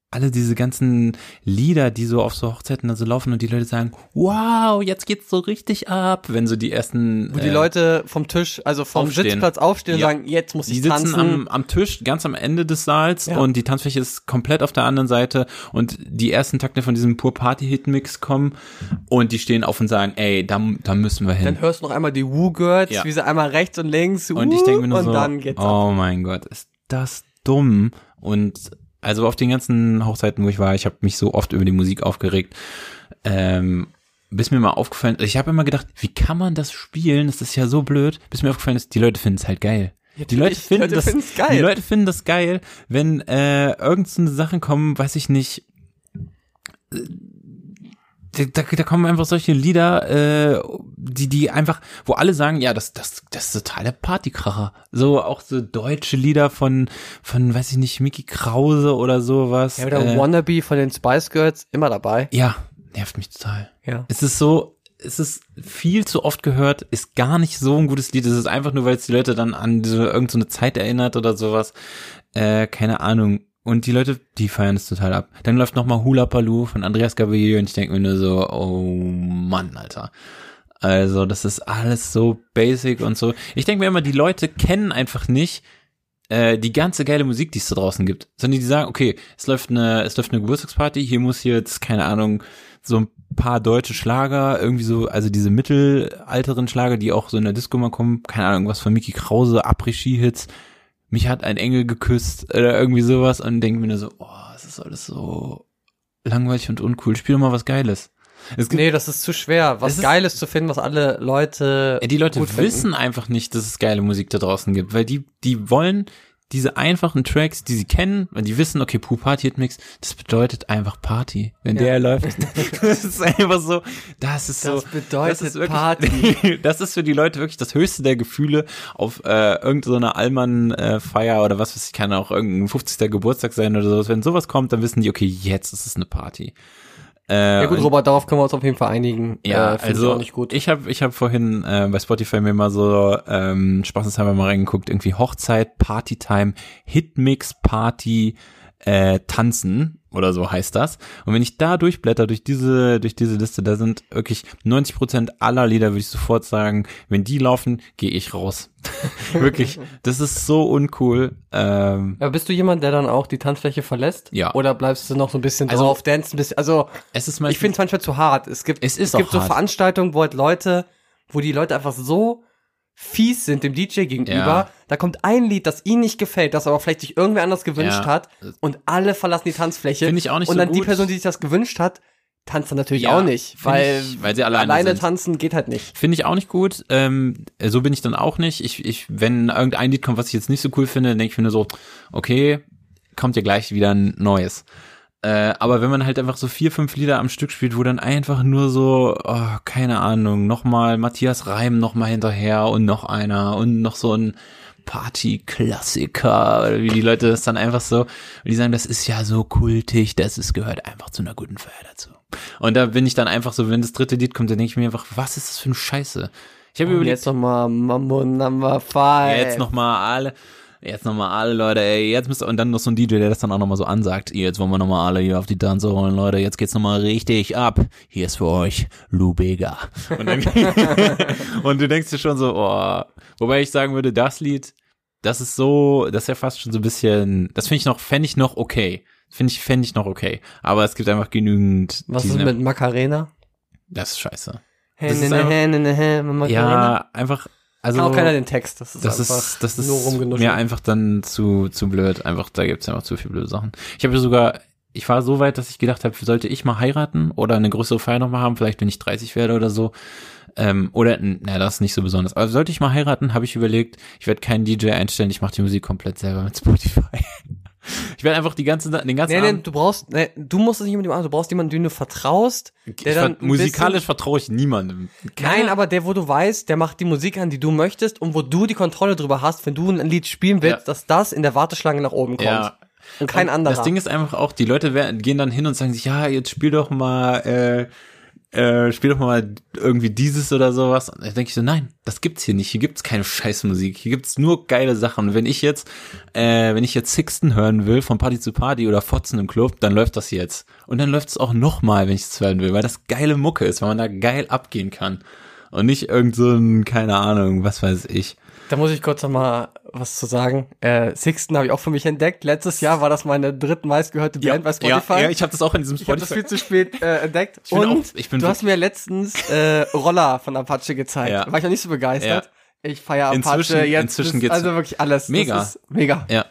alle diese ganzen Lieder, die so auf so Hochzeiten dann so laufen und die Leute sagen, wow, jetzt geht's so richtig ab, wenn so die ersten
Wo die
äh,
Leute vom Tisch, also vom
Aufstehen.
Sitzplatz aufstehen
Ja.
und sagen, jetzt muss
Die
ich
sitzen
tanzen.
am, am Tisch ganz am Ende des Saals
Ja.
und die Tanzfläche ist komplett auf der anderen Seite und die ersten Takte von diesem Pur Party Hit Mix kommen und die stehen auf und sagen, ey, da, da müssen wir hin.
dann hörst du noch einmal die Woo Girls,
Ja.
wie sie einmal rechts und links
Und ich denke mir nur
und
so,
dann geht's ab.
oh mein Gott, ist das dumm. Und also auf den ganzen Hochzeiten, wo ich war, ich habe mich so oft über die Musik aufgeregt. Ähm, bis mir mal aufgefallen, also ich habe immer gedacht, wie kann man das spielen? Das ist ja so blöd. Bis mir aufgefallen ist, die Leute finden es halt geil. Die Leute
natürlich, die
finden
Leute
das,
finden's geil.
die Leute finden das geil, wenn äh, irgendeine Sachen kommen, weiß ich nicht, da, da, da kommen einfach solche Lieder, äh, die, die einfach, wo alle sagen, ja, das, das, das ist totale Partykracher. So auch so deutsche Lieder von, von, weiß ich nicht, Mickey Krause oder sowas.
Ja, oder
äh,
Wannabe von den Spice Girls, immer dabei.
ja, nervt mich total.
Ja.
Es ist so, es ist viel zu oft gehört, ist gar nicht so ein gutes Lied. Es ist einfach nur, weil es die Leute dann an diese irgendeine so eine Zeit erinnert oder sowas. Äh, keine Ahnung. Und die Leute, die feiern es total ab. Dann läuft nochmal Hula Paloo von Andreas Gabriel und ich denke mir nur so, oh Mann, Alter. Also, das ist alles so basic und so. Ich denke mir immer, die Leute kennen einfach nicht äh, die ganze geile Musik, die es da draußen gibt. Sondern die sagen, okay, es läuft eine, es läuft eine Geburtstagsparty, hier muss jetzt, keine Ahnung, so ein paar deutsche Schlager, irgendwie so, also diese mittelalteren Schlager, die auch so in der Disco mal kommen, keine Ahnung, was von Mickey Krause, Après-Ski-Hits, mich hat ein Engel geküsst oder irgendwie sowas und denke mir nur so, oh, es ist alles so langweilig und uncool, spiel doch mal was Geiles. Es gibt
Nee, das ist zu schwer.
Es
Was
ist-
Geiles zu finden, was alle Leute.
ja, die Leute
gut finden.
wissen einfach nicht, dass es geile Musik da draußen gibt, weil die, die wollen diese einfachen Tracks, die sie kennen, weil die wissen, okay, Poo Party Hit Mix, das bedeutet einfach Party. Wenn der läuft, das ist einfach so, das ist
Das
so.
bedeutet
Party. das ist für die Leute wirklich das höchste der Gefühle auf äh, irgendeiner Allmann-Feier oder was weiß ich, kann auch irgendein 50. Geburtstag sein oder sowas. Wenn sowas kommt, dann wissen die, okay, jetzt ist es eine Party. Äh,
Ja gut,
und-
Robert, darauf können wir uns auf jeden Fall einigen.
Ja,
Äh, find ich
also
auch nicht gut.
ich habe ich hab vorhin äh, bei Spotify mir mal so ähm, spaßeshalber mal reingeguckt, irgendwie Hochzeit, Partytime, Hitmix, Party, äh, Tanzen oder so heißt das. Und wenn ich da durchblätter, durch diese, durch diese Liste, da sind wirklich 90 Prozent aller Lieder, würde ich sofort sagen, wenn die laufen, gehe ich raus. wirklich, das ist so uncool. Ähm,
Aber bist du jemand, der dann auch die Tanzfläche verlässt?
Ja.
Oder bleibst du noch so ein bisschen
Also-
drauf, dance ein bisschen? Also
es ist meistens-
ich finde es manchmal zu hart. Es gibt,
Es ist
gibt
auch
so
hart.
Veranstaltungen, wo halt Leute, wo die Leute einfach so fies sind dem DJ gegenüber.
Ja.
Da kommt ein Lied, das ihnen nicht gefällt, das aber vielleicht sich irgendwer anders gewünscht
Ja.
hat und alle verlassen die Tanzfläche.
Find ich auch nicht
Und
so
dann die
gut.
Person, die sich das gewünscht hat, tanzt dann natürlich
Ja,
auch nicht,
find
weil,
ich- weil sie alleine sind.
tanzen geht halt nicht.
Finde ich auch nicht gut. Ähm, so bin ich dann auch nicht. Ich, ich, wenn irgendein Lied kommt, was ich jetzt nicht so cool finde, dann denke ich mir nur so, okay, kommt ja gleich wieder ein neues. Äh, aber wenn man halt einfach so vier, fünf Lieder am Stück spielt, wo dann einfach nur so, oh, keine Ahnung, nochmal Matthias Reim nochmal hinterher und noch einer und noch so ein Party-Klassiker, oder wie die Leute das dann einfach so, und die sagen, das ist ja so kultig, das ist, gehört einfach zu einer guten Feier dazu. Und da bin ich dann einfach so, wenn das dritte Lied kommt, dann denke ich mir einfach, was ist das für eine Scheiße? Ich habe
Und
überlegt,
jetzt nochmal Mambo Number Five.
Jetzt nochmal alle, jetzt nochmal alle Leute, ey, jetzt müsst ihr, und dann noch so ein DJ, der das dann auch nochmal so ansagt, "Ihr, jetzt wollen wir nochmal alle hier auf die Tanze holen, Leute, jetzt geht's nochmal richtig ab. Hier ist für euch Lou Bega. Und, dann, und du denkst dir schon so, oh, wobei ich sagen würde, das Lied, das ist so, das ist ja fast schon so ein bisschen, das finde ich noch, fände ich noch okay. Finde ich, fände ich noch okay. Aber es gibt einfach genügend.
Was
die
ist
sind-
mit Macarena? ne,
Das ist scheiße. Das ist einfach-
Ja,
Ja, einfach. Also
also, auch keiner den Text. Das ist,
das
einfach
ist, das
nur
ist
rumgenuschelt.
mir einfach dann zu, zu blöd. Einfach, da gibt's einfach zu viele blöde Sachen. Ich habe sogar, ich war so weit, dass ich gedacht habe, sollte ich mal heiraten oder eine größere Feier nochmal haben, vielleicht wenn ich 30 werde oder so. Ähm, oder, n- na, das ist nicht so besonders. Aber sollte ich mal heiraten, habe ich überlegt, ich werde keinen DJ einstellen, ich mache die Musik komplett selber mit Spotify. Ich werde einfach die ganzen, den ganzen
Nee, nee,
Abend,
du brauchst, nee, du musst es nicht mit jemandem machen, du brauchst jemanden, den du vertraust, der
ich ver
dann ein
musikalisch vertraue ich niemandem.
Bisschen, nein, aber der, wo du weißt, der macht die Musik an, die du möchtest und wo du die Kontrolle drüber hast, wenn du ein Lied spielen willst,
Ja.
dass das in der Warteschlange nach oben kommt.
Ja.
Und kein anderer.
Das Ding ist einfach auch, die Leute wer- gehen dann hin und sagen sich, ja, jetzt spiel doch mal, äh, äh, spiel doch mal irgendwie dieses oder sowas. Und dann denke ich so, nein, das gibt's hier nicht. Hier gibt's keine Scheißmusik. Hier gibt's nur geile Sachen. Und wenn ich jetzt, äh, wenn ich jetzt Sixten hören will von Party zu Party oder Fotzen im Club, dann läuft das jetzt. Und dann läuft's auch nochmal, wenn ich es hören will, weil das geile Mucke ist, weil man da geil abgehen kann. Und nicht irgend so ein, keine Ahnung, was weiß ich.
Da muss ich kurz nochmal was zu sagen. Äh, Sixten habe ich auch für mich entdeckt. Letztes Jahr war das meine drittmeistgehörte Band bei Spotify.
Ja, ja, ich habe das auch in diesem
Ich habe das
Spotify.
viel zu spät äh, entdeckt.
bin
und
auch- ich bin
du hast mir letztens äh, Roller von Apache gezeigt.
Ja.
War ich noch nicht so begeistert.
Ja.
Ich feiere Apache
Inzwischen-
jetzt.
inzwischen
ist
geht's-
also wirklich alles. Das
Mega.
Ist mega.
Ja.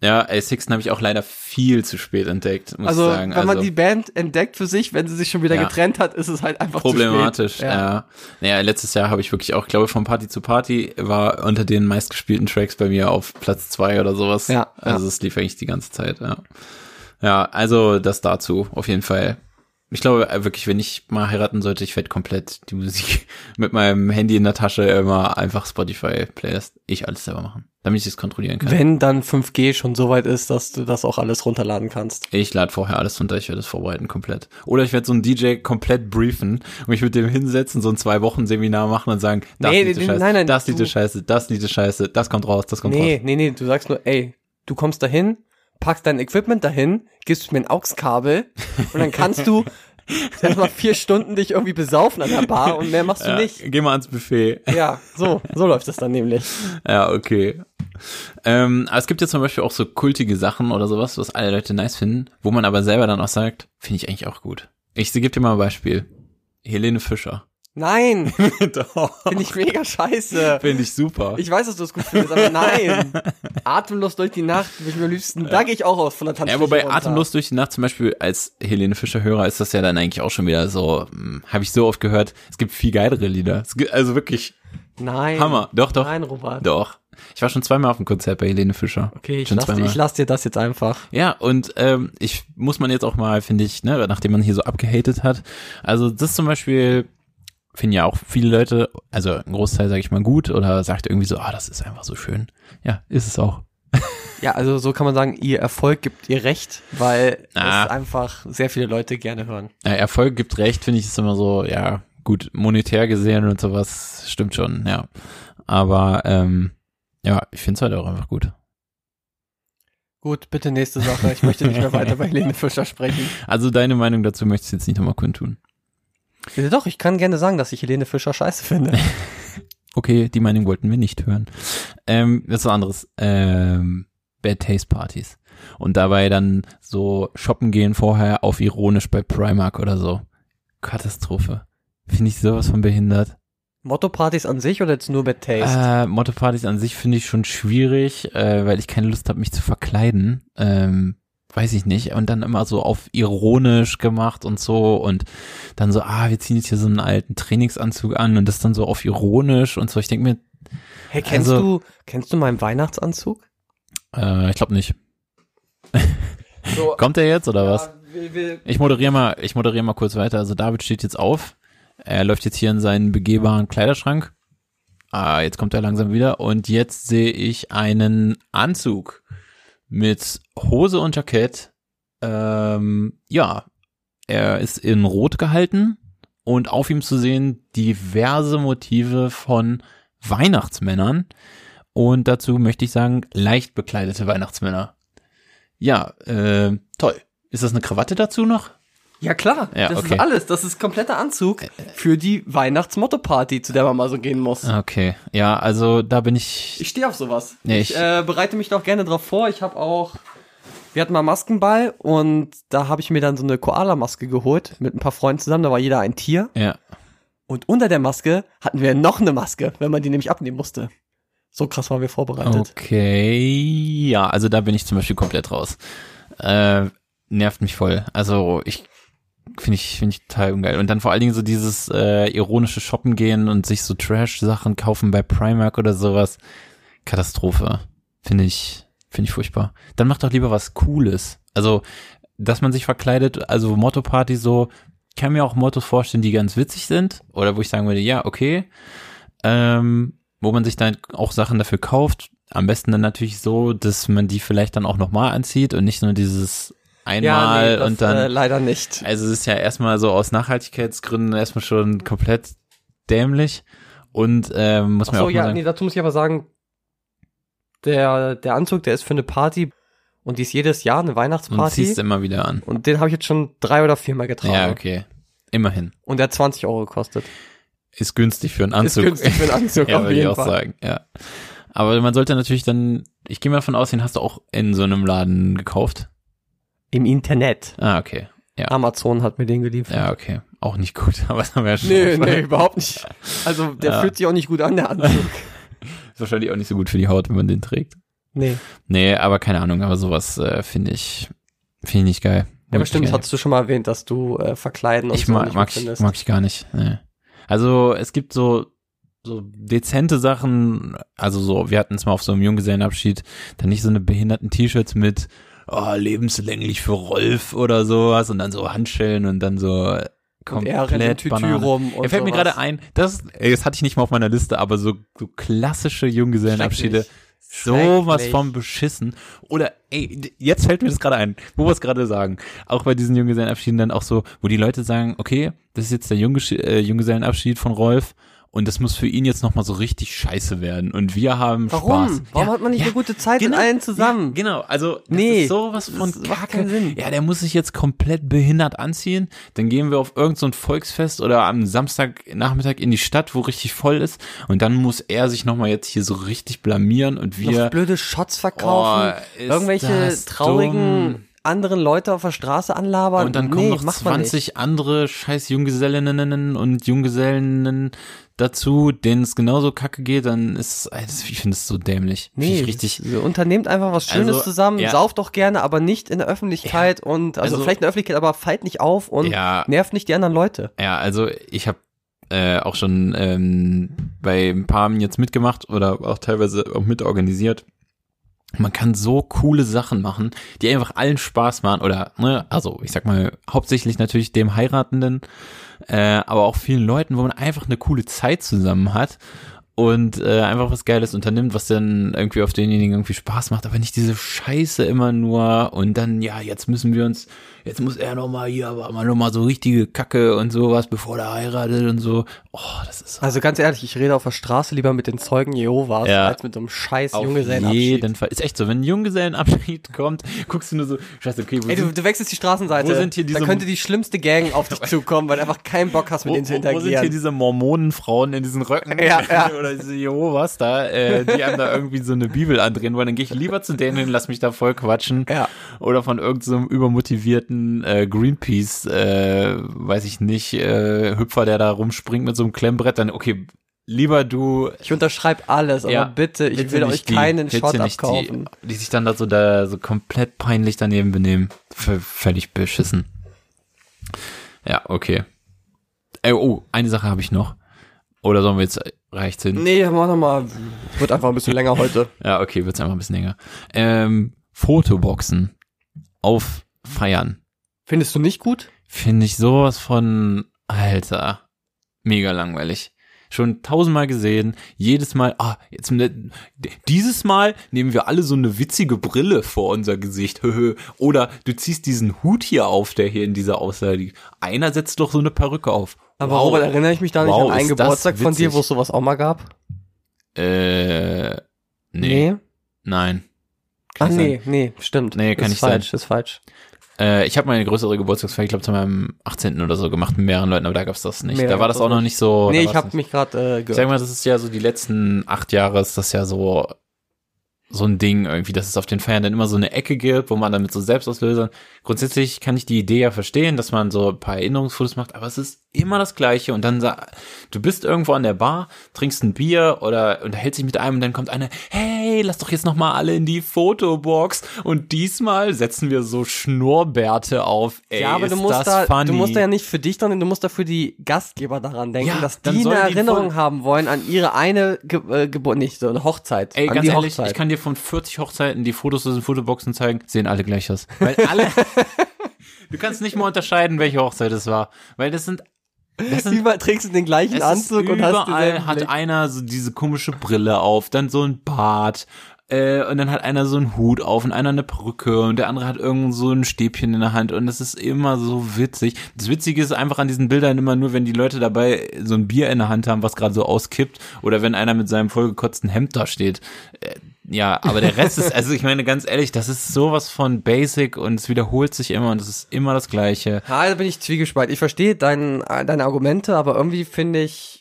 Ja, ey, Sixten habe ich auch leider viel zu spät entdeckt, muss
Also,
ich sagen.
wenn man
also,
die Band entdeckt für sich, wenn sie sich schon wieder
Ja.
getrennt hat, ist es halt einfach
problematisch,
Zu spät.
ja. Naja, letztes Jahr habe ich wirklich auch, glaube von Party zu Party war unter den meistgespielten Tracks bei mir auf Platz zwei oder sowas.
Ja,
Also es lief eigentlich die ganze Zeit, ja. Ja, also das dazu, auf jeden Fall. Ich glaube äh, wirklich, wenn ich mal heiraten sollte, ich werde komplett die Musik mit meinem Handy in der Tasche immer einfach Spotify-Playlist, ich alles selber machen, damit ich es kontrollieren kann.
Wenn dann 5G schon so weit ist, dass du das auch alles runterladen kannst.
Ich lade vorher alles runter, ich werde es vorbereiten komplett. Oder ich werde so einen DJ komplett briefen und mich mit dem hinsetzen, so ein Zwei-Wochen-Seminar machen und sagen, das
Nee,
Lied ist
nee,
scheiße,
nein, nein,
das Lied
du-
ist scheiße, das Lied ist scheiße, das kommt raus, das kommt
Nee,
raus.
nee, nee, du sagst nur, ey, du kommst dahin, packst dein Equipment dahin, gibst mir ein AUX-Kabel und dann kannst du erstmal vier Stunden dich irgendwie besaufen an der Bar und mehr machst du
Ja,
nicht.
Geh mal ans Buffet.
Ja, so, so läuft das dann nämlich.
Ja, okay. Ähm, aber es gibt ja zum Beispiel auch so kultige Sachen oder sowas, was alle Leute nice finden, wo man aber selber dann auch sagt, finde ich eigentlich auch gut. Ich gebe dir mal ein Beispiel. Helene Fischer.
Nein,
Doch.
finde ich mega scheiße.
Finde ich super.
Ich weiß, dass du es gut findest, aber nein. Atemlos durch die Nacht, würde ich mir am liebsten, da gehe ich auch aus von der Tanzfläche
Ja, wobei
runter.
atemlos durch die Nacht zum Beispiel als Helene Fischer Hörer ist das ja dann eigentlich auch schon wieder so, habe ich so oft gehört, es gibt viel geilere Lieder. Es gibt, also wirklich
Nein.
Hammer. Doch, doch.
Nein, Robert.
Doch. Ich war schon zweimal auf dem Konzert bei Helene Fischer.
Okay, ich
schon
lass, ich lass dir das jetzt einfach.
ja, und ähm, ich muss man jetzt auch mal, finde ich, ne, nachdem man hier so abgehatet hat, also das zum Beispiel finden ja auch viele Leute, also ein Großteil, sage ich mal, gut oder sagt irgendwie so, ah, das ist einfach so schön. Ja, ist es auch.
Ja, also so kann man sagen, ihr Erfolg gibt ihr recht, weil
Ah.
es einfach sehr viele Leute gerne hören.
Ja, Erfolg gibt recht, finde ich, ist immer so, ja, gut, monetär gesehen und sowas, stimmt schon, ja. Aber, ähm, ja, ich finde es halt auch einfach gut.
Gut, bitte nächste Sache. Ich möchte nicht mehr weiter bei Helene Fischer sprechen.
Also deine Meinung dazu möchtest du jetzt nicht nochmal kundtun.
Ja, Doch, ich kann gerne sagen, dass ich Helene Fischer scheiße finde.
Okay, die Meinung wollten wir nicht hören. Ähm, das ist was anderes. Ähm, Bad Taste Partys. Und dabei dann so shoppen gehen vorher auf ironisch bei Primark oder so. Katastrophe. Finde ich sowas von behindert.
Motto-Partys an sich oder jetzt nur Bad Taste?
Äh, Motto-Partys an sich finde ich schon schwierig, äh, weil ich keine Lust habe, mich zu verkleiden. Ähm, weiß ich nicht. Und dann immer so auf ironisch gemacht und so. Und dann so, ah, wir ziehen jetzt hier so einen alten Trainingsanzug an und das dann so auf ironisch und so. Ich denke mir,
hey, kennst
also-
du, kennst du meinen Weihnachtsanzug?
äh, ich glaube nicht.
So,
Kommt der jetzt oder was?
Ah, Wir, wir,
Ich moderiere mal, ich moderiere mal kurz weiter. Also David steht jetzt auf. Er läuft jetzt hier in seinen begehbaren Kleiderschrank. Ah, jetzt kommt er langsam wieder. Und jetzt sehe ich einen Anzug mit Hose und Jackett. Ähm, ja, er ist in Rot gehalten und auf ihm zu sehen diverse Motive von Weihnachtsmännern. Und dazu möchte ich sagen, leicht bekleidete Weihnachtsmänner. Ja, äh, toll. Ist das eine Krawatte dazu noch?
ja klar,
Ja,
das
okay. Äh,
ist alles. Das ist kompletter Anzug für die Weihnachts-Motto-Party, zu der man mal so gehen
Ah.
muss.
Okay, ja, also da bin ich.
Ich stehe auf sowas.
Nee,
ich
ich-
äh, bereite mich doch gerne drauf vor. Ich habe auch. Wir hatten mal Maskenball und da habe ich mir dann so eine Koala-Maske geholt mit ein paar Freunden zusammen. Da war jeder ein Tier.
Ja,
Und unter der Maske hatten wir noch eine Maske, wenn man die nämlich abnehmen musste. So krass waren wir vorbereitet.
Oh, okay, ja, also da bin ich zum Beispiel komplett raus. Äh, nervt mich voll. Also ich finde ich finde ich total ungeil. Und dann vor allen Dingen so dieses äh, ironische Shoppen gehen und sich so Trash-Sachen kaufen bei Primark oder sowas. Katastrophe. Finde ich finde ich furchtbar. Dann mach doch lieber was Cooles. Also dass man sich verkleidet, also Motto-Party so, ich kann mir auch Mottos vorstellen, die ganz witzig sind oder wo ich sagen würde, ja, okay, ähm, wo man sich dann auch Sachen dafür kauft. Am besten dann natürlich so, dass man die vielleicht dann auch nochmal anzieht und nicht nur dieses einmal
das,
und dann.
äh, leider nicht.
Also es ist ja erstmal so aus Nachhaltigkeitsgründen erstmal schon komplett dämlich und ähm, muss man
Achso,
auch mal
ja,
sagen.
nee, dazu muss ich aber sagen, der, der Anzug, der ist für eine Party und die ist jedes Jahr eine
und
Weihnachtsparty.
ziehst
Und,
immer wieder an.
den habe ich jetzt schon drei oder viermal getragen.
Ja, okay. Immerhin.
Und der hat 20 Euro gekostet.
Ist günstig für einen Anzug.
Ist günstig für einen Anzug
ja,
auf
würde ich
jeden
auch
Fall.
sagen, ja. Aber man sollte natürlich dann, ich gehe mal davon aus, den hast du auch in so einem Laden gekauft.
Im Internet.
Ah, okay. Ja.
Amazon hat mir den geliefert.
Ja, okay. Auch nicht gut, aber das haben wir ja schon.
Nee,
besprochen.
nee, überhaupt nicht. Also der
Ja.
fühlt sich auch nicht gut an, der Anzug.
Ist wahrscheinlich auch nicht so gut für die Haut, wenn man den trägt.
nee.
Nee, aber keine Ahnung, aber sowas äh, finde ich, finde ich nicht geil.
Ja,
Muss ich
bestimmt
sagen.
hattest du schon mal erwähnt, dass du äh, verkleiden und
ich
so
mag,
nicht
mag,
gut
ich,
findest.
mag ich gar nicht. Nee. Also es gibt so, so dezente Sachen, also so, wir hatten es mal auf so einem Junggesellenabschied, dann nicht so eine behinderten T-Shirts mit oh, lebenslänglich für Rolf oder sowas und dann so Handschellen und dann so
und er rennt im
komplett
Tütü
Banane.
rum und
Er fällt mir
sowas.
gerade ein, das, ey, das hatte ich nicht mal auf meiner Liste, aber so, so klassische Junggesellenabschiede,
Schrecklich.
sowas
Schrecklich.
vom beschissen. Oder, ey, d- jetzt fällt mir das gerade ein, wo wir es gerade sagen. Auch bei diesen Junggesellenabschieden dann auch so, wo die Leute sagen, okay, das ist jetzt der Junggesch äh, Junggesellenabschied von Rolf und das muss für ihn jetzt nochmal so richtig scheiße werden und wir haben
Warum?
Spaß.
Warum hat man nicht eine gute Zeit mit allen zusammen?
Genau. Ja, genau, also das
Nee,
ist sowas von
das macht
Kacke.
keinen Sinn.
Ja, der muss sich jetzt komplett behindert anziehen, dann gehen wir auf irgendein so ein Volksfest oder am Samstagnachmittag in die Stadt, wo richtig voll ist und dann muss er sich nochmal jetzt hier so richtig blamieren und
Noch
wir
blöde Shots verkaufen,
Oh, genau. ist
irgendwelche
das
traurigen
dumm.
anderen Leute auf der Straße anlabern.
und dann kommen
nee,
noch
macht man nicht.
20 andere scheiß Junggesellinnen und Junggesellen dazu, denen es genauso kacke geht, dann ist ey, das- ich finde es so dämlich. Find
Nee,
ich richtig
so unternehmt einfach was Schönes
Also,
zusammen,
ja.
sauft doch gerne, aber nicht in der Öffentlichkeit und, also,
Also-
vielleicht in der Öffentlichkeit, aber fallt nicht auf und
Ja.
nervt nicht die anderen Leute.
Ja, also ich habe äh, auch schon ähm, bei ein paar jetzt mitgemacht oder auch teilweise auch mitorganisiert. Man kann so coole Sachen machen, die einfach allen Spaß machen oder, ne, also ich sag mal, hauptsächlich natürlich dem Heiratenden, äh, aber auch vielen Leuten, wo man einfach eine coole Zeit zusammen hat und äh, einfach was Geiles unternimmt, was dann irgendwie auf denjenigen irgendwie Spaß macht, aber nicht diese Scheiße immer nur und dann, ja, jetzt müssen wir uns, jetzt muss er nochmal hier, aber mal nochmal so richtige Kacke und sowas, bevor er heiratet und so. Oh, das ist
Also ganz ehrlich, ich rede auf der Straße lieber mit den Zeugen Jehovas
Ja.
als mit so einem scheiß
auf
Junggesellenabschied.
jeden Fall. Ist echt so, wenn ein Junggesellenabschied kommt, guckst du nur so, scheiße, okay, wo
Ey, du,
sind,
du wechselst die Straßenseite.
Wo sind hier diese-
da könnte die schlimmste Gang auf dich zukommen, weil du einfach keinen Bock hast, mit
wo,
denen zu
wo, wo sind hier
interagieren.
diese Mormonenfrauen in diesen Röcken
Ja, ja.
oder diese Jehovas da, äh, die einem da irgendwie so eine Bibel andrehen wollen, dann gehe ich lieber zu denen hin, lass mich da voll quatschen.
Ja.
Oder von irgendeinem übermotivierten äh, Greenpeace, äh, weiß ich nicht, äh, Hüpfer, der da rumspringt mit so einem Klemmbrett, dann, okay, lieber du
Ich unterschreibe alles, aber
Ja,
bitte, ich
Bitte
will euch
nicht die-
keinen
bitte
Shot
nicht die-
abkaufen.
Die, sich dann da so, da so komplett peinlich daneben benehmen. V völlig beschissen. Ja, okay. Ey, oh, eine Sache habe ich noch. Oder sollen wir jetzt reicht hin?
Nee, mach nochmal. Wird einfach ein bisschen länger heute.
Ja, okay, wird's einfach ein bisschen länger. Ähm, Fotoboxen auf Feiern.
Findest du nicht gut?
Finde ich sowas von, Alter, mega langweilig. Schon tausendmal gesehen, jedes Mal, ah, jetzt, ne- dieses Mal nehmen wir alle so eine witzige Brille vor unser Gesicht, höhö. Oder du ziehst diesen Hut hier auf, der hier in dieser Aussage liegt. Einer setzt doch so eine Perücke auf.
Aber Robert, erinnere ich mich da nicht
Wow,
an einen
ist das
Geburtstag von dir,
witzig.
wo es sowas auch mal gab?
Äh, nee, nein.
Ah,
Kann sein.
nee, nee, stimmt.
Nee, kann
ist
nicht
falsch, ist falsch.
Äh, ich habe meine größere Geburtstagsfeier, ich glaube, zu meinem 18. oder so gemacht mit mehreren Leuten, aber da gab's das nicht.
Nee,
da war das auch noch nicht so. Oh,
nee,
da
ich
war's
habe
nicht-
mich gerade äh,
Ich sag
gehört.
mal, das ist ja so die letzten acht Jahre ist das ja so so ein Ding irgendwie, dass es auf den Feiern dann immer so eine Ecke gibt, wo man dann mit so Selbstauslösern. Grundsätzlich kann ich die Idee ja verstehen, dass man so ein paar Erinnerungsfotos macht, aber es ist immer das Gleiche und dann sa- du bist irgendwo an der Bar, trinkst ein Bier oder unterhältst dich mit einem und dann kommt einer, hey, lass doch jetzt noch mal alle in die Fotobox und diesmal setzen wir so Schnurrbärte auf. Ey,
ja, aber du
ist
musst,
das
da,
funny.
du musst da ja nicht für dich dran, du musst da für die Gastgeber daran denken,
Ja,
dass
dann
die eine
sollen die
Erinnerung
voll-
haben wollen an ihre eine Ge äh, Geburt, nicht so eine Hochzeit.
Ey,
an
ganz
die
ehrlich,
Hochzeit.
ich kann dir von 40 Hochzeiten die Fotos aus den Fotoboxen zeigen, sehen alle gleich aus. Weil alle, du kannst nicht mal unterscheiden, welche Hochzeit es war. Weil das sind, das sind
Überall trägst du den
es
gleichen
ist
Anzug und hast
überall
denselben
hat
Blick.
einer so diese komische Brille auf, dann so ein Bart. Äh, und dann hat einer so einen Hut auf und einer eine Perücke und der andere hat irgend so ein Stäbchen in der Hand und das ist immer so witzig. Das Witzige ist einfach an diesen Bildern immer nur, wenn die Leute dabei so ein Bier in der Hand haben, was gerade so auskippt oder wenn einer mit seinem vollgekotzten Hemd da steht. Äh, ja, aber der Rest ist, also ich meine ganz ehrlich, das ist sowas von basic und es wiederholt sich immer und es ist immer das Gleiche.
Ja, da bin ich zwiegespalten. Ich verstehe dein, äh, deine Argumente, aber irgendwie finde ich,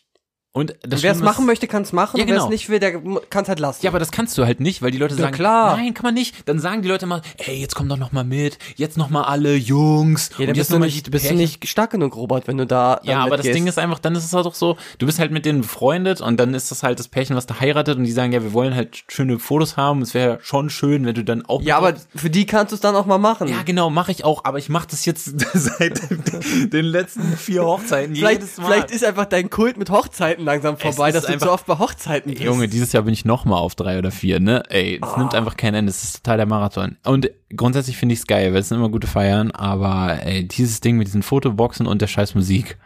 Und das
wer es
Schlimme
machen
ist-
möchte, kann es machen.
Ja,
Wer es
genau.
nicht will, der kann es halt lassen.
Ja, aber das kannst du halt nicht, weil die Leute sagen,
klar.
nein, kann man nicht. Dann sagen die Leute mal, ey, jetzt komm doch noch mal mit, jetzt noch mal alle Jungs
Ja, dann
und jetzt
bist,
noch
du
mal
nicht,
die
bist du
Pärchen.
nicht stark genug, Robert, wenn du da.
Ja, aber das Ding ist einfach, dann ist es halt doch so, du bist halt mit denen befreundet und dann ist das halt das Pärchen, was da heiratet und die sagen, ja, wir wollen halt schöne Fotos haben. Es wäre schon schön, wenn du dann auch
Ja, aber für die kannst du es dann auch mal machen.
ja, genau, mache ich auch, aber ich mache das jetzt seit den letzten vier Hochzeiten
vielleicht,
jedes Mal.
vielleicht ist einfach dein Kult mit Hochzeiten langsam vorbei,
ist
dass du
einfach-
zu oft bei Hochzeiten bist.
Junge, dieses Jahr bin ich noch mal auf drei oder vier, ne? Ey, das
Oh.
nimmt einfach kein Ende. Das ist total der Marathon. Und grundsätzlich finde ich es geil, weil es sind immer gute Feiern, aber ey, dieses Ding mit diesen Fotoboxen und der scheiß Musik,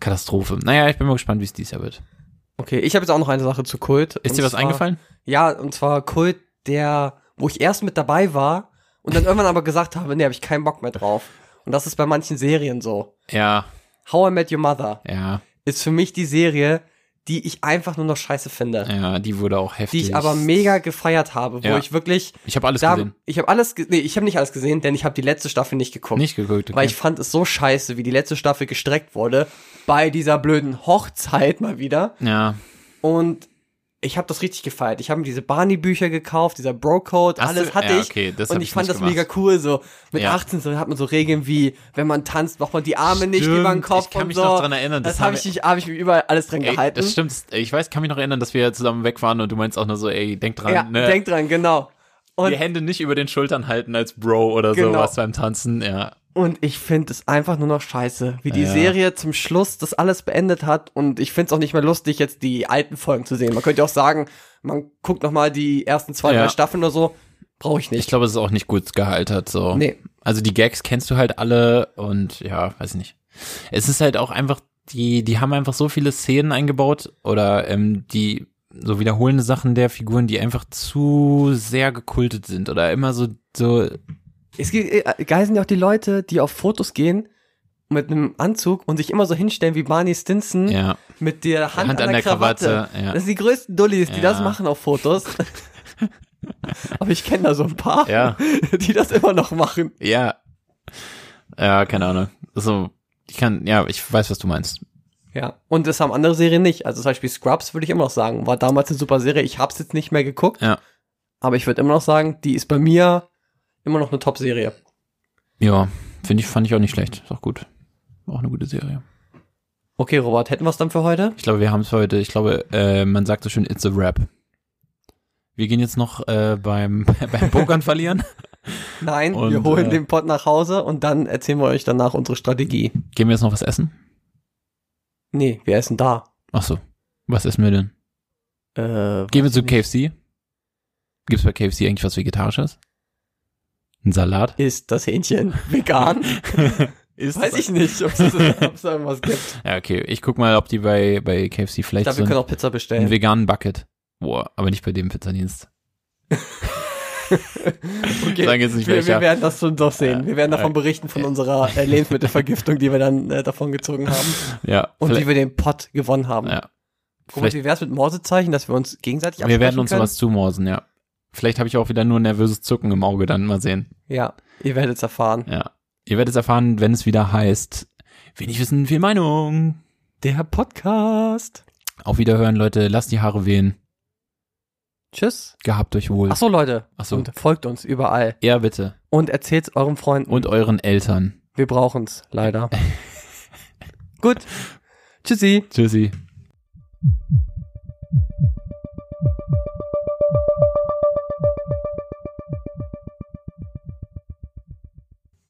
Katastrophe. Naja, ich bin mal gespannt, wie es dieses Jahr wird.
Okay, ich habe jetzt auch noch eine Sache zu Kult.
Ist
Und
dir was
zwar-
eingefallen?
Ja, und zwar Kult, der, wo ich erst mit dabei war und dann irgendwann aber gesagt habe, nee, habe ich keinen Bock mehr drauf. Und das ist bei manchen Serien so.
Ja,
How I Met Your Mother
ja,
ist für mich die Serie, die ich einfach nur noch scheiße finde.
ja, die wurde auch
Die
heftig.
ich aber mega gefeiert habe, wo
Ja.
ich wirklich
Ich habe alles
da,
gesehen.
ich habe alles, ge- nee, ich habe nicht alles gesehen, denn ich habe die letzte Staffel nicht geguckt,
Nicht geguckt. Okay.
weil ich fand es so scheiße, wie die letzte Staffel gestreckt wurde bei dieser blöden Hochzeit mal wieder.
ja.
Und ich habe das richtig gefeiert. Ich habe mir diese Barney-Bücher gekauft, dieser Bro-Code,
Hast
alles
du-
hatte
ja,
ich.
okay, das
und
hab
ich
ich
fand
nicht
das
gemacht.
mega cool. So mit
Ja.
18 so, hat man so Regeln wie, wenn man tanzt, macht man die Arme nicht
Stimmt,
über den Kopf
ich kann
und
mich
so.
noch dran erinnern,
Das,
das
habe
haben
ich, hab ich mir überall alles dran
Ey,
gehalten.
das stimmt. Ich weiß, kann mich noch erinnern, dass wir zusammen weg waren und du meinst auch nur so, ey, denk dran,
ja,
ne?
denk dran, genau. Und
die Hände nicht über den Schultern halten als Bro oder
Genau.
sowas beim Tanzen, ja.
Und ich finde es einfach nur noch scheiße, wie die
Ja.
Serie zum Schluss das alles beendet hat. Und ich finde es auch nicht mehr lustig, jetzt die alten Folgen zu sehen. Man könnte auch sagen, man guckt noch mal die ersten zwei,
Ja.
drei Staffeln oder so. Brauche ich
Ich
nicht.
glaube, es ist auch nicht gut gealtert, so.
Nee.
Also die Gags kennst du halt alle und ja, weiß nicht. Es ist halt auch einfach, die, die haben einfach so viele Szenen eingebaut oder ähm, die so wiederholende Sachen der Figuren, die einfach zu sehr gekultet sind oder immer so, so,
Es gibt, äh, geil sind ja auch die Leute, die auf Fotos gehen mit einem Anzug und sich immer so hinstellen wie Barney Stinson
ja,
mit der Hm? Hand, an, der Krawatte.
ja.
Das sind die größten Dullis, die
Ja.
das machen auf Fotos. Aber ich kenne da so ein paar,
Ja.
die das immer noch machen.
ja. Ja, keine Ahnung. So, ich kann, ja, ich weiß, was du meinst.
Ja. Und das haben andere Serien nicht. Also zum Beispiel Scrubs würde ich immer noch sagen, war damals eine super Serie. Ich hab's jetzt nicht mehr geguckt.
Ja.
Aber ich würde immer noch sagen, die ist bei mir immer noch eine Top-Serie.
Ja, finde ich, fand ich auch nicht schlecht. Ist auch gut. Auch eine gute Serie.
Okay, Robert, hätten wir's dann für heute?
Ich glaube, wir haben es heute. Ich glaube, äh, man sagt so schön, it's a wrap. Wir gehen jetzt noch äh, beim, beim Pokern verlieren.
Nein,
Und,
wir holen
äh,
den Pott nach Hause und dann erzählen wir euch danach unsere Strategie.
Gehen wir jetzt noch was essen?
Nee, wir essen da.
Ach so. Was essen wir denn?
Äh,
Gehen wir zu KFC. Gibt's bei KFC eigentlich was Vegetarisches? Ein Salat?
ist das Hähnchen vegan?
Ist
Weiß ich nicht, ob es da irgendwas gibt.
Ja, okay. Ich guck mal, ob die bei, bei KFC
Ich
vielleicht
glaube,
so
wir können
einen,
auch Pizza
einen
bestellen.
veganen Bucket. Boah, aber nicht bei dem Pizzadienst.
Okay,
Sagen jetzt nicht
wir, wir
welcher. Äh,
werden das schon doch sehen. Wir werden davon berichten, von unserer äh, Lebensmittelvergiftung, die wir dann äh, davon gezogen haben.
Ja.
Und wie
vielleicht-
wir den Pott gewonnen haben.
ja.
Robert,
vielleicht-
wie wär's mit Morsezeichen, dass wir uns gegenseitig
Wir werden
absprechen
uns
können?
was zumorsen, ja. Vielleicht habe ich auch wieder nur nervöses Zucken im Auge, dann mal sehen.
Ja, ihr werdet es erfahren.
Ja. Ihr werdet es erfahren, wenn es wieder heißt, wenig Wissen, viel Meinung.
Der Podcast.
Auf Wiederhören, Leute. Lasst die Haare wehen.
Tschüss.
Gehabt euch wohl.
Ach so, Leute.
Ach so.
Und folgt uns überall.
Ja, bitte.
Und erzählt's euren Freunden.
Und euren Eltern.
Wir brauchen's, leider. Gut. Tschüssi.
Tschüssi.